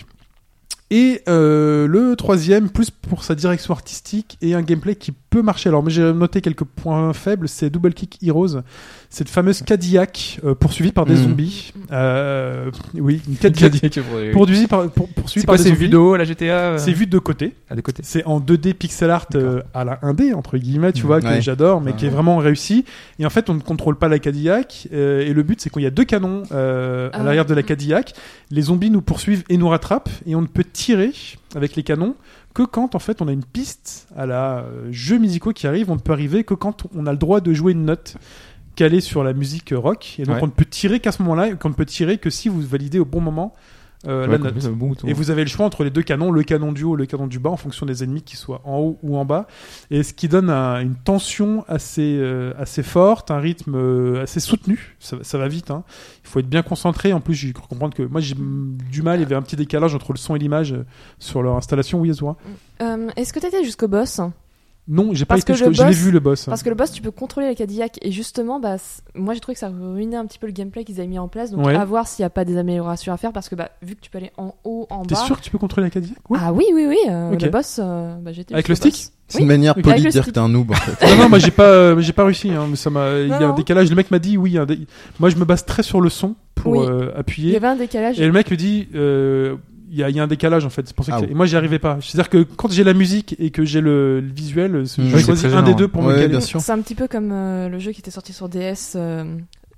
Et euh, le troisième, plus pour sa direction artistique et un gameplay qui peut marcher. Alors, mais j'ai noté quelques points faibles. C'est Double Kick Heroes, cette fameuse Cadillac euh, poursuivie par des Mm. zombies. Euh, oui, une Cadillac. Cadillac Cadillac. poursuivie par, pour- poursuivie C'est quoi par ces des zombies. vidéos, la GTA euh, C'est vu de côté. à des côtés. C'est en 2D pixel art euh, à la 1D entre guillemets, tu Mmh. vois, Ouais. que Ouais. j'adore, mais Ouais. qui est vraiment réussi. Et en fait, on ne contrôle pas la Cadillac. euh, et le but, c'est qu'il y a deux canons euh, à Ah. l'arrière de la Cadillac. Les zombies nous poursuivent et nous rattrapent, et on ne peut tirer avec les canons que quand en fait on a une piste à la euh, jeu musicaux qui arrive. On ne peut arriver que quand on a le droit de jouer une note calée sur la musique euh, rock. Et donc Ouais. on ne peut tirer qu'à ce moment-là, et qu'on ne peut tirer que si vous validez au bon moment euh, la Ouais, note. comme ça, bon, tout- Et vous avez le choix entre les deux canons, le canon du haut, le canon du bas, en fonction des ennemis qui soient en haut ou en bas. Et ce qui donne un- une tension assez, euh, assez forte, un rythme euh, assez soutenu. Ça, va- ça va vite. hein. Il faut être bien concentré. En plus, j'ai cru comprendre que moi, j'ai mm, du mal. Il y avait un petit décalage entre le son et l'image euh, sur leur installation. Oui, Azura Euh, Est-ce que t'étais jusqu'au boss Non, j'ai pas Parce été. que jusqu'au- le Je l'ai boss- vu le boss. hein. Parce que le boss, tu peux contrôler la Cadillac. Et justement, bah, c- moi, j'ai trouvé que ça ruinait un petit peu le gameplay qu'ils avaient mis en place. Donc, Ouais. à voir s'il n'y a pas des améliorations à faire. Parce que, bah, vu que tu peux aller en haut, en T'es bas. sûr que tu peux contrôler la Cadillac Ouais. Ah oui, oui, oui. euh, Ok. Le boss, euh, bah, j'étais Avec jusqu'au le boss. C'est Oui. une manière Avec polie de le dire que stick. t'es un noob en fait. non, non, moi j'ai pas, euh, j'ai pas réussi. hein, mais ça m'a. Il y Non, a un non. décalage. Le mec m'a dit oui. il y a un dé- Moi, je me base très sur le son pour Oui. euh, Il appuyer. y avait un décalage. Et le mec me dit, euh, il y, a- il y a un décalage en fait. C'est pour ça que Ah c'est- oui. et moi j'y arrivais pas. C'est-à-dire que quand j'ai la musique et que j'ai le, le visuel, je Oui, c'est choisis très un des gênant, deux pour me Ouais, caler. bien sûr. C'est un petit peu comme euh, le jeu qui était sorti sur DS, euh,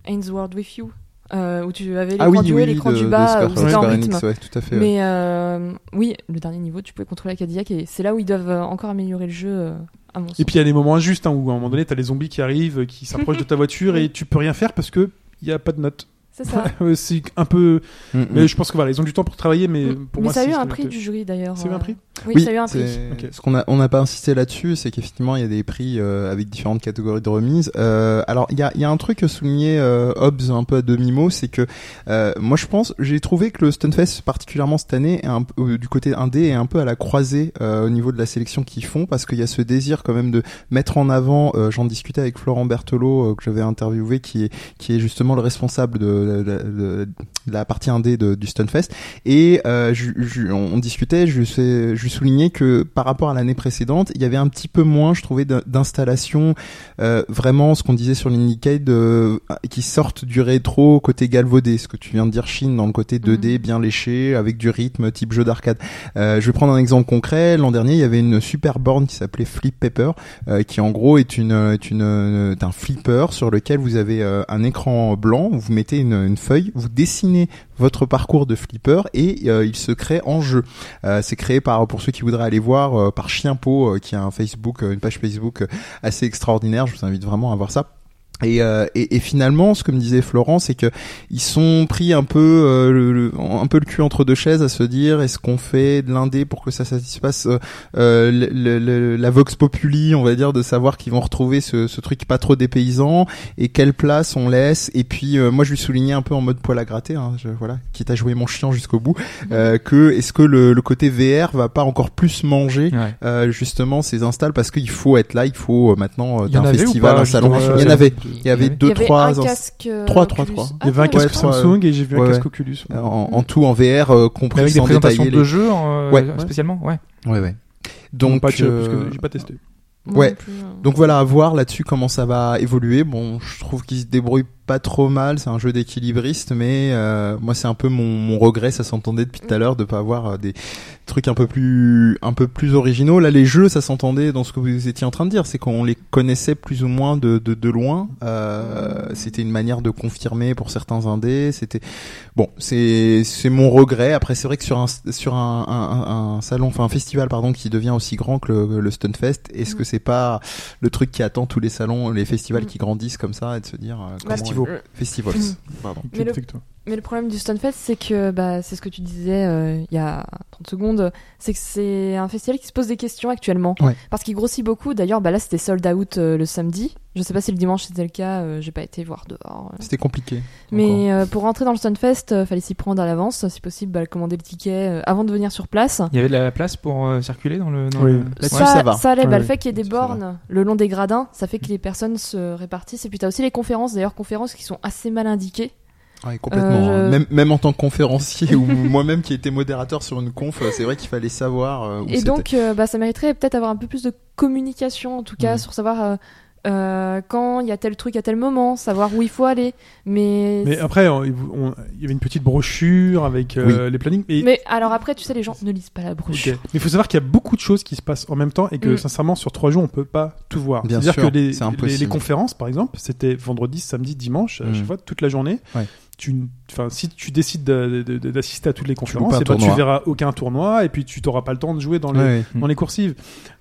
Ain's World with You, euh, où tu avais l'écran Ah du haut et l'écran de- du de bas, euh, Square- où c'était en Square rythme. Enix, ouais, tout à fait. ouais. Mais euh, oui, le dernier niveau, tu pouvais contrôler la Cadillac et c'est là où ils doivent euh, encore améliorer le jeu, euh, à mon sens. Et puis il y a des moments injustes hein, où à un moment donné t'as les zombies qui arrivent, qui s'approchent de ta voiture et tu peux rien faire parce que il y a pas de note. c'est ça. c'est un peu. Mm, Mais mm. je pense que voilà, ils ont du temps pour travailler, mais Mm. pour mais moi ça a c'est eu ce un que- prix du jury d'ailleurs. Ça a eu un euh, prix Oui, ça a eu un prix. c'est- Ok. Ce qu'on a, on n'a pas insisté là-dessus, c'est qu'effectivement, il y a des prix euh, avec différentes catégories de remises. Euh, alors, il y a, il y a un truc que soulignait euh, Hobbs un peu à demi-mot, c'est que euh, moi, je pense, j'ai trouvé que le Stunfest, particulièrement cette année, est un peu- euh, du côté indé, est un peu à la croisée euh, au niveau de la sélection qu'ils font, parce qu'il y a ce désir quand même de mettre en avant. euh, J'en discutais avec Florent Berthelot euh, que j'avais interviewé, qui est qui est justement le responsable de, de- de- de la partie indé de- du Stunfest. Et euh, je- je- on on discutait, je, sais- je soulignais que par rapport à l'année précédente, il y avait un petit peu moins, je trouvais, d'in- d'installations, euh, vraiment ce qu'on disait sur l'Indicate, euh, qui sortent du rétro côté galvaudé, ce que tu viens de dire, Chine, dans le côté 2D bien léché, avec du rythme type jeu d'arcade. Euh, je vais prendre un exemple concret. L'an dernier, il y avait une super borne qui s'appelait Flip Paper, euh, qui en gros est une, est une, euh, est un flipper sur lequel vous avez euh, un écran blanc, où vous mettez une, une feuille, vous dessinez votre parcours de flipper et euh, il se crée en jeu. Euh, c'est créé par pour ceux qui voudraient aller voir euh, par Chien Po euh, qui a un Facebook, euh, une page Facebook euh, assez extraordinaire. Je vous invite vraiment à voir ça. Et, euh, et, et finalement, ce que me disait Florent, c'est que ils sont pris un peu euh, le, le- un peu le cul entre deux chaises à se dire est-ce qu'on fait de l'indé pour que ça satisfasse euh, euh, le- le- le- la vox populi, on va dire, de savoir qu'ils vont retrouver ce, ce truc pas trop dépaysant et quelle place on laisse. Et puis euh, moi, je lui soulignais un peu en mode poil à gratter, hein, je, voilà, quitte à jouer mon chien jusqu'au bout, euh, que est-ce que le, le côté VR va pas encore plus manger Ouais. euh, justement ces installs parce qu'il faut être là, il faut euh, maintenant euh, Il y t'as en un avait ou festival, pas, un salon. justement, Il y en euh, avait, il il y avait avait- Il y deux avait trois un inst- casque. euh, Trois, trois, Oculus. trois. Ah, Il y avait un ouais, casque ouais. Samsung et j'ai vu Ouais, un ouais. casque Oculus. en, en tout en VR euh, compris Avec des sans présentations détailler. de jeux euh, Ouais. spécialement, ouais. les- Ouais, ouais. Ils m'ont Donc pas tiré euh, plus que- j'ai pas testé. Moi Ouais. non plus, hein. donc voilà à voir là-dessus comment ça va évoluer. Bon, je trouve qu'il se débrouille pas trop mal. C'est un jeu d'équilibriste, mais euh, moi c'est un peu mon, mon regret. Ça s'entendait depuis tout à l'heure de pas avoir euh, des trucs un peu plus un peu plus originaux. Là, les jeux, ça s'entendait dans ce que vous étiez en train de dire, c'est qu'on les connaissait plus ou moins de de, de loin. Euh, c'était une manière de confirmer pour certains indés. C'était Bon, c'est c'est mon regret. Après, c'est vrai que sur un sur un, un- un- un salon, enfin un festival pardon, qui devient aussi grand que le, le Stunfest, est-ce Mm. que c'est pas le truc qui attend tous les salons, les festivals qui grandissent comme ça et de se dire Bah, euh, comment- Festivo. le- festivals, Mm. pardon. Mais le- Explique-toi. Mais le problème du Stonefest, c'est que, bah, c'est ce que tu disais euh, il y a 30 secondes, c'est que c'est un festival qui se pose des questions actuellement. Ouais. Parce qu'il grossit beaucoup. D'ailleurs, bah, là, c'était sold out euh, le samedi. Je sais pas si le dimanche c'était le cas, euh, j'ai pas été voir dehors. euh. C'était compliqué. encore. Mais euh, pour rentrer dans le Stonefest, euh, fallait s'y prendre à l'avance, si possible, bah, commander le ticket euh, avant de venir sur place. Il y avait de la place pour euh, circuler dans le. Dans Oui. le- Là-dessus, ça, ça va. allait. Bah, Ouais, le fait qu'il y ait des ça va. Mm. bornes le long des gradins, ça fait que les personnes se répartissent. Et puis t'as aussi les conférences, d'ailleurs, conférences qui sont assez mal indiquées. Ouais, complètement. Euh, hein. je- Même même en tant que conférencier ou moi-même qui était modérateur sur une conf, euh, c'est vrai qu'il fallait savoir. euh, où Et c'était. donc, euh, bah, ça mériterait peut-être avoir un peu plus de communication, en tout cas, Mm. Mhm. sur savoir euh, euh, quand il y a tel truc à tel moment, savoir où il faut aller. Mais, Mais euh, après, on- on- il y avait une petite brochure avec euh, les plannings. Mais mais alors après, tu sais, les gens ne lisent pas la brochure. Ok. Mais il faut savoir qu'il y a beaucoup de choses qui se passent en même temps et que Mm. sincèrement sur trois jours on peut pas tout voir. Bien C'est-à-dire sûr, que les, c'est impossible. les- les conférences par exemple, c'était vendredi, samedi, dimanche, Mm. à chaque fois toute la journée. Ouais. Tu, enfin, si tu décides de- de- de- d'assister à toutes les conférences, loupes un eh ben, tu tournoi. verras aucun tournoi et puis tu t'auras pas le temps de jouer dans les, Ouais, ouais. dans les coursives.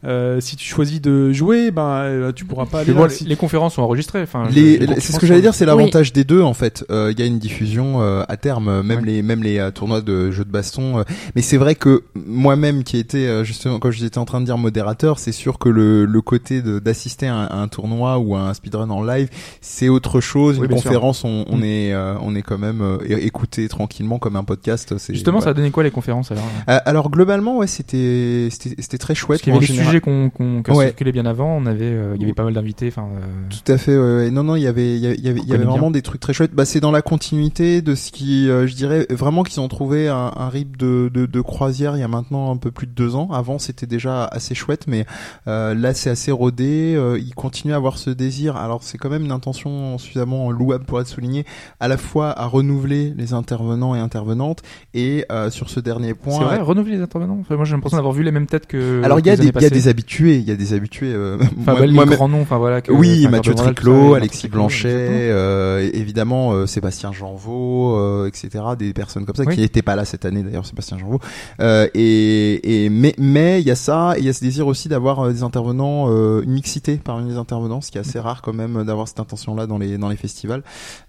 Euh, si tu choisis de jouer, ben euh, tu pourras pas aller. Mais bon, là. les- Si- les conférences sont enregistrées. Enfin, je- Les- je- je les- c'est ce pense que j'allais dire, c'est Oui. l'avantage des deux en fait. Euh, Il y a une diffusion euh, à terme, euh, même les même les euh, tournois de jeux de baston. euh, mais c'est vrai que moi-même qui étais euh, justement quand j'étais en train de dire modérateur, c'est sûr que le, le côté de- d'assister à, un- à un tournoi ou à un speedrun en live, c'est autre chose. Oui, une bien sûr. conférence, on, on Mm. est euh, on est quand même euh, é- écouté tranquillement comme un podcast. c'est- Justement, ça voilà. a donné quoi les conférences alors Euh, alors globalement, ouais, c'était c'était c'était très chouette. Parce qu'il y en avait les général. sujets qu'on qu'on qu'on Ouais. circulait bien avant. On avait, euh, il y avait pas mal d'invités. Enfin, euh, Tout à fait. ouais, ouais. Non, non, il y avait, il y avait, il y avait, il y avait connaît vraiment des trucs très chouettes. Bah, c'est dans la continuité de ce qui, euh, je dirais, vraiment qu'ils ont trouvé un, un rythme de, de, de croisière il y a maintenant un peu plus de deux ans. Avant, c'était déjà assez chouette, mais euh, là, c'est assez rodé. Euh, ils continuent à avoir ce désir. Alors, c'est quand même une intention suffisamment louable pour être soulignée, à la fois à renouveler les intervenants et intervenantes, et euh, sur ce dernier c'est point, euh, vrai, euh, renouveler les intervenants. Enfin, moi, j'ai l'impression d'avoir vu les mêmes têtes que. alors il y a que les des il y a années des passées. habitués, il y a des habitués. euh, Enfin, bah, moi- ouais, les moi-même- grands noms. Enfin voilà. que- oui, enfin, Mathieu Gordon Ramsay, Triclot, Mathieu Alexis Triclot, Blanchet, exactement. euh, et- évidemment euh, Sébastien Janvaux, euh, etc. Des personnes comme ça Oui. qui n'étaient pas là cette année d'ailleurs, Sébastien Janvaux. Euh, et, et mais mais il y a ça, et il y a ce désir aussi d'avoir euh, des intervenants euh, une mixité parmi les intervenants, ce qui est assez rare quand même euh, d'avoir cette intention-là dans les dans les festivals,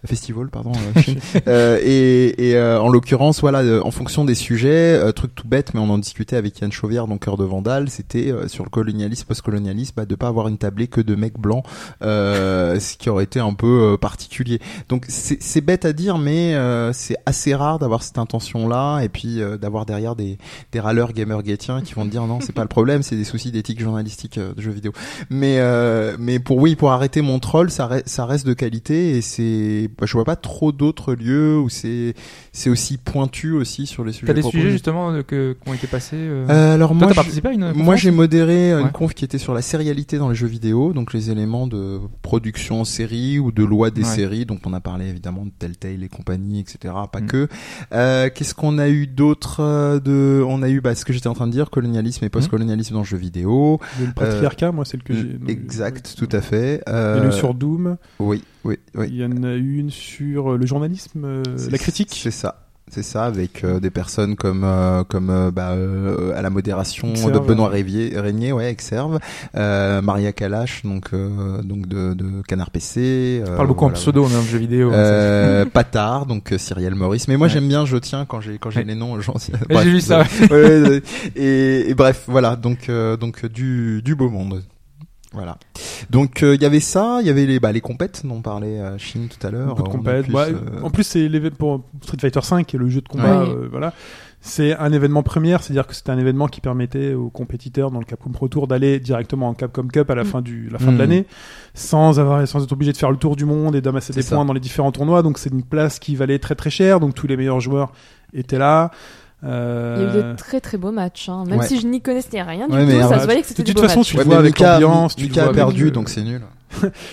festivals pardon. euh, Chine. Euh, et et euh, en l'occurrence voilà, euh, en fonction des sujets, euh, truc tout bête, mais on en discutait avec Yann Chauvière dans Cœur de Vandal, c'était euh, sur le colonialisme, post-colonialisme, bah, de pas avoir une tablée que de mecs blancs euh, ce qui aurait été un peu euh, particulier. Donc c'est c'est bête à dire, mais euh, c'est assez rare d'avoir cette intention-là, et puis euh, d'avoir derrière des, des râleurs gamergatiens qui vont te dire non, c'est pas le problème, c'est des soucis d'éthique journalistique euh, de jeux vidéo. Mais euh, mais pour oui, pour arrêter mon troll, ça, re- ça reste de qualité, et c'est, bah, je vois pas trop d'autres lieux où c'est c'est aussi pointu aussi sur les sujets. T'as des proposés. sujets justement euh, que qui ont été passés. euh, Euh, alors Toi, moi, t'as je- participé à une. moi, j'ai modéré euh, une Ouais. conf qui était sur la sérialité dans les jeux vidéo, donc les éléments de production en série ou de loi des Ouais. séries. Donc, on a parlé évidemment de Telltale et compagnie, etc. Pas Mm. que. Euh, Qu'est-ce qu'on a eu d'autre euh, de On a eu bah, ce que j'étais en train de dire, colonialisme et post-colonialisme dans le jeu vidéo. le patriarcat, moi, celle que j'ai. donc, Mm. exact, euh, tout à fait. Il Euh, y en a une sur Doom, Oui, oui, oui. il y en a eu une sur euh, le journalisme, euh, la C'est- critique. C'est ça. C'est ça, avec euh, des personnes comme euh, comme euh, bah, euh, à la modération Serve. de Benoît Révier, Régnier, ouais, avec Serve, euh, Maria Kalash, donc euh, donc de, de Canard PC. euh, parle beaucoup voilà. en pseudo, on est en jeu vidéo. hein, Euh, Patard, donc euh, Cyrielle Maurice. Mais moi Ouais. j'aime bien, je tiens quand j'ai quand j'ai Ouais. les noms. j'en sais- Et bref, J'ai vu ça. ouais, ouais, ouais. et, et bref, voilà, donc euh, donc du du beau monde. Voilà. Donc euh, il y avait ça, il y avait les bah, les compètes dont parlait euh, Chine tout à l'heure. Beaucoup de On a compètes. Bah, plus, Ouais, euh, En plus, c'est l'évé- pour Street Fighter V, qui est le jeu de combat. Ouais. euh, voilà. C'est un événement première, c'est-à-dire que c'était un événement qui permettait aux compétiteurs dans le Capcom Pro Tour d'aller directement en Capcom Cup à la fin, du, la fin Mm. de l'année, sans, avoir, sans être obligé de faire le tour du monde et d'amasser des C'est ça. points dans les différents tournois. Donc c'est une place qui valait très très cher, donc tous les meilleurs joueurs étaient là. Euh, Il y a eu de très très beaux matchs, hein. même Ouais. si je n'y connaissais rien du Ouais, mais tout, ça ouais, se voyait que de c'était des toute beaux façon, matchs. tu ouais, le vois mais avec Mika- l'ambiance, tu, le Mika vois a avec perdu, le- donc c'est nul.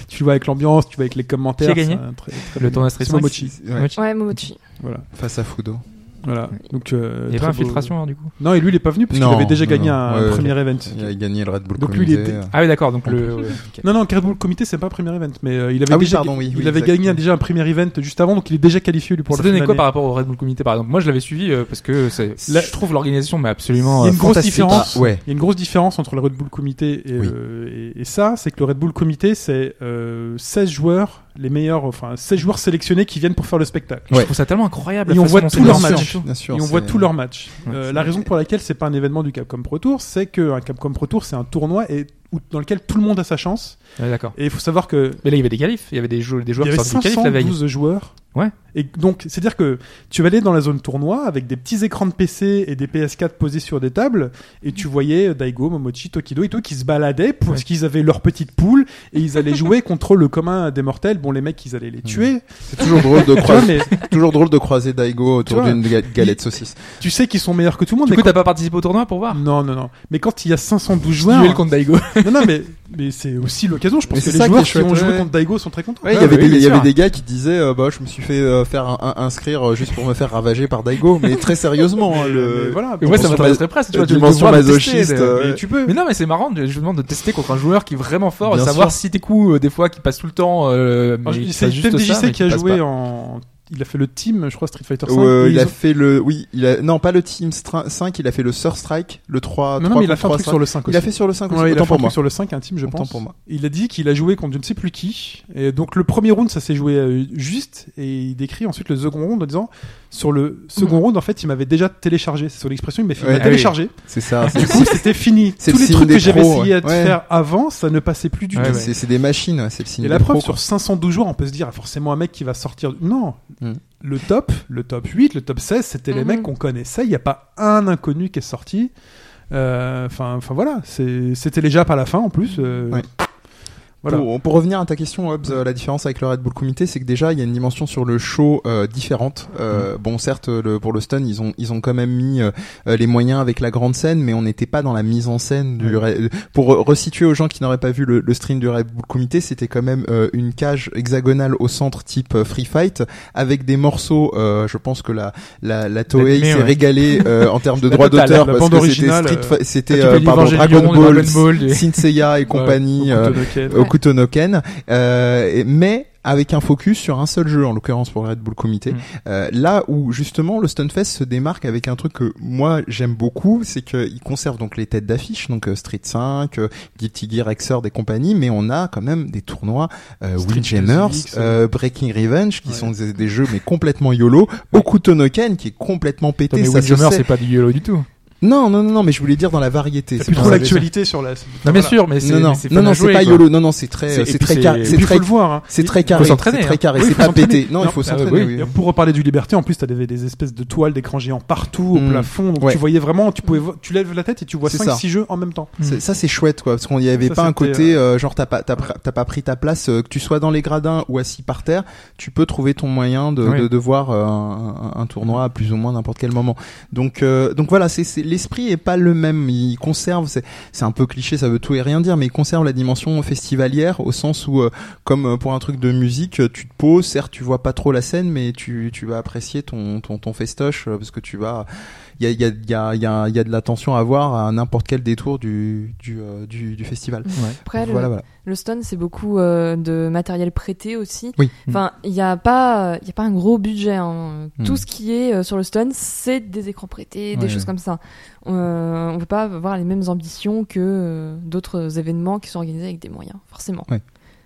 tu le vois avec l'ambiance, tu le vois avec les commentaires. Qui a gagné c'est un très- très Le bon- tournoi Street c'est 5. Momochi. Ouais. Ouais, Momochi. Voilà. Face à Fudo. voilà. Donc, euh, Il y a très pas beau- infiltration, hein, du coup. Non, et lui, il est pas venu parce qu'il Non, avait déjà non, gagné non. un Ouais, ouais. premier event. Il a gagné le Red Bull. Donc lui, il Community, était- euh. Ah oui, d'accord. Donc le. ouais, ok. Non, non, Red Bull Comité, c'est pas un premier event, mais euh, il avait Ah oui, déjà, pardon, oui, il oui, avait exact. gagné un- déjà un premier event juste avant, donc il est déjà qualifié lui pour ça la fin donnait de quoi l'année. par rapport au Red Bull Comité, par exemple Moi, je l'avais suivi euh, parce que c'est- Là- je trouve l'organisation mais Il absolument. y a une euh, grosse fantastique. différence. Ah, ouais. Il y a une grosse différence entre le Red Bull Comité et, Oui. euh, et- et ça, c'est que le Red Bull Comité, c'est euh, 16 joueurs, les meilleurs, enfin 16 joueurs sélectionnés qui viennent pour faire le spectacle. Je Ouais. trouve ça tellement incroyable. la Et on façon voit dont tous c'est leurs lancé. matchs. Bien sûr, et on c'est- voit tous leurs matchs. Ouais, Euh, c'est la raison pour laquelle c'est pas un événement du Capcom Pro Tour, c'est qu'un Capcom Pro Tour, c'est un tournoi et, où- dans lequel tout le monde a sa chance. Ouais, d'accord. Et il faut savoir que Mais là, il y avait des qualifs. Il y avait des, jou- des joueurs il y qui avait sortaient des qualifs la veille. 512 joueurs. Ouais. Et donc, c'est-à-dire que tu vas aller dans la zone tournoi avec des petits écrans de PC et des PS4 posés sur des tables, et tu voyais Daigo, Momochi, Tokido et tout qui se baladaient parce Ouais. qu'ils avaient leur petite poule et ils allaient jouer contre le commun des mortels. Bon, les mecs, ils allaient les Hmm. tuer. C'est toujours drôle de Tu vois, croiser, mais toujours drôle de croiser Daigo Tu autour vois, d'une ga- galette saucisse. tu sais qu'ils sont meilleurs que tout le monde. Du mais coup, t'as pas participé au tournoi pour quand- voir Non, non, non. Mais quand il y a 512 joueurs, Duel contre Daigo. non, non, mais, mais c'est aussi l'occasion. Je pense Mais que c'est les ça qui joueurs est qui, chouette, ont joué ouais. contre Daigo sont très contents. Ouais, il y Ah, avait bah des, oui, il y bien avait sûr. des gars qui disaient, euh, bah, je me suis fait euh, faire un, un- inscrire euh, juste pour me faire ravager par Daigo, mais très sérieusement. hein, Mais le... voilà. Et moi, ça Dimension m'intéresserait presque. Tu vois, de dimension devoir le tester, masochiste. de- euh, Mais tu peux. Mais non, mais c'est marrant, je vous demande de tester contre un joueur qui est vraiment fort Bien et savoir si tes coups, euh, des fois, qui passent tout le temps. Euh, mais Alors, qui C'est passent juste Tim ça, mais DJC qui a passent joué euh, pas. en. Il a fait le team, je crois, Street Fighter 5. Où, euh, et il ils a ont- fait le, oui, il a, non, pas le Team Stra- 5, il a fait le Sur Strike, le 3, Non, non, 3 mais il a fait un contre truc 3, sur le 5 il aussi. a fait sur le 5 aussi, Ouais, il a autant fait un pour truc moi. sur le 5, un team, je Autant pense. pour moi. Il a dit qu'il a joué contre je ne sais plus qui. Et donc, le premier round, ça s'est joué euh, juste. Et il décrit ensuite le second round en disant Sur le second round, en fait, il m'avait déjà téléchargé. C'est sur l'expression, il m'a fait- il m'a Ouais. téléchargé. C'est ça, c'est- Du coup, c'était fini. C'est Tous le les signe trucs des que j'avais pros, essayé de ouais. Ouais. faire avant, ça ne passait plus du tout. Ouais, ouais. c'est c'est des machines, ouais, c'est le signe Et la des preuve, pros, quoi. sur 512 joueurs, on peut se dire, ah, forcément, un mec qui va sortir. Non. Mm. Le top, le top 8, le top 16, c'était les Mhm. mecs qu'on connaissait. Il n'y a pas un inconnu qui est sorti. Euh, Enfin, enfin voilà. C'est- C'était les Japs à la fin, en plus. euh, Ouais. Voilà. Pour, pour revenir à ta question, Hobbs, euh, la différence avec le Red Bull Comité, c'est que déjà il y a une dimension sur le show euh, différente. Euh, Bon, certes, le, pour le stun, ils ont ils ont quand même mis euh, euh, les moyens avec la grande scène, mais on n'était pas dans la mise en scène du. Red- Pour euh, resituer aux gens qui n'auraient pas vu le, le stream du Red Bull Comité, c'était quand même euh, une cage hexagonale au centre, type euh, free fight, avec des morceaux. euh, je pense que la la, la Toei D'animé, s'est ouais. régalée euh, en termes de La droits totale, d'auteur la parce bande que c'était originale, Street Fi- c'était T'as euh, du pardon, Evangelion, Dragon du Ball, Ball, des- Seiya et compagnie. euh, Okutonoken. au Ouais. Kutonoken, euh, et- mais avec un focus sur un seul jeu, en l'occurrence pour Red Bull Comité. Mm. Euh, là où justement le Stunfest se démarque avec un truc que moi j'aime beaucoup, c'est qu'il conserve donc les têtes d'affiche, donc euh, Street 5, euh, Guilty Gear, Xrd et compagnie, mais on a quand même des tournois euh, Street Windjammers, Physics, euh, Breaking Revenge, qui Ouais. sont des, des jeux mais complètement YOLO, au Kutonoken qui est complètement pété, Mais ça se Windjammer, sait. c'est pas du YOLO du tout. Non, non, non, non, mais je voulais dire dans la variété. T'as c'est plus pour trop ça. l'actualité sur la. Non, bien sûr, mais c'est Non, non, mais c'est non, fun à non, c'est jouer, pas quoi. YOLO, non, non, c'est C'est- très, euh, et puis c'est très, c'est- car- et c'est Il faut très le voir. hein. c'est très Il- carré. s'entraîner, C'est hein. très carré. Oui, c'est faut pas s'entraîner. pété. Non, Non, euh, il faut ah, s'entraîner. oui. oui. Et Pour reparler du Liberté, en plus, t'avais des, des espèces de toiles d'écran géants partout, au Mm. plafond. Donc Ouais. tu voyais vraiment, tu Hmm. pouvais, vo- tu lèves la tête et tu vois C'est ça. 5-6 jeux en même temps. C'est- Ça c'est chouette quoi, parce qu'on y avait Ça, pas un c'était, côté euh, genre t'as pas t'as, pr- t'as pas pris ta place, euh, que tu sois dans les gradins ou assis par terre, tu peux trouver ton moyen de Ouais. de, de voir euh, un, un- un tournoi à plus ou moins n'importe quel moment. Donc euh, donc voilà, c'est, c'est l'esprit est pas le même, il conserve c'est c'est un peu cliché, ça veut tout et rien dire, mais il conserve la dimension festivalière au sens où euh, comme euh, pour un truc de musique, euh, tu te poses, certes tu vois pas trop la scène, mais tu tu vas apprécier ton ton ton festoche euh, parce que tu vas il y a, il y, a, il y, a, il y, a, il y a de l'attention à avoir à n'importe quel détour du, du, euh, du, du festival. Après, le- voilà, voilà. Le stone, c'est beaucoup euh, de matériel prêté aussi. Oui. Enfin, il n'y a, pas, euh, il y a pas un gros budget. hein. Mm. Tout ce qui est euh, sur le stone, c'est des écrans prêtés, des Ouais, choses ouais. comme ça. Euh, on ne peut pas avoir les mêmes ambitions que euh, d'autres événements qui sont organisés avec des moyens, forcément. Ouais.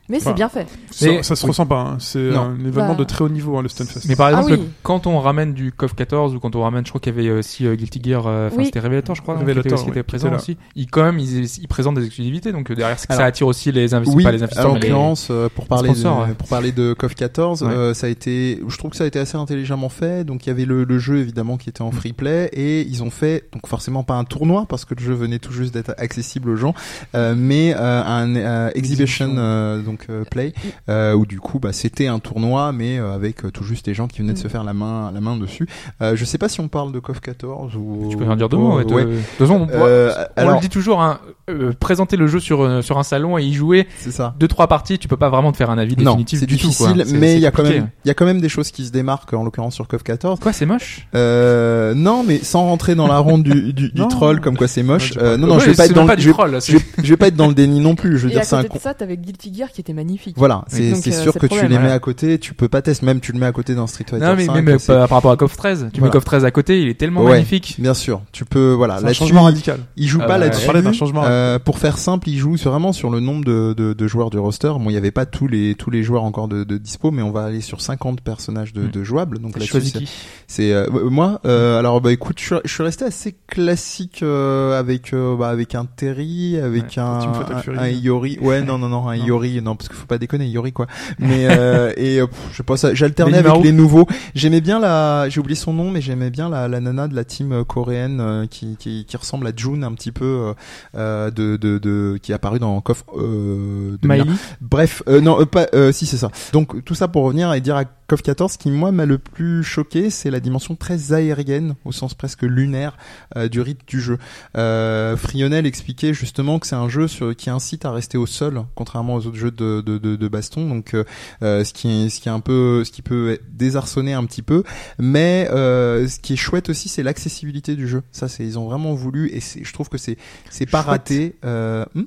Mais c'est Enfin, bien fait. Ça, Mais- ça se ressent pas. hein. C'est Non. un événement Bah. de très haut niveau, hein, le Stunfest. Mais par Ah exemple, oui. quand on ramène du CoV 14 ou quand on ramène, je crois qu'il y avait aussi euh, Guilty Gear, euh, enfin Oui. c'était Revelator, je crois, non, Revelator, qui était, aussi- qui oui, était qui présent était là. aussi. Ils quand même, ils, ils présentent des exclusivités, donc euh, derrière c'est que ça Alors, attire aussi les investisseurs, Oui, pas les investisseurs, en mais les- l'occurrence, euh, pour parler sponsors, de, ouais. pour parler de CoF 14, Ouais. euh, ça a été, je trouve que ça a été assez intelligemment fait. Donc il y avait le, le jeu évidemment qui était en free play et ils ont fait donc forcément pas un tournoi parce que le jeu venait tout juste d'être accessible aux gens, euh, mais euh, un euh, exhibition euh, donc euh, play euh, où du coup bah c'était un tournoi mais euh, avec euh, tout juste les gens qui venaient de Mm. se faire la main la main dessus. Euh, je sais pas si on parle de CoF 14 ou Tu peux en dire deux mots. ouais, De oh, Ouais. de toute façon, on, Euh, on alors le dit toujours, hein, euh, présenter le jeu sur euh, sur un salon et y jouer c'est ça. deux trois parties, tu peux pas vraiment te faire un avis Non, définitif c'est du tout. difficile, quoi. C'est- mais c'est il y a quand compliqué. même, il y a quand même des choses qui se démarquent en l'occurrence sur CoF 14. Quoi, c'est moche Euh, non, mais sans rentrer dans la ronde du, du, du Non. troll, comme quoi c'est moche. Ouais, Euh, non, non, Ouais, je vais pas c'est être dans même le, du je, troll, c'est- je, je vais pas être dans le déni non plus. Je veux Et à dire, c'est un côté de con. ça, t'avais Guilty Gear qui était magnifique. Voilà, Oui. c'est Donc, c'est euh, sûr c'est que le tu problème, les mets ouais. à côté, tu peux pas tester. Même tu le mets à côté d'un Street Fighter euh, Non, mais 5. même euh, c'est- par rapport à CoV 13, tu mets Voilà. CoV 13 à côté, il est tellement Ouais. magnifique. Bien sûr, tu peux. Voilà, C'est un là-dessus, changement radical. il joue Euh, pas on On là-dessus. parlait d'un changement radical. Euh, pour faire simple, il joue vraiment sur le nombre de, de, de joueurs du roster. Bon, il y avait pas tous les tous les joueurs encore de, de dispo, mais on va aller sur 50 personnages de, Mm. de jouables. Donc T'as là-dessus, choisi c'est- qui C'est euh, euh, moi. euh, alors bah écoute, je suis, je suis resté assez classique euh, avec euh, bah, avec un Terry, avec Ouais, un, tu me fais ta un- furie. un Iori. Ouais, non non non, un Non. Iori. Non parce qu'il faut pas déconner, Iori quoi. Mais euh, et euh, pff, je sais pas ça. J'alternais Les avec Nimaru. les nouveaux. J'aimais bien la. J'ai oublié son nom, mais j'aimais bien la, la nana de la team euh, coréenne euh, qui, qui qui ressemble à June un petit peu euh, euh, de, de de qui est apparue dans Coff. Euh, de Miley Bref, euh, non, euh, pas, euh, si c'est ça. Donc tout ça pour revenir et dire à CoF 14, ce qui moi m'a le plus choqué, c'est la dimension très aérienne, au sens presque lunaire euh, du rythme du jeu. Euh, Frionel expliquait justement que c'est un jeu sur, qui incite à rester au sol, contrairement aux autres jeux de, de, de, de baston. Donc euh, euh, ce qui est, ce qui est un peu, ce qui peut désarçonner un petit peu, mais euh, ce qui est chouette aussi, c'est l'accessibilité du jeu. Ça, c'est ils ont vraiment voulu et c'est- je trouve que c'est c'est pas Chouette. raté. Euh, hmm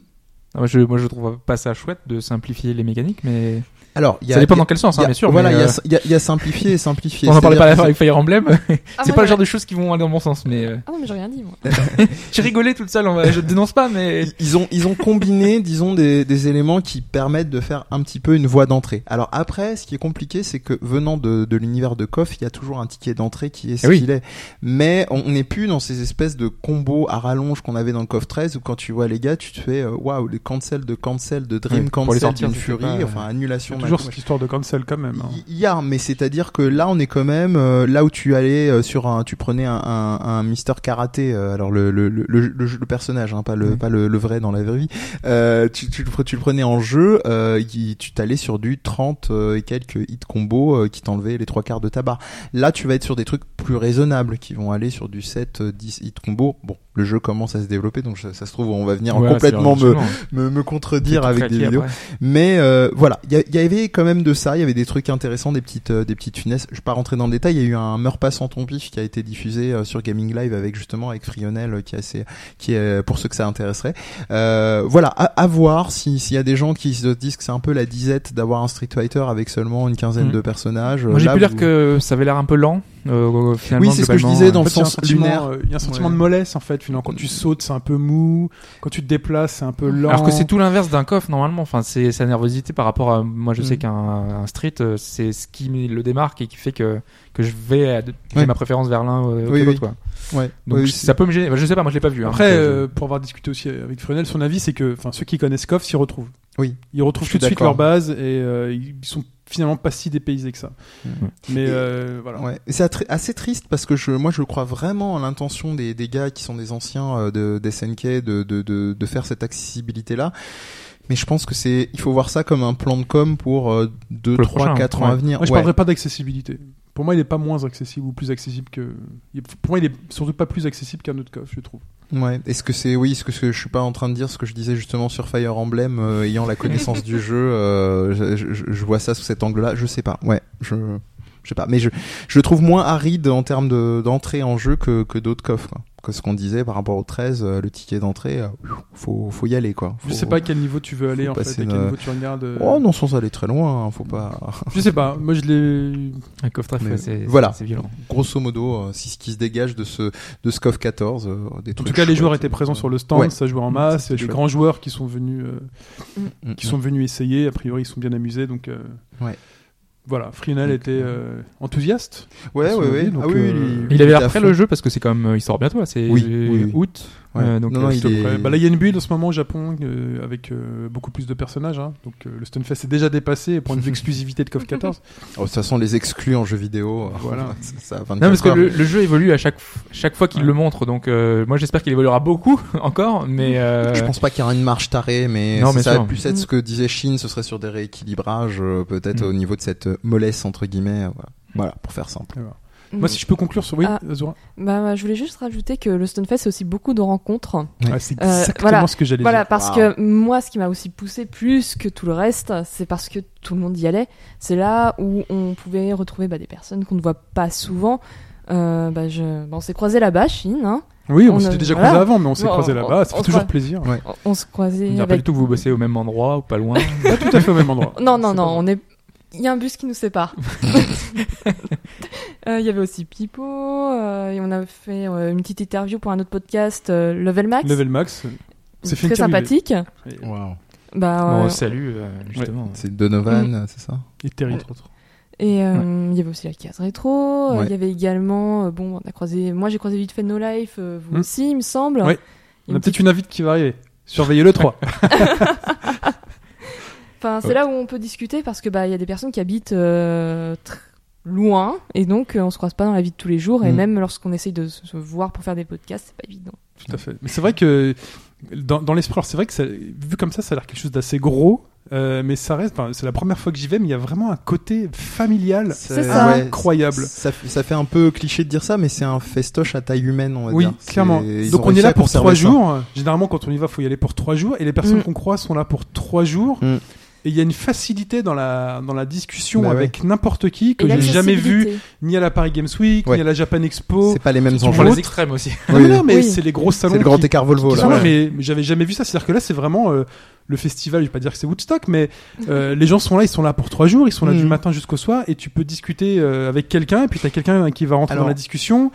Ah, Moi je, moi, je trouve pas ça chouette de simplifier les mécaniques, mais alors, il y a- ça dépend il y a- dans quel sens, hein, Y a- bien sûr. Voilà, mais, il y a- euh, il y, a, il y a simplifié et simplifié. on en parlait pas C'est-à-dire la avec Fire Emblem. Ah, c'est moi, pas le j'ai- genre de choses qui vont aller dans mon sens, mais euh, Ah, mais j'ai rien dit, moi. j'ai rigolé toute seule. on va- Je te dénonce pas, mais que Ils ont, ils ont combiné, disons, des, des éléments qui permettent de faire un petit peu une voie d'entrée. Alors après, ce qui est compliqué, c'est que venant de, de l'univers de KOF, il y a toujours un ticket d'entrée qui est ce Eh oui. qu'il est. Mais on on n'est plus dans ces espèces de combos à rallonge qu'on avait dans le KOF 13 où quand tu vois les gars, tu te fais, euh, waouh, le cancel de cancel, de dream Ouais, pour les cancel, sortir, d'une c'était fury, pas, euh, enfin Il annulation. y a toujours machin, cette histoire de cancel quand même. hein. Il y a, mais c'est-à-dire que là, on est quand même euh, là où tu allais euh, sur un, tu prenais un, un, un Mister Karaté, euh, alors le le, le, le, le- le personnage, hein, pas le Oui. pas le, le vrai dans la vraie vie. Euh, tu, tu, le pre- tu le prenais en jeu, euh, il- tu t'allais sur du 30 euh, et quelques hit combo euh, qui t'enlevaient les trois quarts de tabac. Là, tu vas être sur des trucs plus raisonnables qui vont aller sur du 7, euh, 10 hit combo. Bon, le jeu commence à se développer, donc ça, ça se trouve, on va venir Ouais, complètement c'est- me, justement, me me c'est contredire avec craqué des vidéos. après. Mais euh, voilà, il y, a- il y avait quand même de ça, il y avait des trucs intéressants, des petites, euh, des petites finesses. Je vais pas rentrer dans le détail, il y a eu un Meurs pas sans ton pif qui a été diffusé euh, sur Gaming Live avec justement avec Frionel euh, qui est assez, qui est euh, pour ceux que ça intéresserait. Euh, voilà, à, à voir si- s'il y a des gens qui se disent que c'est un peu la disette d'avoir un Street Fighter avec seulement une quinzaine Mhm. de personnages. Moi j'ai Là, pu dire vous- que ça avait l'air un peu lent. euh, finalement, Oui, c'est ce que je globalement, disais euh, dans En le fait, il y a un sens sentiment, lunaire. euh, il y a un sentiment Ouais. Mm. de mollesse en fait. Finalement, quand tu sautes, c'est un peu mou. Quand tu te déplaces, c'est un peu lent. Alors que c'est tout l'inverse d'un coffre normalement. Enfin, c'est sa nervosité par rapport à moi. Je sais Mm. qu'un un street, euh, c'est ce qui me- le démarque et qui fait que que je vais à- j'ai Ouais. ma préférence vers l'un euh, que Oui, l'autre, oui. quoi. Ouais. Donc Oui, je- c'est- ça peut me gêner. Enfin, Je sais pas, moi je l'ai pas vu. hein. Après, Donc, euh, euh, pour avoir discuté aussi avec Frenel, son avis c'est que, enfin, ceux qui connaissent KOF s'y retrouvent. Oui. Ils retrouvent Je tout suis de suite d'accord. leur base et euh, ils sont finalement pas si dépaysés que ça. Mhm. Mais Et- euh, voilà. Ouais. Et C'est attr- assez triste parce que je, moi je crois vraiment à l'intention des, des gars qui sont des anciens euh, de, d'SNK de, de, de, de faire cette accessibilité là. Mais je pense que c'est, il faut voir ça comme un plan de com pour euh, deux, Pour le trois, prochain, quatre ouais. ans à venir. Moi, je Ouais. parlerai pas d'accessibilité. Pour moi, il est pas moins accessible ou plus accessible que. il- Pour moi, il est surtout pas plus accessible qu'un autre KOF, je trouve. Ouais. Est-ce que c'est, oui, est-ce que c'est- je suis pas en train de dire ce que je disais justement sur Fire Emblem, euh, ayant la connaissance du jeu, euh, je, je- je vois ça sous cet angle-là, je sais pas. Ouais, je, je sais pas. Mais je, je le trouve moins aride en termes de, d'entrée en jeu que, que d'autres coffres. quoi. que ce qu'on disait par rapport au 13, euh, le ticket d'entrée, euh, faut, faut y aller quoi. Je Faut- sais pas à quel niveau tu veux aller faut en fait, passer à quel le- niveau tu regardes. euh, Oh non, sans aller très loin, hein, faut pas. Je sais pas, moi je l'ai. Un coffre Mais très c'est voilà. c'est violent. Grosso modo, euh, c'est ce qui se dégage de ce de ce CoF 14. euh, des En trucs tout cas, les chouettes. joueurs étaient présents sur le stand, Ouais. ça jouait en masse. C'était Il y a des chouette. grands joueurs qui sont venus, euh, Mm, qui mm. sont venus essayer. A priori, ils sont bien amusés, donc. euh, Ouais. Voilà, Frienel Donc, était euh, euh, enthousiaste. Ouais, ils sont ouais, ouais. venus, donc, ah oui, euh, oui, Il est avait à après fond. le jeu parce que c'est quand même, il sort bientôt là, c'est Oui, oui, oui. août. Ouais. Euh, donc, non, non, euh, il C'était est. prêt. Bah là, il y a une build en ce moment au Japon euh, avec euh, beaucoup plus de personnages. hein. Donc euh, le Stunfest est déjà dépassé pour une vue exclusivité de CoF 14. Oh, de toute façon, les exclus en jeu vidéo. euh, Voilà. c'est ça, 24 Non, parce que heures. le, le jeu évolue à chaque, f- chaque fois qu'il Ouais. le montre, donc euh, moi j'espère qu'il évoluera beaucoup encore, mais euh, Je pense pas qu'il y aura une marche tarée, mais Non, si bien ça a sûr. pu être Mm. ce que disait Shin, ce serait sur des rééquilibrages, euh, peut-être Mm. au niveau de cette euh, mollesse, entre guillemets. euh, Voilà, Voilà, pour faire simple. Moi, si je peux conclure sur. Oui, Ah. Azura. Bah, je voulais juste rajouter que le Stunfest, c'est aussi beaucoup de rencontres. Ouais. Ah, c'est Euh, exactement voilà. ce que j'allais Voilà, dire. parce Waouh. que moi, ce qui m'a aussi poussé plus que tout le reste, c'est parce que tout le monde y allait. C'est là où on pouvait retrouver bah, des personnes qu'on ne voit pas souvent. Euh, bah, je... bah, on s'est croisés là-bas, Chine. hein. Oui, on, On s'était a- déjà voilà. croisés avant, mais on s'est Bon, croisés on- là-bas. Ça on fait se toujours croise. plaisir. Ouais. On- On se croisait. il ne pas avec- du tout que vous bossez au même endroit ou pas loin. Pas tout à fait au même endroit. Non, non, C'est non, pas on est. Il y a un bus qui nous sépare. Euh, Il y avait aussi Pipo, euh, et on a fait euh, une petite interview pour un autre podcast, euh, Level Max. Level max. C'est très sympathique. Wow. Bah, Bon, euh, salut, euh, justement. C'est Donovan, Mm. euh, c'est ça Et Terry, entre autres. Et euh, il y avait aussi la case rétro, euh, il Ouais. y avait également, euh, bon, on a croisé, moi j'ai croisé vite fait No Life, euh, vous Hmm. aussi il me semble. Ouais. On a peut-être une invite qui va arriver. Surveillez le 3. Enfin, c'est là où on peut discuter parce que bah il y a des personnes qui habitent euh, tr- loin et donc euh, on se croise pas dans la vie de tous les jours et Hmm. même lorsqu'on essaye de se se voir pour faire des podcasts, c'est pas évident. Tout à fait. Mais c'est vrai que dans, dans l'espoir, c'est vrai que ça- vu comme ça, ça a l'air quelque chose d'assez gros. euh, mais ça reste, enfin, c'est la première fois que j'y vais, mais il y a vraiment un côté familial C'est ça. ouais, incroyable. Ça, ça fait un peu cliché de dire ça, mais c'est un festoche à taille humaine, on va Oui, dire. C'est- clairement. ils Donc ont on est réussi à là pour conserver trois ça. jours. Généralement, quand on y va, faut y aller pour trois jours, et les personnes Mm. qu'on croise sont là pour trois jours. Mm. Et il y a une facilité dans la dans la discussion Bah ouais. avec n'importe qui que Et j'ai jamais vu l'accessibilité. ni à la Paris Games Week, Ouais. ni à la Japan Expo. C'est pas les mêmes C'est On voit enjeux. toujours les extrêmes aussi. Non, Oui. non, mais Oui. c'est les gros salons. C'est le grand qui- écart Volvo, qui là. sont là, Ouais. mais, mais j'avais jamais vu ça. C'est-à-dire que là, c'est vraiment euh, le festival. Je vais pas dire que c'est Woodstock, mais euh, les gens sont là, ils sont là pour trois jours, ils sont là Mhm. du matin jusqu'au soir, et tu peux discuter euh, avec quelqu'un, et puis t'as quelqu'un hein, qui va rentrer dans Alors- la discussion.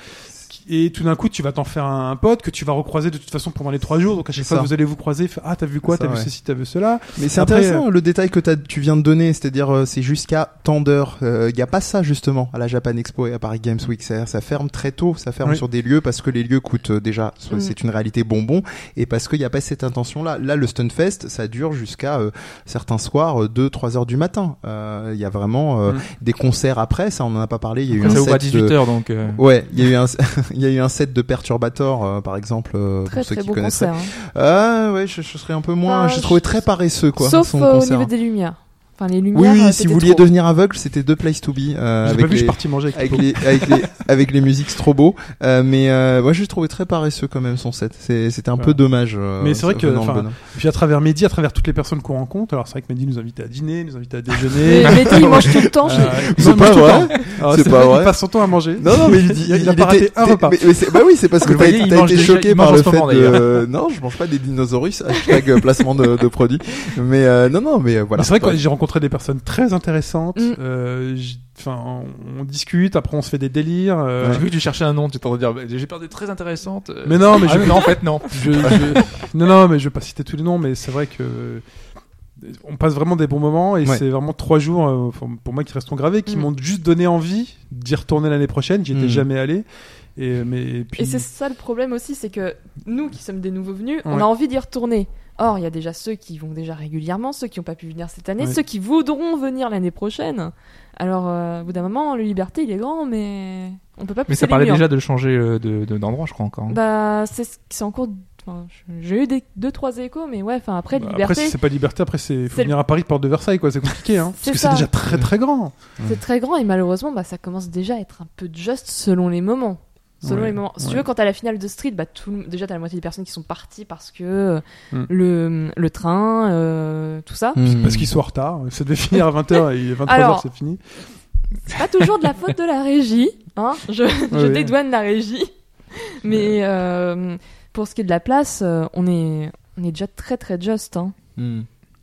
Et tout d'un coup, tu vas t'en faire un, un pote que tu vas recroiser de toute façon pendant les trois jours. Donc à chaque C'est fois, ça. vous allez vous croiser. faire, Ah, t'as vu quoi C'est T'as ça, vu ouais. ceci T'as vu cela Mais c'est Après, intéressant le détail que t'as- tu viens de donner, c'est-à-dire euh, c'est jusqu'à tant d'heures. Il n'y a pas ça justement à la Japan Expo et à Paris Games Week. C'est-à-dire, Ça ferme très tôt, ça ferme Oui. sur des lieux parce que les lieux coûtent euh, déjà, so- Mm. c'est une réalité bonbon, et parce qu'il n'y a pas cette intention-là. Là, le Stunfest, ça dure jusqu'à euh, certains soirs, 2-3 heures du matin. Il y a vraiment euh, Mm. des concerts après, ça on n'en a pas parlé. Il y a eu un Ça ouvre à set de... 18h, donc. euh, Ouais, il y a eu un, il y a eu un set de Perturbator, euh, par exemple, euh, Très pour ceux très qui beau connaissent. concert. hein. Ah ouais, je, je serais un peu moins. Bah, J'ai trouvé je- très paresseux quoi. Sauf son euh, au concert. niveau des lumières. Enfin les Oui, lumières. euh, oui, si c'était vous vouliez trop. devenir aveugle, c'était deux place to be euh, J'ai pas avec, vu, je les, suis parti manger avec, avec Pipo. les avec les avec les musiques trop beaux. Euh, mais euh, moi, j'ai trouvé très paresseux quand même son set. C'est- C'était un Voilà. peu dommage. euh, Mais c'est vrai que, venant le enfin, bonhomme. Puis à travers Mehdi, à travers toutes les personnes qu'on rencontre. Alors c'est vrai que Mehdi nous invite à dîner, nous invite à déjeuner. Mais mais dis, il mange tout le temps. je- Euh, C'est pas tout le vrai. temps. Alors, C'est pas vrai, vrai. Il passe son temps à manger. Non, non, mais il, dit, Il a- il a pas raté était- un repas. Mais, mais c'est- bah oui, c'est parce que Vous t'as le voyez, il t'as mange été déjà- choqué il par mange en le ce fait moment, de. euh, Non, je mange pas des dinosaures. Hashtag euh, placement de, de produits. Mais euh, non, non, mais euh, voilà. Mais c'est vrai que j'ai rencontré des personnes très intéressantes. Mm. euh, j- Enfin, on, on discute, après on se fait des délires. euh, J'ai cru que tu cherchais un nom, tu t'entends dire bah, j'ai perdu très intéressante. euh, Mais non, mais ah, je- non, en fait non. je- je- non, non, mais je vais pas citer tous les noms, mais c'est vrai que euh, on passe vraiment des bons moments et Ouais. c'est vraiment trois jours euh, enfin, pour moi qui resteront gravés, qui Mm. m'ont juste donné envie d'y retourner l'année prochaine. J'y étais Mm. jamais allé. Et, euh, mais, et puis, Et c'est ça le problème aussi, c'est que nous qui sommes des nouveaux venus, on Ouais. a envie d'y retourner. Or, il y a déjà ceux qui vont déjà régulièrement, ceux qui n'ont pas pu venir cette année, Ouais. ceux qui voudront venir l'année prochaine. Alors, euh, au bout d'un moment, le Liberté, il est grand, mais on peut pas Mais pousser ça les parlait murs. déjà de changer euh, de- de- d'endroit, je crois encore. hein. Bah, c'est ce- c'est en cours. de- enfin, J'ai eu des deux trois échos, mais ouais. Enfin, après, bah, après, Liberté, si c'est pas liberté, après c'est faut C'est le- venir à Paris, porte de Versailles, quoi. C'est compliqué, hein. C'est Parce que c'est ça. déjà très très grand. c'est très grand et malheureusement, bah, ça commence déjà à être un peu juste selon les moments. Selon Ouais, les moments. Si tu ouais. veux, quand t'as la finale de Street, bah, tout, le- déjà t'as la moitié des personnes qui sont parties parce que euh, Mm. le, le train, euh, tout ça. Mm. Parce qu'ils sont en retard. Ça devait finir à 20h et 23h, Alors, c'est fini. C'est pas toujours de la faute de la régie. Hein je je Ouais, ouais. dédouane la régie. Mais euh, pour ce qui est de la place, euh, on est, on est déjà très très juste. hein. Hmm.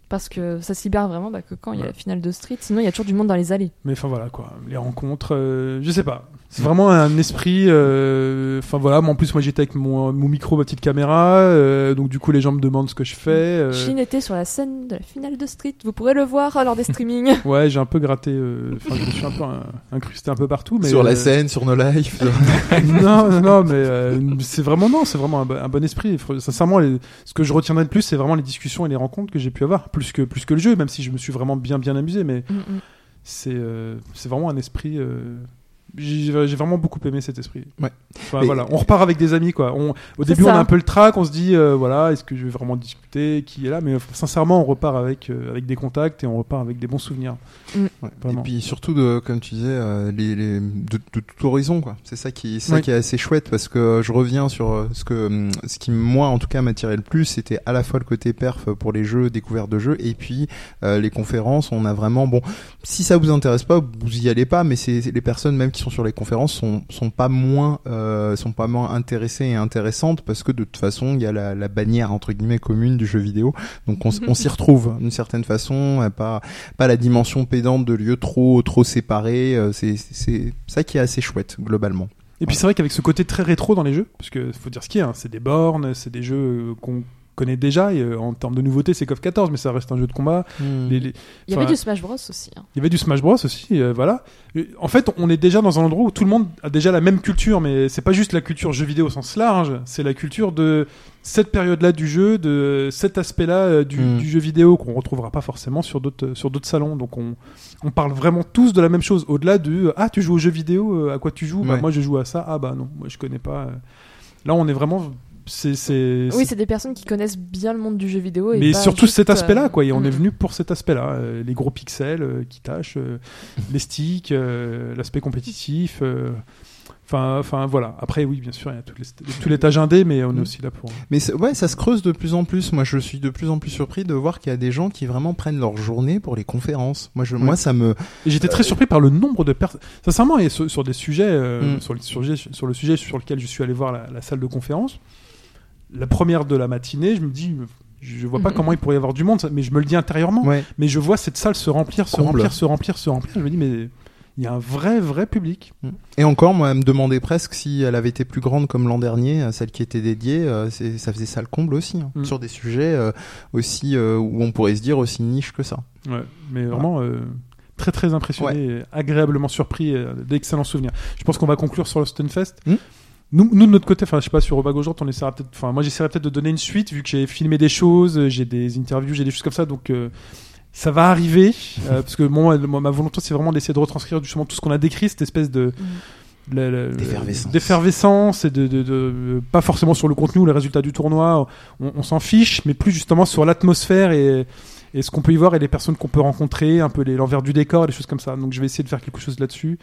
parce que ça se libère vraiment bah, que quand il y a Ouais. la finale de Street. Sinon, il y a toujours du monde dans les allées. Mais enfin voilà quoi, les rencontres, euh, je sais pas. C'est vraiment un esprit. euh, Enfin voilà, moi en plus moi j'étais avec mon, mon micro, ma petite caméra, euh, donc du coup les gens me demandent ce que je fais. euh, Shin était sur la scène de la finale de Street. Vous pourrez le voir euh, lors des streamings. ouais, j'ai un peu gratté, euh, enfin je me suis un peu euh, incrusté un peu partout. Mais, sur la euh, scène, sur nos lives. non, non, non, mais euh, c'est vraiment non, c'est vraiment un, bo- un bon esprit. Fr- Sincèrement, les- ce que je retiendrai de plus, c'est vraiment les discussions et les rencontres que j'ai pu avoir, plus que plus que le jeu, même si je me suis vraiment bien bien amusé. Mais Mm, mm. c'est euh, c'est vraiment un esprit. euh, j'ai j'ai vraiment beaucoup aimé cet esprit. Ouais. Enfin, Mais- voilà, on repart avec des amis quoi. On, au C'est début, on a ça. un peu le trac, on se dit euh, voilà, est-ce que je vais vraiment discuter, qui est là, mais euh, sincèrement, on repart avec euh, avec des contacts et on repart avec des bons souvenirs. Ouais. Vraiment. Et puis surtout, de, comme tu disais, euh, les, les- de, de tout horizon, quoi. C'est ça qui, c'est ça Oui. qui est assez chouette parce que je reviens sur euh, ce que, hum, ce qui moi en tout cas m'attirait le plus, c'était à la fois le côté perf pour les jeux, découverte de jeux, et puis euh, les conférences. On a vraiment, bon, si ça vous intéresse pas, vous y allez pas, mais c'est c'est- les personnes même qui sont sur les conférences sont sont pas moins, euh, sont pas moins intéressées et intéressantes parce que de toute façon, il y a la, la bannière entre guillemets commune du jeu vidéo, donc on, s- Mhm. on s'y retrouve d'une certaine façon, à pas pas la dimension pédante de lieux trop trop séparés. euh, c'est c'est ça qui est assez chouette globalement. Et puis c'est vrai qu'avec ce côté très rétro dans les jeux, parce que faut dire ce qu'il y a, hein, c'est des bornes, c'est des jeux euh, qu'on connaît déjà, et euh, en termes de nouveautés c'est KOF 14, mais ça reste un jeu de combat. Mm. Les- les- Il y Enfin, avait du Smash Bros aussi. hein. il y avait du Smash Bros aussi, euh, voilà. Et En fait, on est déjà dans un endroit où tout le monde a déjà la même culture, mais c'est pas juste la culture jeu vidéo au sens large, c'est la culture de cette période-là du jeu, de cet aspect-là euh, du, Mm. du jeu vidéo qu'on retrouvera pas forcément sur d'autres euh, sur d'autres salons. Donc on, on parle vraiment tous de la même chose, au-delà du euh, ah tu joues au jeu vidéo, euh, à quoi tu joues Bah, Ouais. Moi je joue à ça, ah bah non, moi je connais pas. euh. Là on est vraiment c'est c'est Oui, c'est- c'est des personnes qui connaissent bien le monde du jeu vidéo. Et mais pas surtout juste, cet aspect-là, euh, quoi. Et on mm. est venu pour cet aspect-là, euh, les gros pixels euh, qui tâchent, euh, les sticks, euh, l'aspect compétitif. euh, Enfin, enfin voilà. Après, oui, bien sûr, il y a tout les- tout l'étage indé, mais on est Mm. aussi là pour. hein. Mais c'est- ouais, ça se creuse de plus en plus. Moi, je suis de plus en plus surpris de voir qu'il y a des gens qui vraiment prennent leur journée pour les conférences. Moi, je, moi, ça me. Et j'étais très surpris par le nombre de personnes. Sincèrement, et sur, sur des sujets, euh, Mm. sur, le sujet, sur le sujet sur lequel je suis allé voir la, la salle de conférence, la première de la matinée, je me dis, je je vois pas Mhm. comment il pourrait y avoir du monde, ça- mais je me le dis intérieurement. Ah. Ouais. Mais je vois cette salle se remplir, se Comble. remplir, se remplir, se remplir. Je me dis, mais il y a un vrai, vrai public. Et encore, moi, elle me demandait presque si elle avait été plus grande comme l'an dernier, euh, celle qui était dédiée. euh, c'est- ça faisait ça le comble aussi hein, Mm. sur des sujets euh, aussi euh, où on pourrait se dire aussi niche que ça. Ouais, mais vraiment euh, très très impressionné, et agréablement surpris, euh, d'excellents souvenirs. Je pense qu'on va conclure sur le Stunfest. Hmm. Nous, nous, de notre côté, enfin, je sais pas, sur Obag on essaiera peut-être, enfin, moi, j'essaierai peut-être de donner une suite, vu que j'ai filmé des choses, euh, j'ai des interviews, j'ai des choses comme ça, donc, euh, ça va arriver, euh, parce que moi, moi, ma volonté, c'est vraiment d'essayer de retranscrire justement tout ce qu'on a décrit, cette espèce de, la- la- D'effervescence. d'effervescence et de, de- de- pas forcément sur le contenu ou les résultats du tournoi, on, on s'en fiche, mais plus justement sur l'atmosphère et, et ce qu'on peut y voir et les personnes qu'on peut rencontrer, un peu les- l'envers du décor, des choses comme ça. Donc je vais essayer de faire quelque chose là-dessus.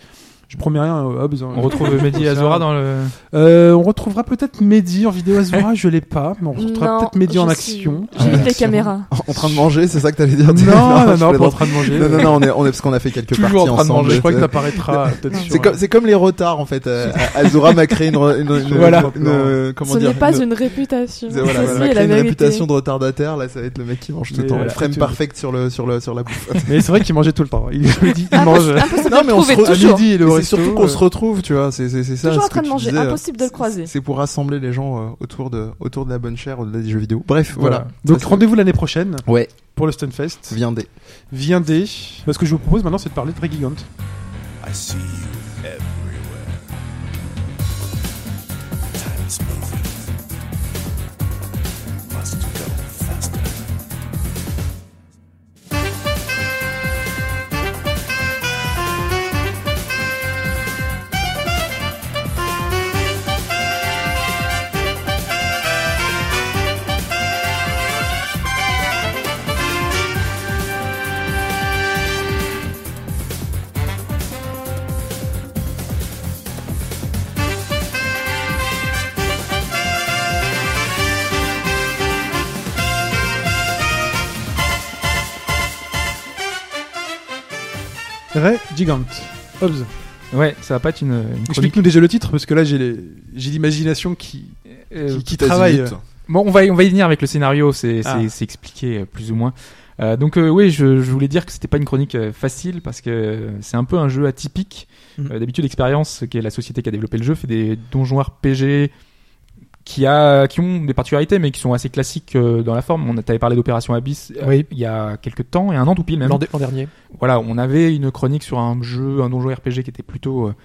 Je promets rien, euh, Hobbs. hein. On retrouve Mehdi et Azora dans le. Euh, on retrouvera peut-être Mehdi en vidéo Azura, je l'ai pas, mais on retrouvera Non, peut-être Mehdi en je action. Euh, suis- J'ai En les action. caméras. En train de manger, c'est ça que t'allais dire Non, Thierry non, non, je pas en plaisante. train de manger. Non, non, non, on est, on est parce qu'on a fait quelques Toujours parties en train de ensemble. manger, Je crois que c'est- t'apparaîtras peut-être sur. C'est comme, c'est comme les retards en fait. Euh, Azura m'a créé une, re- une- une- Voilà. une- une- comment Ce dire n'est pas une, une réputation. c'est- voilà, Ceci voilà, m'a est la créé une vérité. réputation de retardataire. Là, ça va être le mec qui mange tout Mais le temps. voilà, le frame tu- parfait sur le sur le sur la bouffe. Mais c'est vrai qu'il mangeait tout le temps. Il, il dit, il Ah, mange. non, mais on se trouver re- à toujours. midi, il est au Mais c'est surtout resto, surtout qu'on qu'on se se retrouve, tu vois. C'est c'est ça. Toujours en train de manger, impossible de le croiser. euh, C'est pour rassembler les gens euh, autour de autour de la bonne chair, au-delà des jeux vidéo. Bref, voilà. Donc Ça, rendez-vous l'année prochaine c'est- ouais, pour le Stunfest. viendez. Viendez. Ce que je vous propose maintenant, c'est de parler de Gigant. I see you everywhere. Time is moving. Must go faster. Ray Gigant. Hobbs. Ouais, ça va pas être une, une chronique. Explique-nous déjà le titre, parce que là, j'ai les- j'ai l'imagination qui, Euh, qui, qui travaille. Bon, on va, y- on va y venir avec le scénario, c'est Ah. c'est- c'est expliqué euh, plus ou moins. Euh, donc euh, oui, je, je voulais dire que c'était pas une chronique euh, facile parce que euh, c'est un peu un jeu atypique. Mhm. Euh, D'habitude, Expérience, qui est la société qui a développé le jeu, fait des donjons RPG qui a qui ont des particularités mais qui sont assez classiques euh, dans la forme. On a- t'avais parlé d'Opération Abyss euh, Oui. il y a quelques temps et un an tout pile même L'an dé- l'an dernier. voilà, on avait une chronique sur un jeu, un donjon RPG qui était plutôt euh,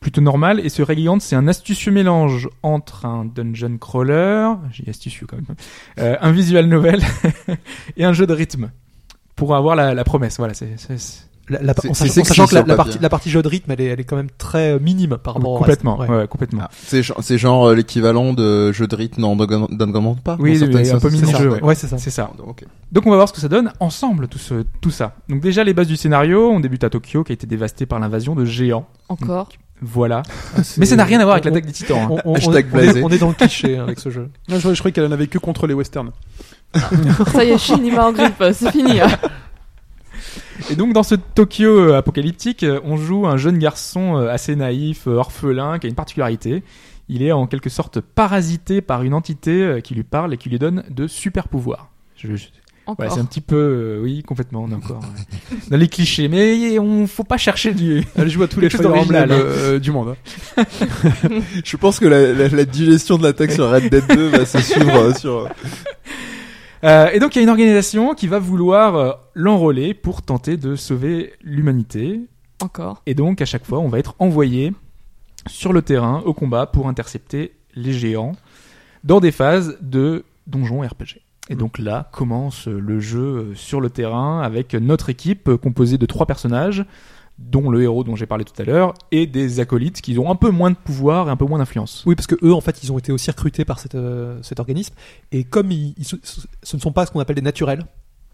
plutôt normal et ce Radiant c'est un astucieux mélange entre un dungeon crawler, j'ai astucieux quand même, euh, un visual novel et un jeu de rythme pour avoir la, la promesse. Voilà, c'est c'est- c'est- La- la- C'est- en c'est sachant, en sexy sachant que sur la, le la papier. partie, la partie jeu de rythme, elle est, elle est quand même très euh, minime par rapport au complètement, reste. Ouais. Ah, ouais, complètement. C'est gen- c'est genre euh, l'équivalent de jeu de rythme dans Dungeon Dungeon pas Oui, dans oui, certaines oui, un peu sortes- c'est mini-jeu, ça. Ah, ouais. Ouais, c'est ça. C'est ça. Ok. Donc on va voir ce que ça donne ensemble tout ce tout ça. Donc déjà les bases du scénario, on débute à Tokyo qui a été dévastée par l'invasion de géants. Encore. Voilà. Mais ça n'a rien à voir avec l'attaque des Titans. hein. Ah, On, on- on- Hashtag on est, blasé. on est dans le cliché hein, avec ce jeu. Non, je, je croyais qu'elle en avait que contre les westerns. Ça y est, Shinima en grippe, c'est fini. hein. Et donc dans ce Tokyo euh, apocalyptique, euh, on joue un jeune garçon euh, assez naïf, euh, orphelin, qui a une particularité. Il est en quelque sorte parasité par une entité euh, qui lui parle et qui lui donne de super pouvoirs. Je, je- voilà, Encore. Oh. c'est un petit peu, euh, oui, complètement, on est encore ouais, dans les clichés. Mais eh, on faut pas chercher du. Elle joue à tous les Quelque chose Fire d'original, Emblem hein. euh, du monde. hein. Je pense que la, la- la digestion de l'attaque sur Red Dead 2 va se suivre euh, sur. Euh, et donc il y a une organisation qui va vouloir euh, l'enrôler pour tenter de sauver l'humanité. Encore. Et donc, à chaque fois, on va être envoyé sur le terrain au combat pour intercepter les géants dans des phases de donjon RPG. Et donc là commence le jeu sur le terrain avec notre équipe composée de trois personnages, dont le héros dont j'ai parlé tout à l'heure, et des acolytes qui ont un peu moins de pouvoir et un peu moins d'influence. Oui, parce que eux, en fait, ils ont été aussi recrutés par cette, euh, cet organisme. Et comme ils, ils se- ce ne sont pas ce qu'on appelle des naturels,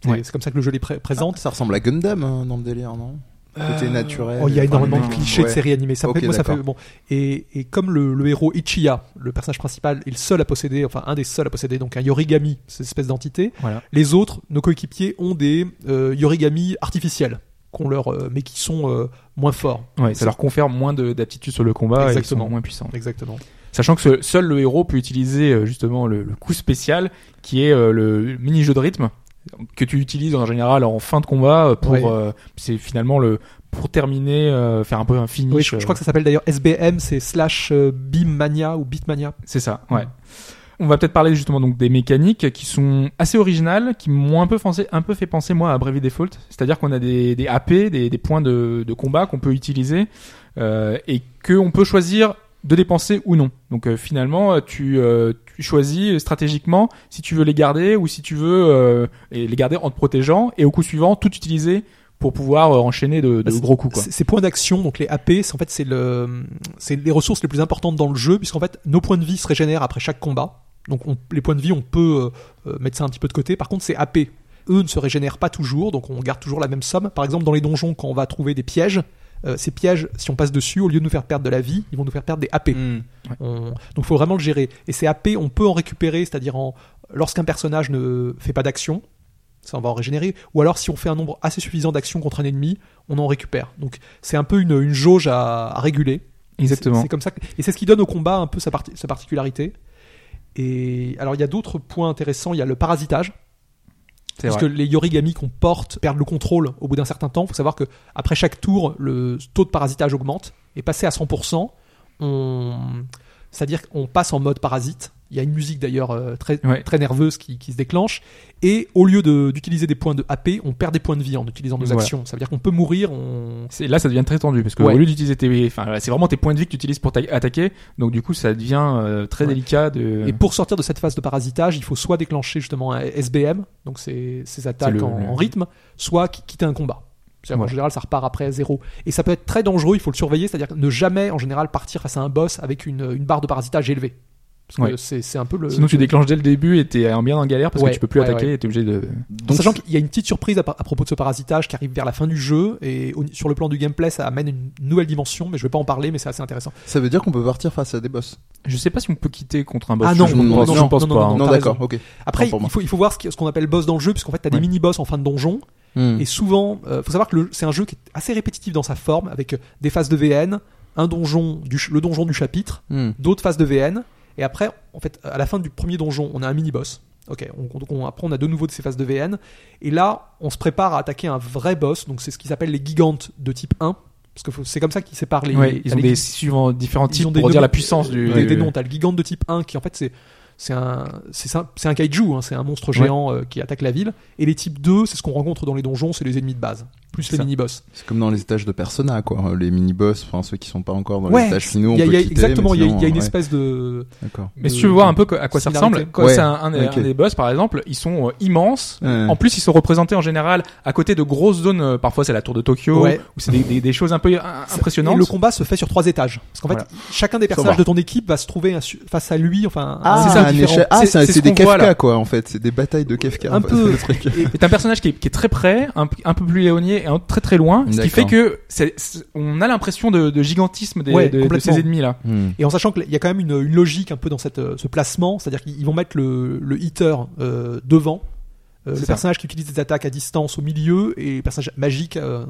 c'est Ouais. c'est comme ça que le jeu les pré- présente. Euh, Ça ressemble à Gundam hein, dans le délire, non Côté naturel. Oh, il y a enfin, énormément non, de clichés ouais. de séries animées. Ça me Ok, fait- moi, ça d'accord. fait- bon. Et, et comme le, le héros Ichiya, le personnage principal, est le seul à posséder, enfin un des seuls à posséder, donc un yorigami, cette espèce d'entité, Voilà. les autres, nos coéquipiers, ont des euh, yorigami artificiels, qu'on leur, euh, mais qui sont euh, moins forts. Ouais, ça leur confère moins de- d'aptitude sur le combat et ils Exactement. sont moins puissants. Exactement. Sachant que ce- seul le héros peut utiliser euh, justement le, le coup spécial qui est euh, le mini-jeu de rythme que tu utilises en général en fin de combat euh, pour Ouais. euh, c'est finalement le pour terminer euh, faire un peu un finish Oui, je, je crois euh, que ça s'appelle d'ailleurs SBM, c'est slash euh, Beammania ou Beatmania. c'est ça ouais on va peut-être parler justement donc des mécaniques qui sont assez originales qui m'ont un peu pensé un peu fait penser moi à Bravely Default c'est-à-dire qu'on a des, des AP des, des points de, de combat qu'on peut utiliser euh, et que on peut choisir de dépenser ou non. Donc euh, finalement, euh, tu, euh, tu choisis stratégiquement si tu veux les garder ou si tu veux euh, et les garder en te protégeant et au coup suivant tout utiliser pour pouvoir euh, enchaîner de, de Bah, c'est- gros coups. Quoi. Ces ces points d'action, donc les AP, c'est en fait c'est le, c'est les ressources les plus importantes dans le jeu, puisqu'en fait nos points de vie se régénèrent après chaque combat. Donc on- les points de vie, on peut euh, euh, mettre ça un petit peu de côté. Par contre, ces AP, eux ne se régénèrent pas toujours, donc on garde toujours la même somme. Par exemple, dans les donjons, quand on va trouver des pièges, euh, ces pièges, si on passe dessus, au lieu de nous faire perdre de la vie, ils vont nous faire perdre des AP. Mm. On- Donc il faut vraiment le gérer. Et ces AP, on peut en récupérer, c'est-à-dire en... lorsqu'un personnage ne fait pas d'action, ça on va en régénérer, ou alors si on fait un nombre assez suffisant d'actions contre un ennemi, on en récupère. Donc c'est un peu une, une jauge à, à réguler. C'est- C'est comme ça que- et c'est ce qui donne au combat un peu sa, parti- sa particularité. Et alors il y a d'autres points intéressants, il y a le parasitage, C'est parce vrai. que les yorigami qu'on porte perdent le contrôle au bout d'un certain temps. Il faut savoir que après chaque tour, le taux de parasitage augmente et passé à 100%, on... c'est-à-dire qu'on passe en mode parasite. Il y a une musique d'ailleurs euh, très, Ouais. très nerveuse qui, qui se déclenche. Et au lieu de- d'utiliser des points de AP, on perd des points de vie en utilisant nos Voilà. actions. Ça veut dire qu'on peut mourir. On... C'est- Là, ça devient très tendu parce que Ouais. au lieu d'utiliser tes, enfin, là, c'est vraiment tes points de vie que tu utilises pour t'a- attaquer. Donc du coup, ça devient euh, très Ouais. délicat de. Et pour sortir de cette phase de parasitage, il faut soit déclencher justement un SBM, donc ces, ces attaques le- en, le- en rythme, soit qui- quitter un combat. C'est-à-dire qu'en Ouais. général, ça repart après à zéro. Et ça peut être très dangereux, il faut le surveiller, c'est-à-dire ne jamais en général partir face à un boss avec une, une barre de parasitage élevée. Parce que Ouais. c'est c'est un peu le. Sinon, tu déclenches dès le début et t'es euh, bien en galère parce euh, Ouais, que tu peux plus ouais, attaquer ouais. et t'es obligé de. En Donc, sachant qu'il y a une petite surprise à, par- à propos de ce parasitage qui arrive vers la fin du jeu et au- sur le plan du gameplay ça amène une nouvelle dimension mais je vais pas en parler mais c'est assez intéressant. ça veut dire qu'on peut partir face à des boss. Je sais pas si on peut quitter contre un boss. Ah non, je non, pense, non, je pense non, pas. non, hein. non, Ah, t'as d'accord, raison. ok. Après Autant pour il moi. faut, il faut voir ce qui- ce qu'on appelle boss dans le jeu puisqu'en fait t'as Ouais. des mini boss en fin de donjon Hmm. Mm. Et souvent, euh, faut savoir que le- c'est un jeu qui est assez répétitif dans sa forme, avec euh, des phases de VN, un donjon, du ch- le donjon du chapitre, Hmm. d'autres phases de VN. Et après, en fait, à la fin du premier donjon, on a un mini-boss. Ok, on, donc on- après on a de nouveau de ces phases de VN. Et là, on se prépare à attaquer un vrai boss. Donc c'est ce qu'ils appellent les gigantes de type 1. Parce que faut- c'est comme ça qu'ils séparent les. Ouais, ils ont les- des suivants différents ils ont types des pour dire noms- la puissance du. des, du- des noms. T'as le gigante de type 1 qui en fait c'est c'est un c'est ça- c'est un kaiju, hein, c'est un monstre géant euh, qui attaque la ville. Et les types 2, c'est ce qu'on rencontre dans les donjons, c'est les ennemis de base, plus les Ça. mini boss. C'est comme dans les étages de Persona, quoi. Les mini-boss, enfin ceux qui sont pas encore dans Ouais, les étages finaux. on Il y a, peut il y a- quitter, exactement, mais il y a- sinon, euh, il y a une ouais, espèce de D'accord. Mais si tu veux voir un peu co- à quoi ça Similarité. ressemble, quand Ouais, c'est un, un des- ok. un des boss par exemple, ils sont euh, immenses. Ouais. En plus, ils sont représentés en général à côté de grosses zones. euh, Parfois, c'est la tour de Tokyo, Ouais. où c'est des, des- des choses un peu euh, impressionnantes. Et le combat se fait sur trois étages. Parce qu'en fait, Voilà. chacun des personnages de ton équipe va se trouver un su- face à lui, enfin, Ah, un- c'est ça, un différent. échec- Ah, C'est- c'est c'est c'est ce des qu'on voit, Kafka, là. quoi, en fait. C'est des batailles de Kafka. Un en fait, peu. le truc. est un personnage qui est, qui est très près, un, p- un peu plus léonier et un autre très très loin, ce qui D'accord. fait que c'est- c'est- on a l'impression de, de gigantisme des, Ouais, de- de complètement. Ah, ces ennemis là. Hmm. Et en sachant qu'il y a quand même une, une logique un peu dans cette, euh, ce placement, c'est-à-dire qu'ils vont mettre le, le hitter euh, devant, euh, le C'est ça. personnage qui utilise des attaques à distance au milieu et le personnage magique euh,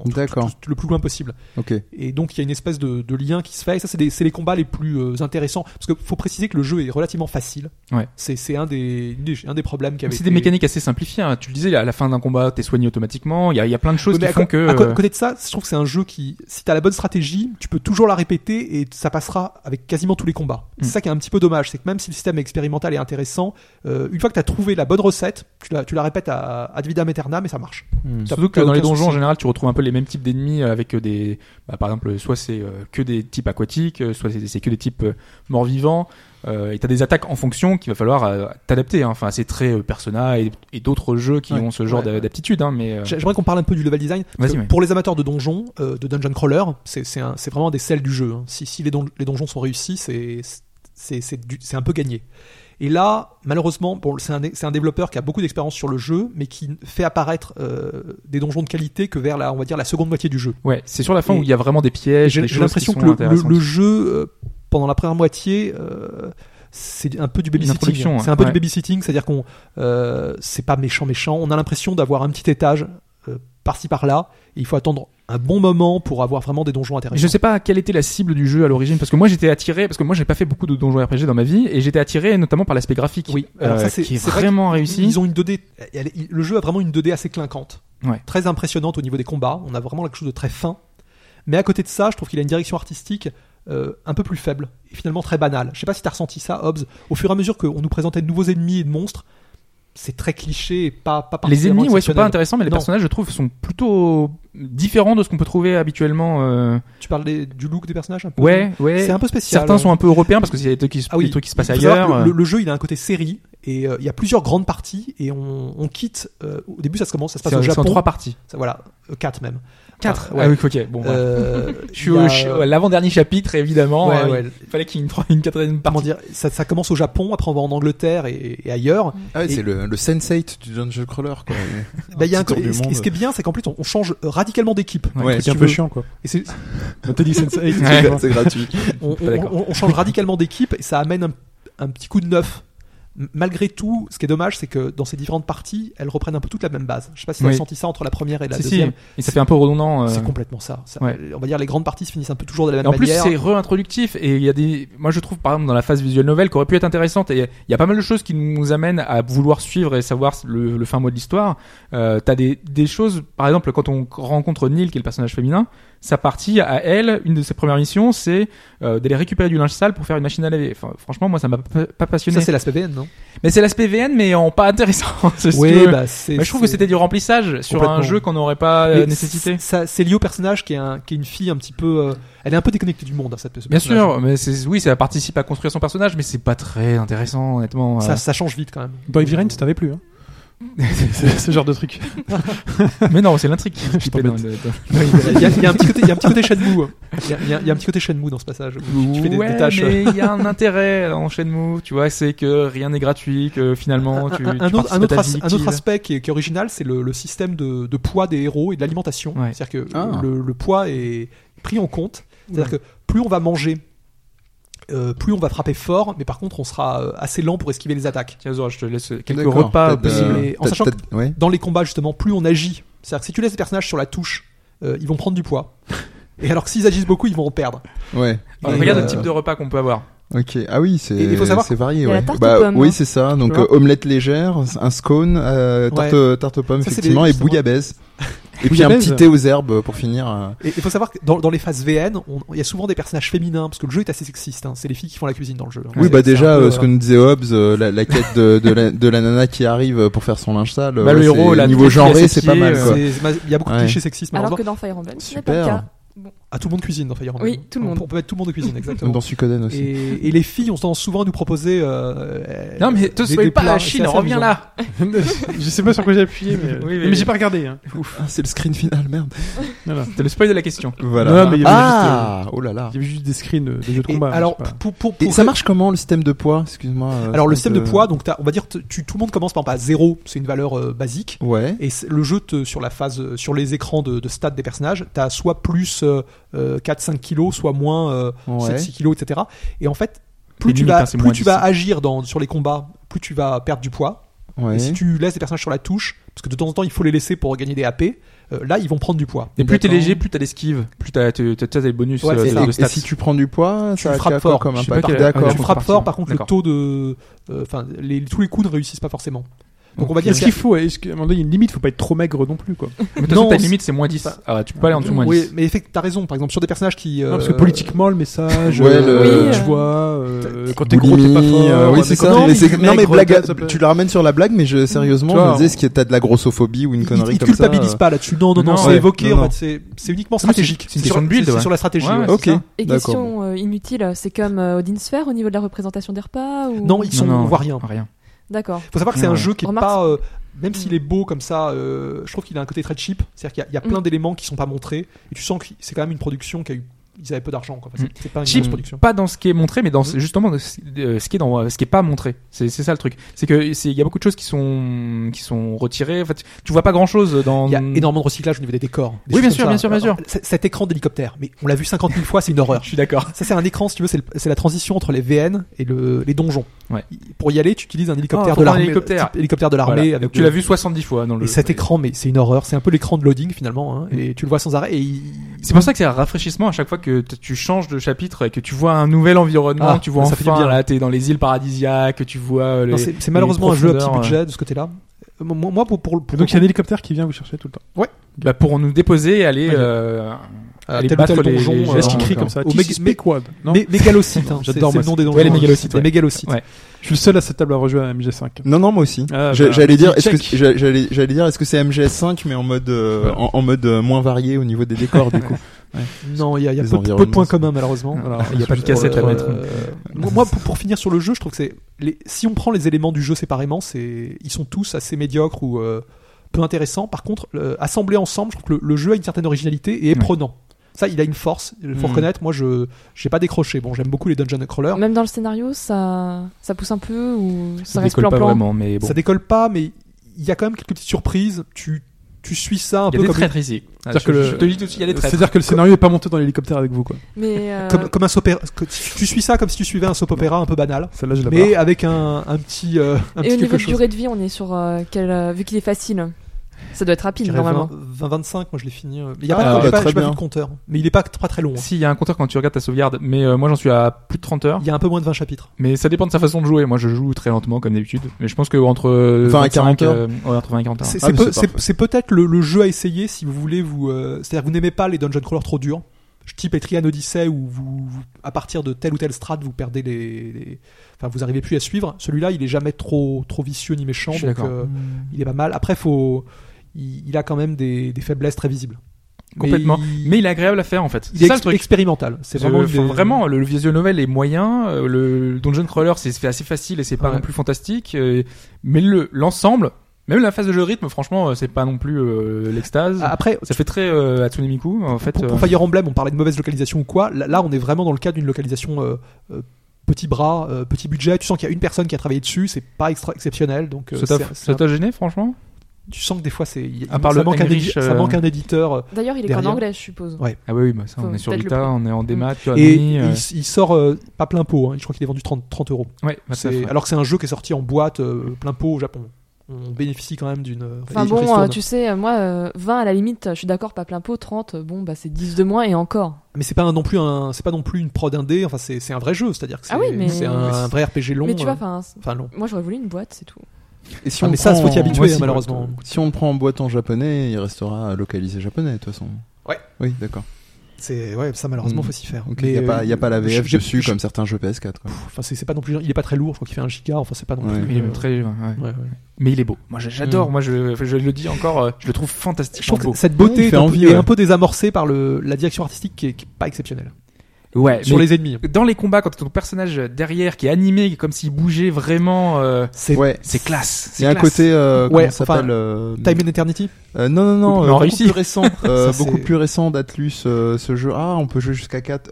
en tout- D'accord. tout- tout- le plus loin possible. Ok. Et donc il y a une espèce de, de lien qui se fait. Et ça, c'est des- c'est les combats les plus euh, intéressants. Parce qu'il faut préciser que le jeu est relativement facile. Ouais. C'est c'est un des, une des- un des problèmes qui avait C'est été- des mécaniques assez simplifiées. hein. Tu le disais, à la fin d'un combat, t'es soigné automatiquement. Il y a, il y a plein de choses Ouais, mais qui à font co- que. à co- euh, côté de ça, je trouve que c'est un jeu qui, si t'as la bonne stratégie, tu peux toujours la répéter et ça passera avec quasiment tous les combats. Mm. C'est ça qui est un petit peu dommage, c'est que même si le système expérimental est intéressant, euh, une fois que t'as trouvé la bonne recette, tu la, tu la répètes à ad vitam aeternam et ça marche. T'as- Mm. Surtout que t'as dans les aucun donjons en souci. général, tu retrouves un peu les mêmes types d'ennemis avec des, bah, par exemple, soit c'est euh, que des types aquatiques, euh, soit c'est c'est que des types euh, morts-vivants. Euh, et t'as des attaques en fonction qu'il va falloir euh, t'adapter. hein. Enfin, c'est très euh, Persona et, et d'autres jeux qui Ouais, ont ce genre ouais, ouais. d'aptitude. hein, mais euh, J'ai- J'aimerais qu'on parle un peu du level design. parce Vas-y, que ouais. Pour les amateurs de donjons, euh, de dungeon crawler, c'est c'est un- c'est vraiment des selles du jeu. hein. Si, si les, don- les donjons sont réussis, c'est- c'est c'est du- c'est un peu gagné. Et là, malheureusement, bon, c'est un, c'est un développeur qui a beaucoup d'expérience sur le jeu, mais qui fait apparaître euh, des donjons de qualité que vers la, on va dire, la seconde moitié du jeu. ouais, c'est sur la fin Et- où il y a vraiment des pièges. J'ai des j'ai choses l'impression qui que sont le, le- intéressantes. le jeu, euh, pendant la première moitié, euh, c'est un peu du babysitting. introduction, C'est hein, un peu ouais. du babysitting, c'est-à-dire qu'on, euh, c'est pas méchant, méchant. On a l'impression d'avoir un petit étage euh, par-ci par-là. et Il faut attendre un bon moment pour avoir vraiment des donjons Mais Je intéressants. sais pas quelle était la cible du jeu à l'origine, parce que moi j'étais attiré, parce que moi j'ai pas fait beaucoup de donjons RPG dans ma vie, et j'étais attiré notamment par l'aspect graphique, Oui. euh, Alors ça, c'est- qui est c'est vrai vraiment réussi. Ils ont une 2D. elle- il- le jeu a vraiment une 2D assez clinquante, Ouais. très impressionnante au niveau des combats. On a vraiment quelque chose de très fin. Mais à côté de ça, je trouve qu'il a une direction artistique euh, un peu plus faible et finalement très banale. Je sais pas si t'as ressenti ça, Hobbs. Au fur et à mesure qu'on nous présentait de nouveaux ennemis et de monstres, c'est très cliché et pas pas Les particulièrement ennemis, ouais, sont pas exceptionnel. intéressants, mais les Non. personnages, je trouve, sont plutôt différents de ce qu'on peut trouver habituellement. euh, Tu parles des- du look des personnages un peu Ouais, ouais. C'est un peu spécial. hein. Certains sont un peu européens parce que c'est des trucs qui se, Ah oui. des trucs qui se passent Il faut savoir ailleurs. euh. que Le, le jeu, il a un côté série et euh, il y a plusieurs grandes parties et on, on quitte. euh, au début, ça se commence, ça se passe C'est en- au c'est Japon. en trois parties. Ça, voilà, euh, quatre même. Quatre. Ah, ouais. Ah oui, ok. Bon, voilà. Euh, je suis il y a- au ch- à l'avant-dernier chapitre, évidemment. Ouais, hein, ouais. Il fallait qu'il y ait une, tro- une quatrième Comment partie. dire ça, ça commence au Japon, après on va en Angleterre et, et ailleurs. Ah ouais, Et- c'est le, le Sense8 du Dungeon Crawler, quoi. Bah, il y a un petit co- tour et, du ce, et monde. ce qui est bien, c'est qu'en plus on, on change radicalement d'équipe. Ouais, Si C'est un tu peu veux. chiant, quoi. Et c'est- On t'a Bah, dit Sensei, tu Ouais. vois. c'est gratuit. on, Pas d'accord. on- on change radicalement d'équipe et ça amène un, un petit coup de neuf. M- Malgré tout, ce qui est dommage, c'est que dans ces différentes parties, elles reprennent un peu toute la même base. Je sais pas si tu as Oui. senti ça entre la première et la Si, si. deuxième. Et ça fait un peu redondant. euh, C'est complètement ça. Ça- ouais. On va dire les grandes parties se finissent un peu toujours de la Et même en plus, manière. c'est réintroductif et il y a des, moi je trouve par exemple dans la phase visuelle nouvelle qui aurait pu être intéressante et il y a pas mal de choses qui nous amènent à vouloir suivre et savoir le, le fin mot de l'histoire. Euh, t'as des, des choses, par exemple quand on rencontre Neil qui est le personnage féminin, sa partie à elle, une de ses premières missions c'est euh, d'aller récupérer du linge sale pour faire une machine à laver. Enfin, franchement moi ça m'a pas, pas passionné. ça, c'est l'aspect VN, non mais c'est l'aspect VN mais en pas intéressant. c'est ce que- bah, c'est. Moi, je trouve que c'est- c'était du remplissage sur Complètement. un jeu qu'on n'aurait pas euh, Mais nécessité. c'est- ça- C'est lié au personnage qui est, un- qui est une fille un petit peu. euh, elle est un peu déconnectée du monde, hein, cette ce Bien personnage. sûr, mais c'est oui, ça participe à construire son personnage, mais c'est pas très intéressant, honnêtement. Ça, Euh, ça change vite quand même. Dans Heavy Rain, ça t'avais plus, hein. C'est- c'est ce genre de truc. mais non, c'est l'intrigue qui, qui paie dans le- dans- Il y, a, il y a un petit côté, il y a un petit côté Shenmue. hein. Il y a, il y a- il y a un petit côté Shenmue dans ce passage. où Tu fais des, ouais, des tâches. mais il y a un intérêt en Shenmue, tu vois, c'est que rien n'est gratuit, que finalement tu, un, un- tu un autre, participes un, à ta vie autre as- un autre active. aspect qui est, qui est original, c'est le, le système de, de poids des héros et de l'alimentation. Ouais. C'est-à-dire que Ah. le, le poids est pris en compte. C'est-à-dire que plus on va manger, euh, plus on va frapper fort, mais par contre on sera euh, assez lent pour esquiver les attaques. Tiens, Zora, je te laisse quelques D'accord, repas peut-être, euh, possibles. mais en peut-être- sachant peut-être- ouais. Dans les combats justement, plus on agit, c'est-à-dire que si tu laisses les personnages sur la touche, euh, ils vont prendre du poids. Et alors que s'ils agissent beaucoup, ils vont en perdre. Ouais. Alors, Et, Ah, regarde euh, le type de repas qu'on peut avoir. Ok. Ah oui, c'est Et il faut savoir- c'est varié. Il y a Ouais. la tarte aux bah pommes, oui, hein. c'est ça. Donc Tu vois euh, omelette légère, un scone, euh, tarte tarte aux pommes Ça, c'est des- effectivement et justement. bouillabaisse. Et puis un petit Bouillabaisse. thé aux herbes pour finir. euh. Et il faut savoir que dans, dans les phases VN, on- il y a souvent des personnages féminins, parce que le jeu est assez sexiste. hein. C'est les filles qui font la cuisine dans le jeu. Oui, C'est- bah c'est un déjà peu, euh, ce que nous disait Hobbes, euh, la, la quête de, de, la, de la nana qui arrive euh, pour faire son linge sale. Bah, le ouais, héros, c'est- la niveau tête qui genré, a c'est ses pas pieds, mal. euh, Quoi. c'est- c'est ma- il y a beaucoup Ouais. de clichés sexistes, Alors malheureusement. que dans Fire Emblem, ce n'est pas le Super. hein. cas. Ah, tout le monde cuisine dans Fire Emblem. Oui, tout le monde. On peut mettre tout le monde de cuisine, exactement. Comme dans Suikoden aussi. Et, et les filles ont tendance souvent à nous proposer. euh, Non, mais te des- spoil des pas plats. la C'est Chine, assez reviens amusant. là. je sais pas sur quoi j'ai appuyé, mais, Oui, oui, mais oui. j'ai pas regardé. hein. Ah, c'est le screen final, merde. T'as le spoil de la question. Voilà. Non, mais il y avait ah, oh là là. Il y avait juste des screens euh, de jeux de Et combat. alors, je sais pas. pour, pour, Et pour- ça marche comment le système de poids Excuse-moi. euh, alors le sans système te- de poids, donc t'as- on va dire, tu, tu- tout le monde commence par, par zéro, c'est une valeur euh, basique. Ouais. Et c'est- le jeu te- sur la phase, euh, sur les écrans de, de stade des personnages, t'as soit plus euh, 4-5 kilos, soit moins euh, Ouais. 7-6 kilos, etc. Et en fait, plus Les tu limites, vas, hein, c'est plus moins tu 10. vas agir dans, sur les combats, plus tu vas perdre du poids. Ouais. Et si tu laisses les personnages sur la touche, parce que de temps en temps il faut les laisser pour gagner des AP, euh, là ils vont prendre du poids. Et plus t'es D'accord. léger, plus t'as l'esquive, plus t'as t'as- t'as- t'as des bonus Ouais, euh, Et, c'est de- ça. de et stats. si tu prends du poids, ça a frappes quoi fort. comme Je sais impact pas quel- D'accord. Ouais, tu pour frappes partir. fort, par contre le D'accord. taux de, euh, enfin les, tous les coups ne réussissent pas forcément. Donc on va dire Est-ce qu'il faut, est-ce qu'à un moment donné, il y a une limite, faut pas être trop maigre non plus, quoi. Mais de toute façon, Non, ta c'est- limite, c'est moins 10. Ah, tu peux pas aller en dessous de moins Oui, 10. mais effectivement t'as raison. Par exemple sur des personnages qui, euh, Non, parce que politiquement, le message, Ouais, euh, le- tu Oui, euh, vois, euh, quand t'es gros, Boulimie, t'es pas fort. euh, oui, mais c'est quand ça. t'es Non, mais, c'est- maigre, non, mais blague, ça peut- tu la ramènes sur la blague, mais je, sérieusement, Tu vois, je me disais, on- ce qui est peut-être de la grossophobie ou une ils, connerie ils comme ça. culpabilisent pas là-dessus. Non, non, non, Non, c'est ouais. évoqué. Non, en non. fait, c'est c'est uniquement c'est- stratégique. c'est une sur- question de build, c'est ouais. sur la stratégie. Ouais, ouais. ouais. Ok. C'est ça. Et D'accord. question euh, inutile, c'est comme euh, Odin Sphere au niveau de la représentation des repas ou... Non, ils sont Non, non, on voit rien. Rien. D'accord. Faut savoir que c'est un Ouais. jeu qui est Remarque, pas. euh, même s'il est beau comme ça, euh, je trouve qu'il a un côté très cheap. C'est-à-dire qu'il y a- il y, a plein Mm. d'éléments qui sont pas montrés. Et tu sens que c'est quand même une production qui a eu. Ils avaient peu d'argent. quoi. Enfin, c'est- C'est pas une Mm. Cheap. grosse production. Pas dans ce qui est montré, mais dans Mm. ce- justement dans ce euh, ce qui est dans euh, ce qui est pas montré. C'est c'est ça le truc. C'est que c'est- il y a beaucoup de choses qui sont qui sont retirées. En fait, tu- tu vois pas grand chose dans. Il y a énormément de recyclage au niveau des décors. des Mm. Oui, bien choses sûr, comme bien ça. sûr, bien sûr. Alors, c- Cet écran d'hélicoptère, mais on l'a vu 50 000 fois, c'est une horreur. Je suis d'accord. Ça, c'est un écran, si tu veux, c'est le- c'est la transition entre les VN et le- les donjons. Ouais. Oh, Pour y aller, tu utilises un hélicoptère faut prendre de l'armée. euh, l'hélicoptère. type Hélicoptère de l'armée. Voilà. avec Tu le- l'as vu 70 fois dans le. euh, Et cet écran, mais c'est une horreur. C'est un peu l'écran de loading finalement, hein, et tu le vois sans arrêt. Et il- C'est pour ça que c'est un rafraîchissement à chaque fois que t- tu changes de chapitre et que tu vois un nouvel environnement, Ah, que tu vois ça fait du enfin bien. là, t'es dans les îles paradisiaques, que tu vois euh, les- Non, C'est c'est malheureusement un jeu à petit profondeurs, budget de ce côté-là. Euh, Moi, moi, pour, pour, Et pour Donc il y a un hélicoptère qui vient vous chercher tout le temps. bah, pour nous déposer et aller Ouais. euh, euh, aller tel ou battre tel les- donjon, les- euh, Est-ce non, qu'il crie comme ça Au Qui mé- se squad Non, mé- mégalocyte, hein, c'est J'adore, c'est le moi, nom des donjons. Ouais, les hein, mégalocytes, c'est ouais. Des mégalocytes. Ouais. je suis le seul à cette table à rejouer à MG5. Non, non, moi aussi. Ah, J'ai- voilà. J'allais dire, est-ce que Check. j'allais- j'allais j'allais dire, est-ce que c'est MGS5 mais en mode euh, Voilà. en, en mode euh, moins varié au niveau des décors du coup. Non, il y a, il y a Les peu, de- peu de environnements, points c'est- communs malheureusement. Voilà. Il y a pas de Euh, cassette à Euh, mettre. moi, moi, pour, pour finir sur le jeu, je trouve que c'est les- si on prend les éléments du jeu séparément, c'est ils sont tous assez médiocres ou euh, peu intéressants. Par contre, euh, assemblés ensemble, je trouve que le, le jeu a une certaine originalité et est Ouais. prenant. Ça, il a une force. Il faut Mm. reconnaître. Moi, je j'ai pas décroché. Bon, j'aime beaucoup les dungeon crawlers. Même dans le scénario, ça, ça pousse un peu ou ça, ça reste décolle pas plan-plan vraiment, mais bon. Ça décolle pas, mais il y a quand même quelques petites surprises. Tu tu suis ça Il un y peu a des comme, traîtres ici. Ah, C'est-à-dire je, que le- je te dis tout de suite, il y a des traîtres. C'est-à-dire que le scénario est pas monté dans l'hélicoptère avec vous, quoi. Mais euh, comme comme un soap opéra- que Tu tu suis ça comme si tu suivais un soap opéra un peu banal, Celle-là, je la mais avec un un petit euh, un et petit au niveau quelque de chose. durée de vie, on est sur euh, quel, euh, vu qu'il est facile, ça doit être Je rapide dirais normalement. 20, 25, moi je l'ai fini. euh, Il y a Ah, pas, de- bah, j'ai pas- très j'ai pas vu bien. le compteur, mais il est pas, pas très long. hein. Si, il y a un compteur quand tu regardes ta sauvegarde, mais euh, moi j'en suis à plus de 30 heures. Il y a un peu moins de 20 chapitres. Mais ça dépend de sa façon de jouer. Moi je joue très lentement comme d'habitude, mais je pense que entre euh, 20 à 40 heures. euh, ouais, entre 20 et 40 heures. C'est Ah, c'est mais peu- c'est c'est- parfait. c'est peut-être le, le jeu à essayer si vous voulez vous. euh, C'est-à-dire que vous n'aimez pas les dungeon crawlers trop durs. Je type Etrian Odyssey où vous, vous- à partir de telle ou telle strate vous perdez les, les- enfin vous arrivez plus à suivre. Celui-là il est jamais trop trop vicieux ni méchant Je suis donc d'accord. Mm. euh, il est pas mal. Après faut il, il a quand même des, des faiblesses très visibles. Complètement. Mais il, Mais il est agréable à faire en fait. il C'est est ça le ex- truc. expérimental. C'est Je- vraiment une enfin, des- vraiment le, le visual novel est moyen, euh, le dungeon crawler c'est c'est assez facile et c'est pas Ouais. non plus fantastique, euh, mais le l'ensemble, même la phase de jeu de rythme, franchement euh, c'est pas non plus euh, l'extase. Après ça fait très euh, Hatsune Miku en fait. Ah. pour, euh, pour Fire Emblem, on parlait de mauvaise localisation ou quoi. Là, là, on est vraiment dans le cadre d'une localisation euh, euh, petit bras, euh, petit budget. Tu sens qu'il y a une personne qui a travaillé dessus. C'est pas extra exceptionnel. Donc, euh, ça t'a- c'est- c'est ça un- t'a gêné franchement tu sens que des fois, c'est il- À part ça, le manque un Heinrich, édi- ça euh, manque un éditeur. D'ailleurs, il est Derrière. en anglais, je suppose. Ouais. Ah oui, oui, bah ça, Faut on est sur peut-être le Vita, prendre. on est en démat, tu vois, Et demi, euh, il, s- il sort euh, pas plein pot, hein. je crois qu'il est vendu 30, 30 euros. ouais, bah, ça, C'est- ouais. Alors que c'est un jeu qui est sorti en boîte euh, plein pot au Japon. On bénéficie quand même d'une. euh, Enfin réédition bon, Keystone. euh, tu sais, euh, moi, euh, 20 à la limite, je suis d'accord, pas plein pot, 30, euh, bon, bah c'est 10 de moins et encore. Mais c'est pas un- non plus un, c'est pas non plus une prod indé. Enfin, c'est c'est un vrai jeu, c'est-à-dire que c'est Ah oui, mais- c'est un, un vrai RPG long. mais tu euh, vois, enfin, c- enfin long. moi j'aurais voulu une boîte, c'est tout. Et si Ah, on mais ça, prend faut t'y en- habituer, Moi, si- malheureusement. Si on le prend en boîte en japonais, il restera localisé japonais, de toute façon. Ouais. Oui, d'accord. C'est ouais, ça malheureusement Mm. faut s'y faire. Ok, Il Mais, n'y a, pas- euh, il y a pas la je- VF j'ai- dessus je- comme certains jeux PS4. quoi. Enfin, c'est c'est pas non plus, il est pas très lourd. Je crois qu'il fait un giga. Enfin, c'est pas non Ouais. plus. Il est euh, très- ouais, ouais. ouais, ouais. Mais il est beau. Moi, j'adore. Mm. Moi, je, je le dis encore, euh, je le trouve fantastique. Je trouve que beau. cette Ouais, il beauté fait est, un, peu- envie, est ouais. un peu désamorcée par le, la direction artistique qui est, qui est pas exceptionnelle. Ouais, Sur mais les ennemis. hein. dans les combats, quand t'as ton personnage derrière qui est animé, comme s'il bougeait vraiment, euh, C'est Ouais. c'est classe. Il y a un classe. côté. euh, comment Ouais, ça enfin, s'appelle euh, Time and Eternity. euh, Non, non, non. Mais euh, en beaucoup Russie. plus récent. euh, Ça, beaucoup c'est- plus récent d'Atlus, euh, ce jeu. Ah, on peut jouer jusqu'à 4.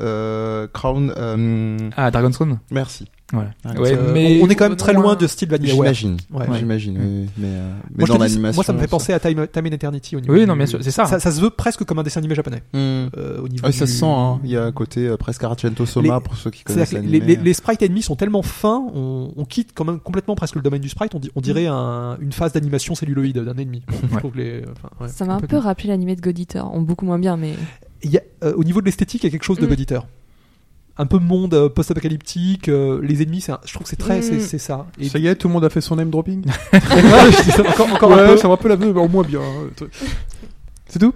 Crown. euh, Ah, Dragon's Throne. Merci. Voilà. Ah, Ouais, Euh, mais on on est quand même très loin loin. de style Vanillaware. J'imagine. Ouais. Ouais. J'imagine, oui, oui, Mais, euh, mais dans Moi, je te dis, l'animation. moi, ça me fait penser à Time, Time and Eternity au niveau Oui, du- non, bien sûr, c'est ça. Ça, ça se veut presque comme un dessin animé japonais. Hmm. euh, au niveau Ah oui, ça du- se sent, hein. Il y a un côté euh, presque Argento Soma Les- pour ceux qui connaissent hein. C'est-à-dire que l'anime. les, les- les sprites ennemis sont tellement fins, on, on quitte quand même complètement presque le domaine du sprite, on, di- on dirait un- une phase d'animation celluloïde d'un ennemi. Je Ouais. trouve que les- enfin, ouais. ça m'a un peu complètement. rappelé l'animé de God Eater, en beaucoup moins bien, mais. Il y a, euh, au niveau de l'esthétique, il y a quelque chose de Mm. God Eater. Un peu monde euh, post-apocalyptique, euh, les ennemis, c'est un- je trouve que c'est très, Mm. c'est, c'est ça. Et- Ça y est, tout le monde a fait son name dropping. encore encore un peu. ça me rappelle un peu, mais au moins bien. hein, le truc. C'est tout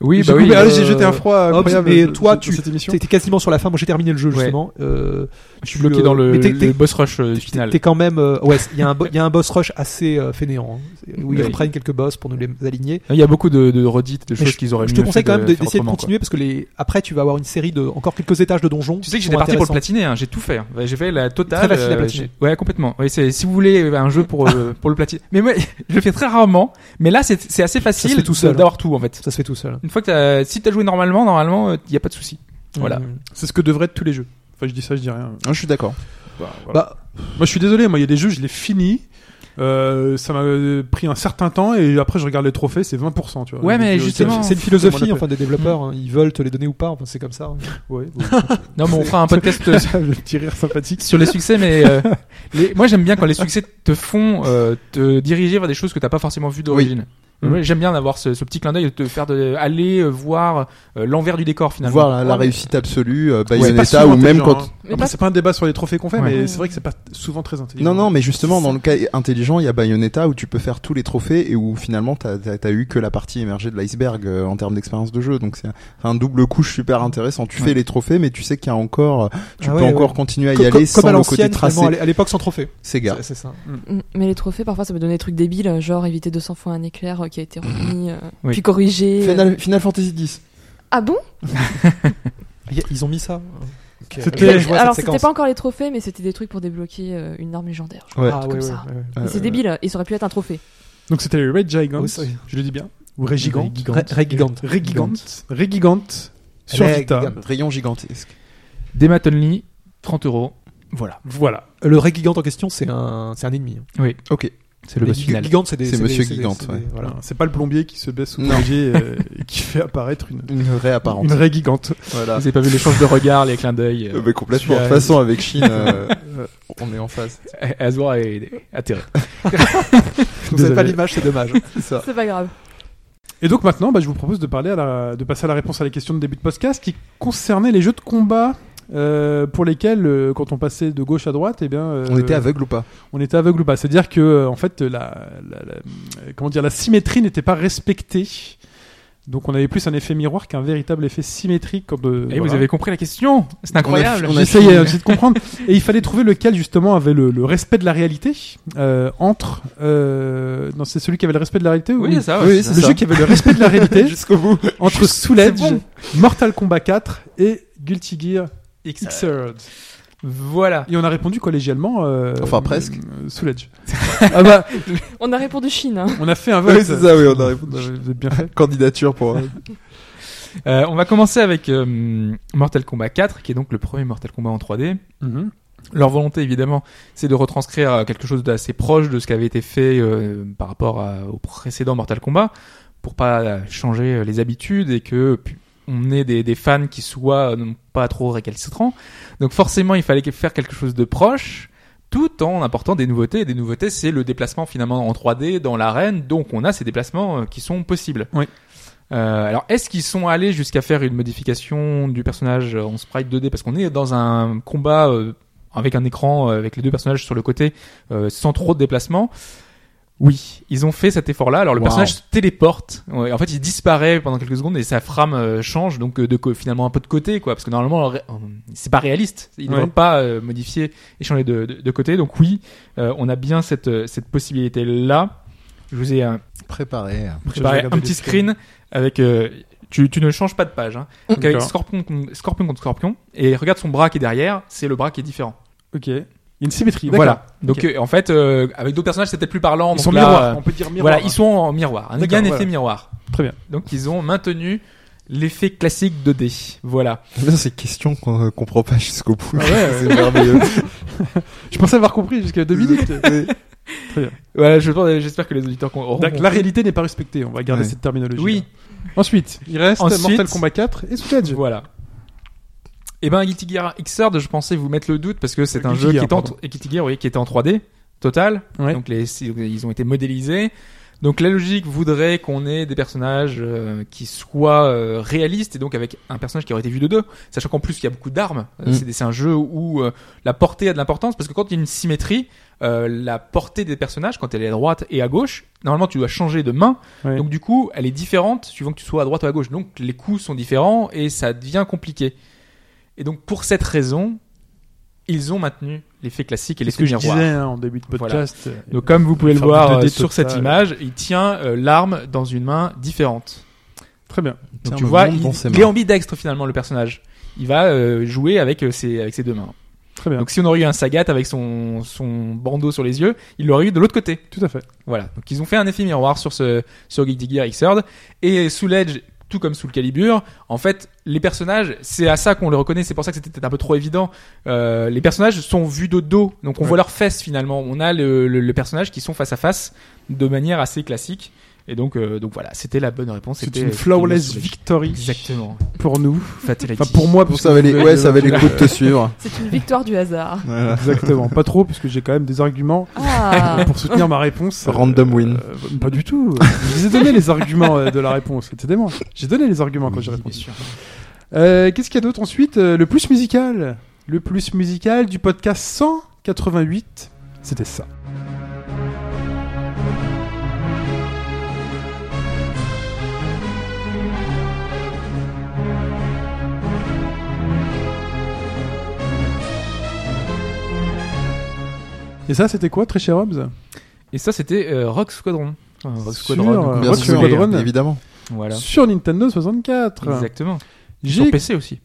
Oui, J'ai bah oui. coupé- ah, euh, j'ai jeté un froid hop, incroyable. mais ce- toi, ce- tu- cette émission. T'es t'es quasiment sur la fin. Moi, j'ai terminé le jeu Ouais. justement. Euh, Je suis bloqué dans le, mais t'es- le t'es- boss rush euh, final. T'es quand même. euh, ouais, il y, a un bo- il y a un boss rush assez euh, fainéant. hein. C'est- Où ils Oui. reprennent quelques boss pour nous les aligner. Il y a beaucoup de, de redites, de Mais choses qu'ils auraient Bah, Je te mieux conseille fait quand même faire de- d'essayer de, autrement, quoi. continuer parce que les, après, tu vas avoir une série de. Encore quelques étages de donjons. Tu sais que qui j'étais sont parti pour le intéressants. platiner, hein, j'ai tout fait. hein. Ouais, J'ai fait la totale. Très facile à euh, platiner. j'ai- ouais, complètement. Oui, c'est si vous voulez euh, un jeu pour euh, pour le platiner. Mais moi, je le fais très rarement. Mais là, c'est c'est assez se facile fait tout seul. hein. de- d'avoir tout en fait. Ça se fait tout seul. Une fois que t'as, si t'as joué normalement, normalement, il y a pas de souci. Voilà. Mm. C'est ce que devraient être tous les jeux. Enfin, je dis ça, je dis rien. Ah, je suis d'accord. Bah, Moi, je suis désolé. Moi, il y a des jeux, je les finis. Euh, ça m'a euh, pris un certain temps et après je regarde les trophées, c'est 20%. Tu vois. Ouais, mais Je- c'est justement- une- Exactement. c'est une Comment on philosophie l'appelle enfin des développeurs. hein. Ils veulent te les donner ou pas. Enfin, c'est comme ça. hein. Ah Ouais, ouais. Non, mais on fera un podcast euh, sur- le petit rire sympathique. sur les succès, mais euh, les- moi j'aime bien quand les succès te font euh, te diriger vers des choses que t'as pas forcément vues d'origine. Oui. Mm. Moi, J'aime bien d'avoir ce, ce petit clin d'œil, de te faire de, aller euh, voir euh, l'envers du décor finalement. Voir la, la Ouais, mais- réussite absolue, euh, C'est pas Bayonetta souvent ou même intelligent, quand. hein. Mais Après, pas- c'est pas un débat sur les trophées qu'on fait, Ouais. mais c'est vrai que c'est pas souvent très intelligent. Non, non, mais justement, dans le cas intelligent, il y a Bayonetta où tu peux faire tous les trophées et où finalement t'as as, eu que la partie émergée de l'iceberg euh, en termes d'expérience de jeu. Donc c'est un, c'est un double couche super intéressant. Tu Ouais. fais les trophées, mais tu sais qu'il y a encore, euh, tu Ah peux ouais, encore ouais. continuer à y Co- aller co- sans Comme à le côté l'ancienne, tracé. finalement, à l'é- à l'époque sans trophée. Sega. C'est- C'est ça. Mm, Mais les trophées, parfois, ça peut donner des trucs débiles, euh, genre éviter 200 fois un éclair euh, qui a été remis, euh, Oui. puis corrigé. euh. Final, Final Fantasy X. Ah bon Y- Ils ont mis ça. C'était- Je vois cette Alors, c'était séquence. pas encore les trophées, mais c'était des trucs pour débloquer euh, une arme légendaire. je crois, Ouais. un truc comme ça. ouais, ouais. Mais Euh, C'est débile, et ça aurait pu être un trophée. Donc c'était les Red Gigant, Oui, c'est- je le dis bien, ou Red Gigant, Red- Red Gigant. Red Gigant, Red Gigant sur Red Vita. Gigant. euh, Rayon gigantesque. Démat only, 30 euros. Voilà. Voilà. Le Ray Gigant en question, c'est un, c'est un ennemi. Ok. C'est le Les boss Gig- final. Gigante, c'est des. C'est des- Monsieur des- Gigante, c'est des- ouais. Voilà. C'est pas le plombier qui se baisse sous Non. le pied, euh, et qui fait apparaître une, Une vraie apparente. une Red Gigante. Voilà. Vous avez pas vu l'échange de regards, les clins d'œil. Euh, bah, complètement. De celui-là, toute façon, avec Chine, euh, on est en face. euh, Azor est atterré. Vous avez Désolé. pas l'image, c'est dommage. C'est ça. C'est pas grave. Et donc maintenant, bah, je vous propose de parler à la, de passer à la réponse à la question de début de podcast qui concernait les jeux de combat. euh, pour lesquels, euh, quand on passait de gauche à droite, eh bien, euh, On était aveugle ou pas on était aveugle ou pas. C'est-à-dire que euh, en fait, la, la- la- euh, comment dire, la symétrie n'était pas respectée. Donc on avait plus un effet miroir qu'un véritable effet symétrique. Quand de, Et voilà. vous avez compris la question C'est incroyable. on a J'essayais j'essayais de comprendre. Et il fallait trouver lequel justement avait le, le respect de la réalité euh, entre. Euh, non, c'est celui qui avait le respect de la réalité. ou- Oui, c'est ça. ouais, Oui, c'est ça. c'est le jeu qui avait le respect de la réalité Jusqu'au bout. entre Soulage, C'est bon. Mortal Kombat 4 et Guilty Gear X- Xrd. Voilà. Et on a répondu collégialement. euh, Enfin, presque. euh, Soulage. ah bah, On a répondu Chine. hein. on a fait un vote. Oui, c'est ça, oui, on a répondu. Vous avez bien fait. Candidature pour. euh, Euh, on va commencer avec euh, Mortal Kombat 4, qui est donc le premier Mortal Kombat en 3D. Leur volonté, évidemment, c'est de retranscrire euh, quelque chose d'assez proche de ce qui avait été fait euh, par rapport à- au précédent Mortal Kombat, pour pas euh, changer euh, les habitudes et que pu- on ait des, des fans qui soient euh, non pas trop récalcitrants. Donc forcément, il fallait que- faire quelque chose de proche, tout en apportant des nouveautés. Et des nouveautés, c'est le déplacement finalement en 3D dans l'arène. Donc on a ces déplacements euh, qui sont possibles. Oui. Euh, alors, est-ce qu'ils sont allés jusqu'à faire une modification du personnage euh, en sprite 2D parce qu'on est dans un combat euh, avec un écran euh, avec les deux personnages sur le côté euh, sans trop de déplacement. Oui, ils ont fait cet effort-là. Alors le Wow. personnage se téléporte. Ouais, en fait, il disparaît pendant quelques secondes et sa frame euh, change donc euh, de co- finalement un peu de côté quoi parce que normalement ré- euh, c'est pas réaliste. Ils ne Ouais. devraient pas euh, modifier et changer de, de- de côté. Donc oui, euh, on a bien cette euh, cette possibilité là. Je vous ai euh, Préparé. préparé un petit screen avec euh, tu, tu ne changes pas de page. Hein. Donc avec D'accord. scorpion, con- scorpion contre scorpion et regarde son bras qui est derrière, c'est le bras qui est différent. Ok. Il y a une symétrie. Voilà. Donc Ok. euh, en fait, euh, avec d'autres personnages, c'était plus parlant. Ils donc sont là, miroirs. hein. euh, On peut dire miroir. Voilà, ils sont en miroir. Un D'accord, gain voilà. effet miroir. Très bien. Donc ils ont maintenu l'effet classique 2D. Voilà. C'est question qu'on ne comprend pas jusqu'au bout. Ah ouais, ouais. c'est merveilleux. Je pensais avoir compris jusqu'à deux minutes. Oui. Voilà, je pense- j'espère que les auditeurs con- auront D'accord, La réalité n'est pas respectée. On va garder Ouais. cette terminologie. Oui, Ensuite, il reste Ensuite- Mortal Kombat 4 et Soul Edge. voilà. Et ben Guilty Gear Xrd, je pensais vous mettre le doute parce que c'est un Guilty jeu Gear, qui est en pardon. et Guilty Gear, oui, qui était en 3D total. Ouais. Donc les, c'est- ils ont été modélisés. Donc la logique voudrait qu'on ait des personnages euh, qui soient euh, réalistes et donc avec un personnage qui aurait été vu de deux, sachant qu'en plus il y a beaucoup d'armes. Euh, Mm. C'est des- C'est un jeu où euh, la portée a de l'importance parce que quand il y a une symétrie, euh, la portée des personnages quand elle est à droite et à gauche, normalement tu dois changer de main. Ouais. Donc du coup elle est différente suivant que tu sois à droite ou à gauche. Donc les coups sont différents et ça devient compliqué. Et donc pour cette raison, ils ont maintenu l'effet classique et C'est ce l'effet que je miroir. disais hein, en début de Voilà. podcast. Donc comme vous pouvez le Forme voir de euh, dé sur total. cette image, il tient euh, l'arme dans une main différente. Très bien. Tiens, Donc tu me vois, montre il, dans ses il mains. est ambidextre finalement le personnage. Il va euh, jouer avec euh, ses avec ses deux mains. Très bien. Donc si on aurait eu un Sagat avec son son bandeau sur les yeux, il l'aurait eu de l'autre côté. Tout à fait. Voilà. Donc ils ont fait un effet miroir sur ce sur Guilty Gear Xrd et sous l'Edge tout comme sous le Calibur, en fait, les personnages, c'est à ça qu'on les reconnaît, c'est pour ça que c'était peut-être un peu trop évident. Euh, les personnages sont vus de dos, donc on Ouais. voit leurs fesses finalement. On a le, le, le personnage qui sont face à face de manière assez classique. Et donc, euh, donc voilà, c'était la bonne réponse. C'est c'était- euh, une c'était flawless Sous l'Edge. victory Exactement. pour nous. Fatality. Enfin, pour moi, parce Ça que valait, vous ouais, avez- ça valait le coup de te suivre. C'est une victoire du hasard. Voilà. Exactement. Pas trop, parce que j'ai quand même des arguments Ah pour soutenir ma réponse. Random win. euh, pas du tout. Je vous ai donné les arguments euh, de la réponse. C'était moi. J'ai donné les arguments quand j'ai Bien répondu. sûr. Euh, Qu'est-ce qu'il y a d'autre ensuite Euh, Le plus musical. Le plus musical du podcast 188. C'était ça. Et ça, c'était quoi, très cher Hobbs Et ça, c'était euh, Rock Squadron. Enfin, Rock Sur, Squadron. euh, donc, Bien Rock Rock sûr, Squadron. évidemment. Voilà. Sur Nintendo 64. Exactement. Sur J'ai PC aussi.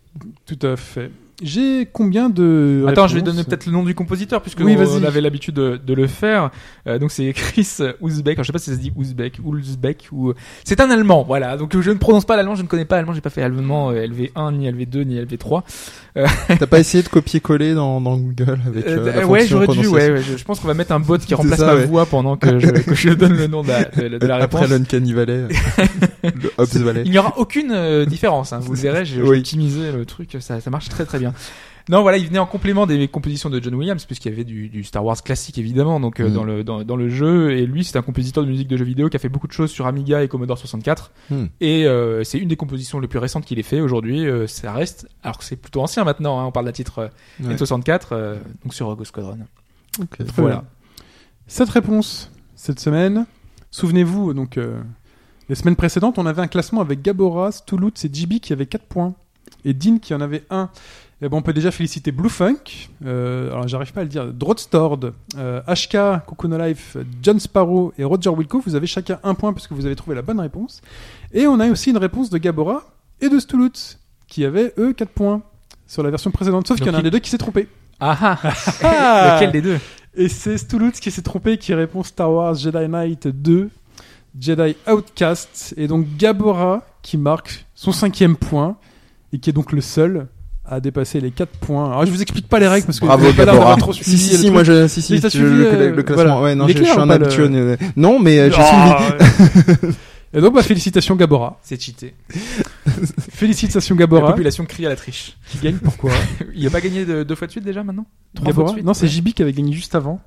tout à fait. J'ai combien de Attends, je vais réponses donner peut-être le nom du compositeur puisque Oui, on vas-y. avait l'habitude de, de le faire. Euh, donc c'est Chris Ouzbek. Alors, je sais pas si ça se dit Ouzbek, Ouzbek ou euh, c'est un Allemand. Voilà. Donc je ne prononce pas l'allemand, je ne connais pas l'allemand, j'ai pas fait allemand euh, LV1 ni LV2 ni LV3. T'as pas essayé de copier-coller dans, dans Google avec euh, Euh, la ouais, fonction j'aurais dû. prononciation Ouais, ouais, je, je pense qu'on va mettre un bot qui C'est remplace ça, ma ouais. voix pendant que je, que je donne le nom de la, de la- de la réponse. Après l'Uncanny Valley, euh, le Hobbs Valley. Il n'y aura aucune euh, différence, hein, vous le verrez, j'ai j'ai Oui. optimisé le truc, ça, ça marche très très bien. Non, voilà, il venait en complément des compositions de John Williams, puisqu'il y avait du, du Star Wars classique évidemment, donc euh, Mm. dans, le, dans, dans le jeu, et lui c'est un compositeur de musique de jeux vidéo qui a fait beaucoup de choses sur Amiga et Commodore 64, Mm. et euh, c'est une des compositions les plus récentes qu'il ait fait aujourd'hui, euh, ça reste, alors que c'est plutôt ancien maintenant, hein, on parle d'un titre euh, Ouais. N64, euh, donc sur Rogue Squadron. Ok. Très Voilà. bien. Cette réponse cette semaine, souvenez-vous donc euh, les semaines précédentes, on avait un classement avec Gaboras, Toulout et JB qui avaient 4 points et Dean qui en avait 1. Et ben on peut déjà féliciter Blue Funk, euh, alors j'arrive pas à le dire, Drodstord, euh, HK, Kukuna Life, John Sparrow et Roger Wilco, vous avez chacun un point parce que vous avez trouvé la bonne réponse. Et on a aussi une réponse de Gabora et de Stoulout qui avaient eux 4 points sur la version précédente, sauf Donc qu'il y en a un il- des deux qui s'est trompé. Ah ah Ah Lequel des deux et c'est Stoulout qui s'est trompé qui répond Star Wars Jedi Knight 2, Jedi Outcast, et donc Gabora qui marque son cinquième point, et qui est donc le seul a dépassé les 4 points. Alors, je vous explique pas les règles parce que Bravo, vous avez pas l'air Deborah. d'avoir trop suivi Si, si, le si, truc. moi, je, si, Mais si, t'as je- suivi, le, euh, le- le classement. voilà. Ouais, non, Il est je, je clair suis ou un pas, le- Oh. habitué. euh, Non, mais euh, j'ai suivi. Ah, Et donc, bah, félicitations Gabora. C'est cheaté. Félicitations La Gabora. population crie à la triche. Qui gagne pourquoi Il a pas gagné de- deux fois de suite déjà maintenant Trois fois de Gabora suite Non, c'est Jibi qui avait gagné juste avant.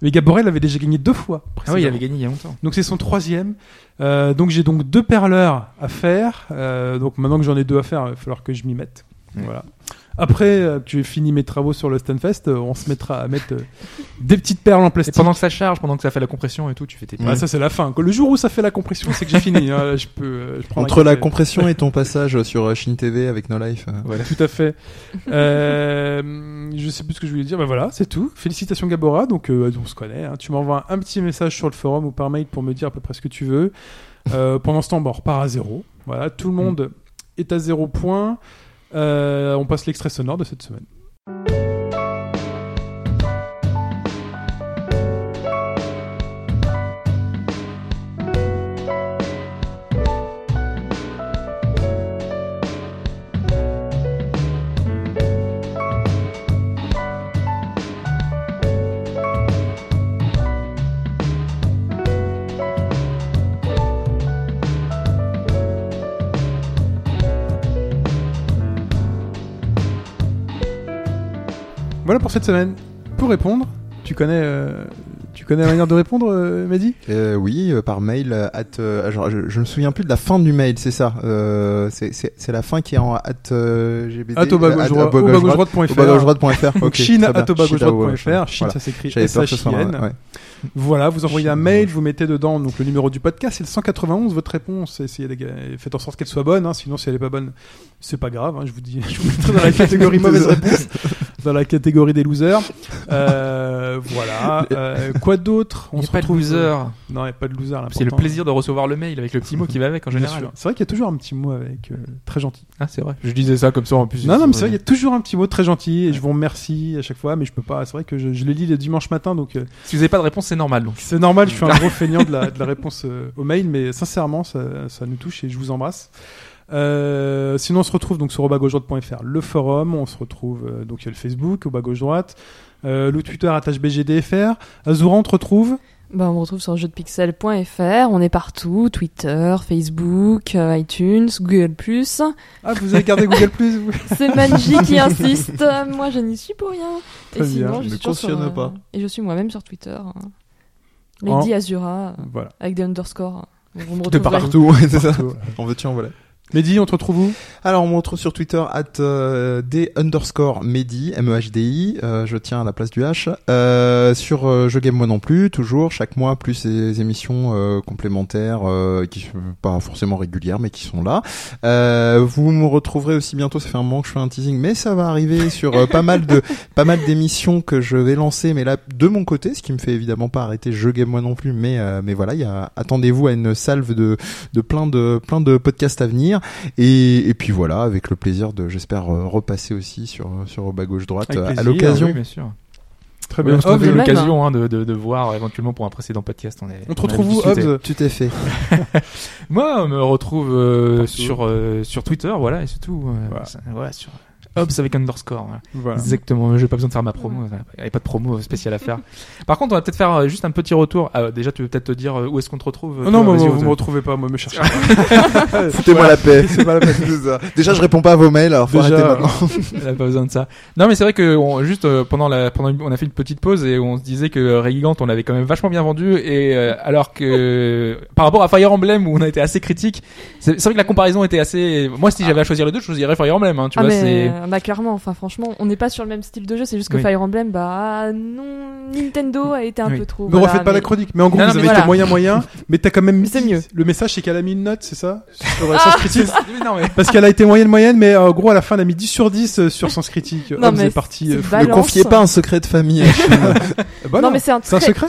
Mais Gabora, il avait déjà gagné deux fois. Ah oui, il précédemment. avait gagné il y a longtemps. Donc c'est son troisième. Euh, donc j'ai donc deux perleurs à faire. Euh, donc maintenant que j'en ai deux à faire, il va falloir que je m'y mette. Ouais. Voilà. Après euh, que j'ai fini mes travaux sur le Stanfest, euh, on se mettra à mettre euh, des petites perles en Et plastique. pendant que ça charge, pendant que ça fait la compression et tout, tu fais tes Ah, passes. ça c'est la fin. quoi. Le jour où ça fait la compression, c'est que j'ai fini. hein. Je peux. euh, je prends Entre la compression compression et ton passage sur euh, Shin TV avec No Life. euh, Tout à fait. Euh, je sais plus ce que je voulais dire. Bah voilà, c'est tout. Félicitations Gabora. Donc euh, on se connaît. hein. Tu m'envoies un petit message sur le forum ou par mail pour me dire à peu près ce que tu veux. Euh, pendant ce temps, bah, on repart à zéro. Voilà, tout le monde est à zéro point. Euh, on passe l'extrait sonore de cette semaine. Voilà pour cette semaine. Pour répondre, tu connais, euh, tu connais la manière de répondre, euh, Mehdi Euh, oui, euh, par mail. euh, at, euh, genre, je, je me souviens plus de la fin du mail, c'est ça. Euh, c'est- c'est c'est la fin qui est en at euh, GBT. At au bas gauche droit- au bas gauche droite.fr. Au bas gauche droite.fr. Donc Ok, Chine très bien. at au bas gauche Chine, droite.fr. ouais, ouais. Chine, Voilà. ça s'écrit J'avais peur ce soir. S-H-I-N. ouais. Voilà, vous envoyez un Chine. mail, vous mettez dedans donc le numéro du podcast, c'est le 191. Votre réponse, essayez de ga- faites en sorte qu'elle soit bonne. hein, sinon, si elle est pas bonne, c'est pas grave. hein, je vous dis, je vous mettrai dans la catégorie mauvaise réponse, dans la catégorie des losers. Euh, voilà. Euh, quoi d'autre On se se pas de retrouve- loser. Non, il n'y a pas de loser. C'est le l'important. plaisir de recevoir le mail avec le petit mot qui va avec en Bien général. sûr. C'est vrai qu'il y a toujours un petit mot avec euh, très gentil. Ah, c'est vrai. Je disais ça comme ça en plus. Non, non, mais c'est vrai, il y a toujours un petit mot très gentil et je vous remercie à chaque fois, mais je peux pas. C'est vrai que je, je les lis le dimanche matin, donc euh, Si vous n'avez pas de réponse, c'est normal. Donc. C'est normal, je suis un gros feignant de la, de la réponse euh, au mail, mais sincèrement, ça, ça nous touche et je vous embrasse. Euh, sinon, on se retrouve donc sur obagaugedroite.fr, le forum, on se retrouve euh, donc il y a le Facebook, au bas gauche droite, euh, le Twitter attache BGDFR. Azoura, on te retrouve. Bah, on me retrouve sur jeuxdepixel.fr, on est partout, Twitter, Facebook, euh, iTunes, Google+. Ah, vous avez gardé Google Plus C'est Manji qui insiste, euh, moi je n'y suis pour rien. Très et sinon, bien, je je ne suis toujours sur, cautionne euh, pas. Et je suis moi-même sur Twitter. hein. Lady Azura, euh, Voilà. avec des underscores. Donc, vous me De retrouverez. partout, ouais, c'est ça. Tout. On veut tiens, voilà. Mehdi, on te retrouve où Alors, on me retrouve sur Twitter at euh, d underscore mehdi, M-E-H-D-I, euh, je tiens à la place du H. Euh, sur euh, Je Game Moi Non Plus, toujours, chaque mois, plus les émissions euh, complémentaires euh, qui sont pas forcément régulières, mais qui sont là. Euh, vous me retrouverez aussi bientôt, ça fait un moment que je fais un teasing, mais ça va arriver sur euh, pas mal de pas mal d'émissions que je vais lancer, mais là, de mon côté, ce qui me fait évidemment pas arrêter Je Game Moi Non Plus, mais, euh, mais voilà, il y a- attendez-vous à une salve de, de, plein de plein de podcasts à venir. Et, et puis voilà, avec le plaisir de, j'espère, euh, repasser aussi sur, sur au bas gauche droite Avec euh, à plaisir, l'occasion. Ah Oui, bien sûr. Très Oui, Ah, on se trouve Hobbes, eu même, l'occasion hein, de, de, de voir éventuellement pour un précédent podcast. On, est, On te on avait retrouve où, discuté. Hobbes Tu t'es fait. Moi, on me retrouve euh, Partout. sur, euh, sur Twitter, voilà, et c'est tout. euh, Voilà. ça- voilà, sur Hobbs avec underscore. voilà. Voilà. Exactement, j'ai pas besoin de faire ma promo, il n'y a pas de promo euh, spéciale à faire. Par contre, on va peut-être faire euh, juste un petit retour. Ah, déjà, tu veux peut-être te dire euh, où est-ce qu'on te retrouve euh, Oh non, toi, moi, vas-y, vous Ose. me retrouvez pas, moi, me cherchez. pas. Foutez-moi la paix. C'est pas la peine. C'est ça. Déjà, je réponds pas à vos mails, alors faut Déjà, arrêter maintenant. Elle a pas besoin de ça. Non, mais c'est vrai que on- juste euh, pendant la pendant une- on a fait une petite pause et on se disait que euh, Ray Gigant on l'avait quand même vachement bien vendu et euh, alors que par rapport à Fire Emblem où on a été assez critique, c'est c'est vrai que la comparaison était assez. Moi, si j'avais à choisir les deux, je choisirais Fire Emblem. Hein, tu ah vois, mais c'est euh, bah clairement, enfin franchement, on n'est pas sur le même style de jeu, c'est juste que Oui. Fire Emblem, bah non, Nintendo a été un Oui. peu trop. Ne voilà, refaites pas mais- la chronique. Mais en gros, Non, non, vous mais avez été voilà. moyen, moyen, mais t'as quand même mis. C'est mieux. Le message, c'est qu'elle a mis une note, c'est ça Sur euh, Sens Critique non mais Parce qu'elle a été moyenne moyenne, mais euh, en gros à la fin elle a mis 10 sur 10 euh, sur Sens Critique. Non, Hobbes mais est parti. c'est euh, fou. valable. Ne confiez pas un secret de famille. Euh, bah non, non, mais c'est un c'est un très, secret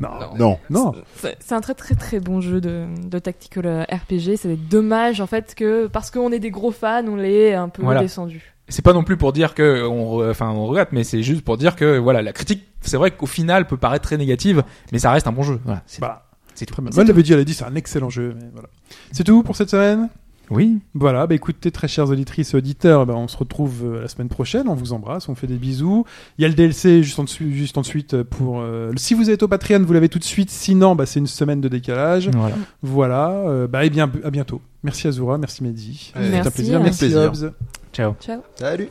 Non. non. Non. c'est c'est un très très très bon jeu de, de tactical euh, RPG. C'est dommage en fait que parce qu'on est des gros fans, on l'est un peu Voilà. descendu. c'est pas non plus pour dire que on re- enfin on regrette, mais c'est juste pour dire que voilà la critique. C'est vrai qu'au final peut paraître très négative, mais ça reste un bon jeu. Voilà, c'est Voilà. c'est tout. Très bien. Moi, elle l'avait dit, elle a dit c'est un excellent jeu. mais voilà. C'est tout pour cette semaine. Oui. Voilà, bah écoutez, très chères auditrices et auditeurs, bah, on se retrouve euh, la semaine prochaine. On vous embrasse, on fait des bisous. Il y a le DLC juste, en dessous- juste ensuite euh, pour. euh, si vous êtes au Patreon, vous l'avez tout de suite. Sinon, bah, c'est une semaine de décalage. Voilà. Voilà, euh, bah, et bien, à bientôt. Merci Azura, merci Mehdi. Merci, C'était un plaisir. hein. Merci Plaisir. Hobbs. Ciao. Ciao. Salut